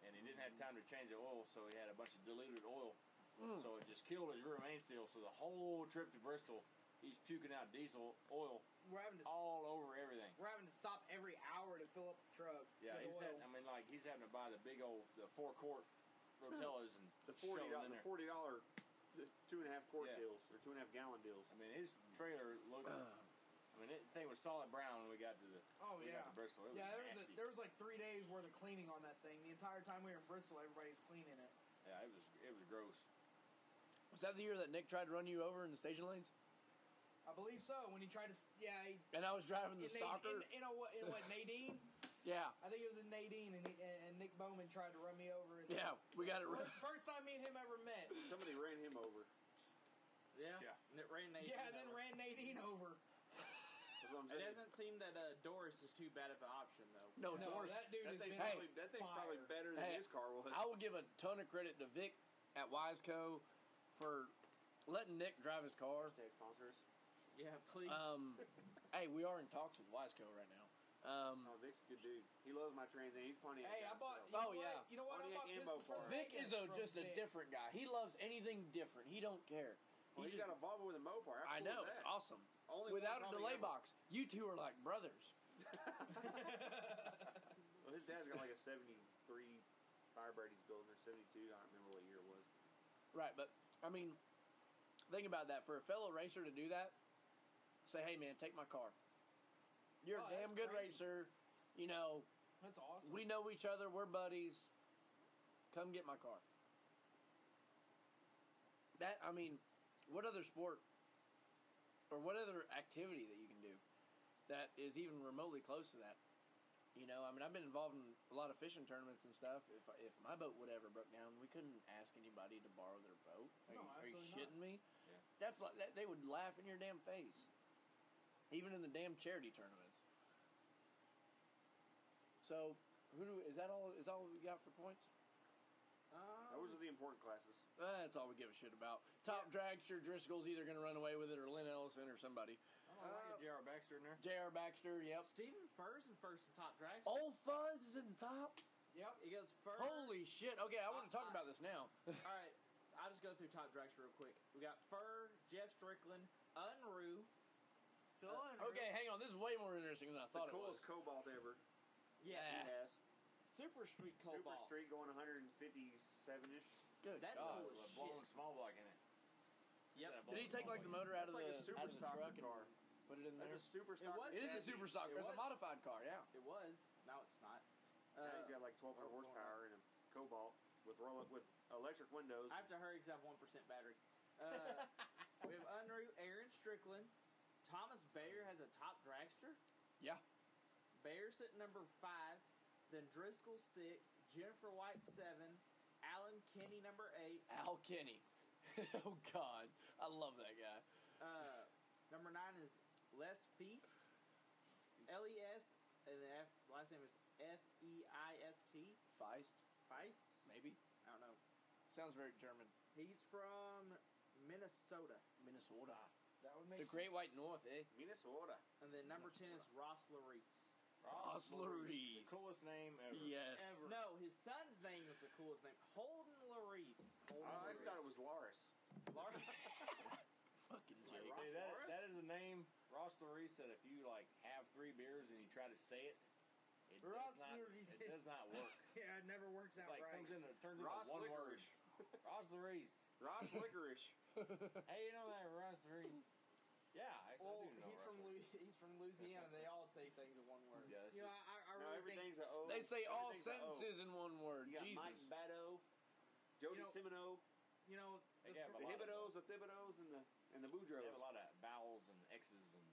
G: and he didn't have
F: Mm-hmm.
G: time to change the oil, so he had a bunch of diluted oil.
F: Mm.
G: So it just killed his rear main seal. So the whole trip to Bristol, he's puking out diesel oil
F: We're having to
G: all over everything.
F: we're having to stop every hour to fill up the truck.
G: Yeah,
F: with
G: he's
F: oil.
G: had, I mean, like he's having to buy the big old the four quart rotellas and
E: the forty
G: shove them
E: dollar,
G: in there.
E: forty dollar, two and a half quart
G: Yeah.
E: deals or two and a half gallon deals.
G: I mean, his trailer looked. I mean, it, the thing was solid brown when we got to the.
F: Oh
G: we
F: yeah.
G: Got to Bristol. It
F: yeah,
G: was
F: there was,
G: nasty.
F: a, there was like three days worth of cleaning on that thing. The entire time we were in Bristol, everybody was cleaning it.
G: yeah, it was it was gross.
D: Was that the year that Nick tried to run you over in the station lanes?
F: I believe so. When he tried to, s- yeah, he,
D: And I was driving
F: in,
D: the
F: Nad-
D: stalker.
F: in, in, a, what- in what Nadine?
D: yeah.
F: I think it was in Nadine, and, he, and Nick Bowman tried to run me over. And
D: Yeah. We got it. Right.
F: First, first time me and him ever met.
E: Somebody ran him over.
C: yeah.
G: Yeah.
C: And it ran.
F: Yeah, and then ran Nadine over.
E: That's what I'm
C: It
E: saying.
C: doesn't seem that uh, Doris is too bad of an option though.
D: No,
F: No,
D: Oh, Doris.
F: that dude
E: That
F: has
E: thing's,
F: been
E: probably,
D: Hey,
E: that thing's
F: fire.
E: probably better than
D: Hey,
E: his car was.
D: I will give a ton of credit to Vic at Wiseco for letting Nick drive his car.
E: Hashtag sponsors.
C: Yeah, please.
D: Um, hey, we are in talks with Wiseco right now. Um,
E: Oh, Vic's a good dude. He loves my Transam. He's Pontiac.
F: Hey,
E: guy,
F: I bought.
E: so.
F: You know
D: Oh,
F: what?
D: yeah.
F: You know what? I
E: Pontiac
F: bought
E: and
F: business
E: Mopar.
F: from
D: Vic
F: Vegas
D: is a,
F: from
D: just a
F: Vic.
D: different guy. He loves anything different. He don't care. He
E: Well, he's
D: just,
E: got a Volvo with a Mopar.
D: I
E: How cool
D: know
E: is
D: it's
E: that?
D: awesome.
E: Only one
D: Without a
E: probably
D: delay
E: ever-
D: box, you two are like brothers.
E: Well, his dad's got like a '73 Firebird he's building or '72. I don't remember what year it was.
D: Right, but I mean, think about that. For a fellow racer to do that, say, "Hey, man, take my car. You're a
F: Oh, that's
D: damn good
F: crazy.
D: racer. You know,
F: That's awesome.
D: we know each other. We're buddies. Come get my car." That I mean, what other sport or what other activity that you can do that is even remotely close to that? You know, I mean, I've been involved in a lot of fishing tournaments and stuff. If if my boat would ever broke down, we couldn't ask anybody to borrow their boat. Are, you,
F: No,
D: are you
F: absolutely
D: shitting
F: not.
D: me?
G: Yeah.
D: That's like that, they would laugh in your damn face, even in the damn charity tournaments. So, who do is that all? Is all we got for points?
C: Uh,
E: Those are the important classes.
D: Uh, that's all we give a shit about. Top dragster Driscoll's either going to run away with it or Lynn Ellison or somebody.
G: Oh, I got J.R. Baxter in there.
D: J.R. Baxter, yep.
C: uh, Stephen Furr's in first and top drags.
G: Oh,
D: Old Fuzz is at the top.
F: Yep.
C: He goes Furr.
D: Holy shit! Okay, I want to
C: Uh,
D: talk
C: uh.
D: about this now.
C: All right, I'll just go through top drags real quick. We got Furr, Jeff Strickland, Unruh.
F: Phil Unruh.
D: Okay, hang on. This is way more interesting than I thought it
E: the
D: was. Ah,
E: coolest cobalt ever.
C: Yeah.
D: Yeah.
E: He has
C: Super Street
E: super
C: Cobalt.
E: street going 157 ish.
D: Good
C: That's
D: God.
C: cool
G: With
C: as
G: a blown
C: shit.
G: small block in it.
C: Yep.
G: Yeah,
D: Did he take like the motor out of
E: That's
D: the,
E: like a super
D: out of the
E: stock
D: truck
E: car.
D: and put it in there?
E: That's a super stock.
C: was-
D: It is a
C: Yeah,
D: super stock.
C: it
D: It's a
C: was.
D: modified car, yeah.
C: It was. Now it's not.
E: Now
C: Uh,
E: he's got like 1,200
C: Oh,
E: horsepower and a cobalt with roll with electric windows.
C: I have to hurry because I have one percent battery. Uh, we have Unruh, Aaron Strickland, Thomas Bayer has a top dragster.
D: Yeah.
C: Bears at number five, then Driscoll six, Jennifer White seven, Alan Kenny number eight,
D: Al Kenny. oh God, I love that guy.
C: uh, number nine is Les Feast, L E S, and the F last name is F E I S T,
D: Feist,
C: Feist.
D: maybe.
C: I don't know.
M: Sounds very German.
F: He's from Minnesota.
M: Minnesota.
G: That would
M: The
G: make
M: Great White North, eh?
E: Minnesota.
F: And then number 10 is Ross Larice.
G: Ross
M: Osleries.
G: The coolest name ever.
D: Yes.
C: No, his son's name was the coolest name. Holden Larice.
D: Oh,
E: I thought it was Loris.
D: Fucking Jake.
G: Hey, that, that is a name, Ross Larice, that if you like have three beers and you try to say it, it,
F: Ross
G: does, not,
F: Larice.
G: it does not work.
F: Yeah, it never works
G: It's
F: out
G: like
F: right.
G: comes into turns
E: Ross
G: into one
E: Licorice.
G: word. Ross Larice.
E: Ross Licorice.
G: Hey, you know that Ross Larice? Yeah, actually,
C: Well,
G: I do
C: he's
G: know Ross
C: from
G: Larice.
C: Louis, he's from Louisiana. They all say things in one word.
G: Yeah, that's
F: you know,
G: it.
F: I,
E: no,
F: I really think
E: everything's a O.
D: They say all
E: Everything's a O.
D: sentences in one word.
E: oh. You got Mike
D: Jesus.
E: Batto, Jody
F: You know-
E: Simino,
F: you know
G: They
F: the
G: have
E: the
F: fir-
G: a lot of
E: Hibbitos, the Thibodeaux, and the and the
G: They have a
E: Boudreaux.
G: lot of vowels and X's and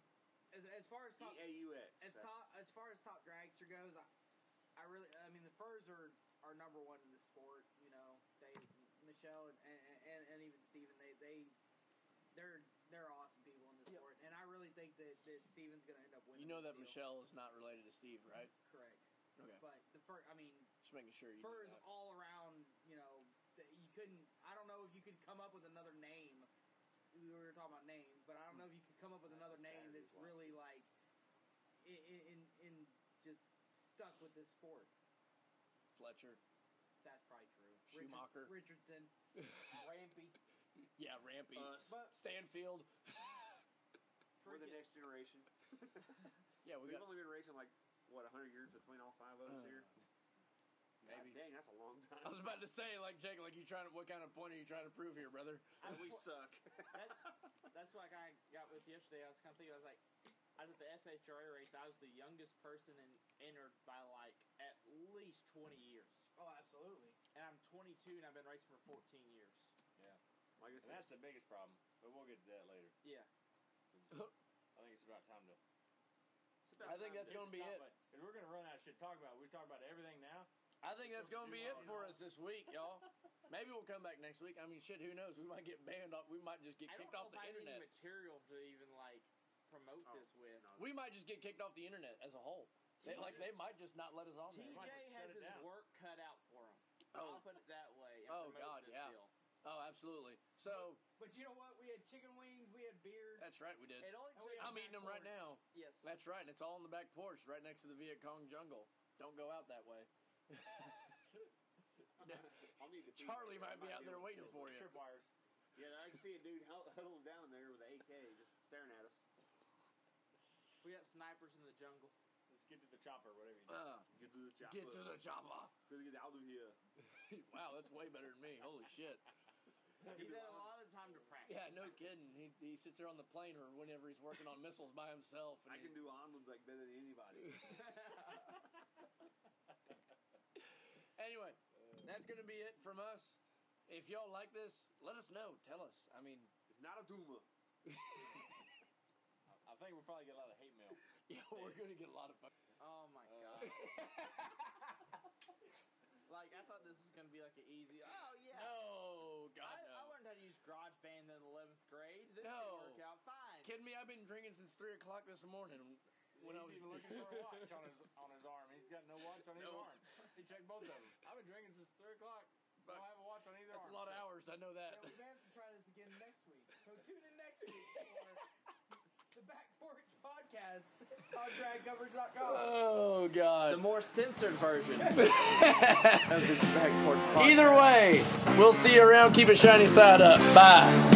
F: as, as far as top
E: D A U X.
F: as top as far as top dragster goes, I, I really I mean the Furs are are number one in the sport. You know they Michelle and and, and, and even Steven, they they they're they're awesome people in the
C: Yep.
F: sport, and I really think that that Steven's gonna end up
D: You
F: winning.
D: know
F: this
D: that
F: deal.
D: Michelle is not related to Steve, right?
F: correct?
D: Okay.
F: But the fur, I mean,
D: Just making sure you. uh,
F: furs
D: know that.
F: all around. You know, that you couldn't. I don't know if you could come up with another name. We were talking about names, but I don't know if you could come up with another name that's really like in in, in just stuck with this sport.
D: Fletcher.
F: That's probably true.
D: Schumacher.
F: Richardson.
C: Rampy.
D: Yeah, Rampy.
C: Uh,
E: Us.
D: Stanfield.
E: We're the next generation.
D: Yeah, we
E: We've
D: got
E: only been racing like what hundred years between all five of us here.
D: uh, maybe.
E: God dang, that's a long
D: I was
E: time.
D: about to say, like Jake, like you trying to what kind of point are you trying to prove here, brother?
E: we suck.
C: That's what I got with yesterday. I was kind of thinking, I was like, I was at the SHRA race. I was the youngest person in, entered by like at least 20 years.
F: Oh, absolutely.
C: And I'm 22 and I've been racing for 14 years.
G: yeah.
E: Like I
G: And that's
E: said,
G: the biggest problem, but we'll get to that later.
C: Yeah.
G: I think it's about time to.
D: I think that's going to be
G: stop,
D: it.
G: but- 'cause we're gonna run out of shit to talk about. We talk about everything now.
D: I think that's
G: supposed
D: going to be
G: to do
D: it
G: all
D: for
G: y'all.
D: us this week, y'all. Maybe we'll come back next week. I mean, shit, who knows? We might get banned off. We might just get
C: I don't
D: kicked
C: know
D: off
C: if
D: the
C: I have any
D: internet.
C: material to even like promote this with.
E: no.
D: We might just get kicked off the internet as a whole. They, like they might just not let us on there.
C: TJ
G: shut
C: has
G: it
C: his
G: down.
C: work cut out for him.
D: Oh.
C: I'll put it that way. and
D: Oh,
C: promote
D: God,
C: this
D: yeah.
C: deal.
D: Oh, absolutely. So
F: But you know what? We had chicken wings. We had beer.
D: that's right, we did.
C: It only
F: we
C: took-
F: have
D: I'm eating them right now.
C: Yes.
D: That's right, and it's all on the back porch, right next to the Viet Cong jungle. Don't go out that way.
E: I'll need to pee.
D: Charlie might be
E: Might
D: out there
E: able to
D: waiting for
E: kill
D: you.
G: Tripwires.
E: Yeah, I can see a dude held- huddled down there with an AK, just staring at us.
C: We got snipers in the jungle.
G: Let's get to the chopper, whatever you do.
D: Uh,
E: Get to the chopper.
D: get to the chopper.
E: Let's get out of here.
D: Wow, that's way better than me. Holy shit.
C: He's had a lot of time to practice.
D: Yeah, no kidding. He, he sits there on the plane or whenever he's working on missiles by himself. And
E: I can
D: he-
E: do onwards like better than anybody.
C: Oh
D: Anyway,
E: Uh,
D: that's going to be it from us. If y'all like this, let us know. Tell us. I mean,
E: it's not a Duma.
G: I think we'll probably get a lot of hate mail.
D: yeah, we're going to get a lot of fuck.
C: Oh my god. like I thought this was gonna be like an easy. Oh yeah.
D: No, God.
C: I,
D: no.
C: I learned how to use GarageBand in 11th grade. This
D: No.
C: should work out fine.
D: Kidding me? I've been drinking since 3 o'clock this morning. When I
G: He's
D: was,
G: even looking for a watch on his on his arm. He's got no watch on his
D: No.
G: arm. He checked both of them. I've been drinking since three o'clock.
D: Fuck.
G: Don't have a watch on either
D: that's a
G: arm.
D: lot of hours, I know that.
F: Yeah, we may have to try this again next week. So tune in next week for the Back Porch Podcast on dragcoverage.com.
D: Oh, God.
C: more censored version.
D: Oh, Either way, we'll see you around. Keep it shiny side up. Bye.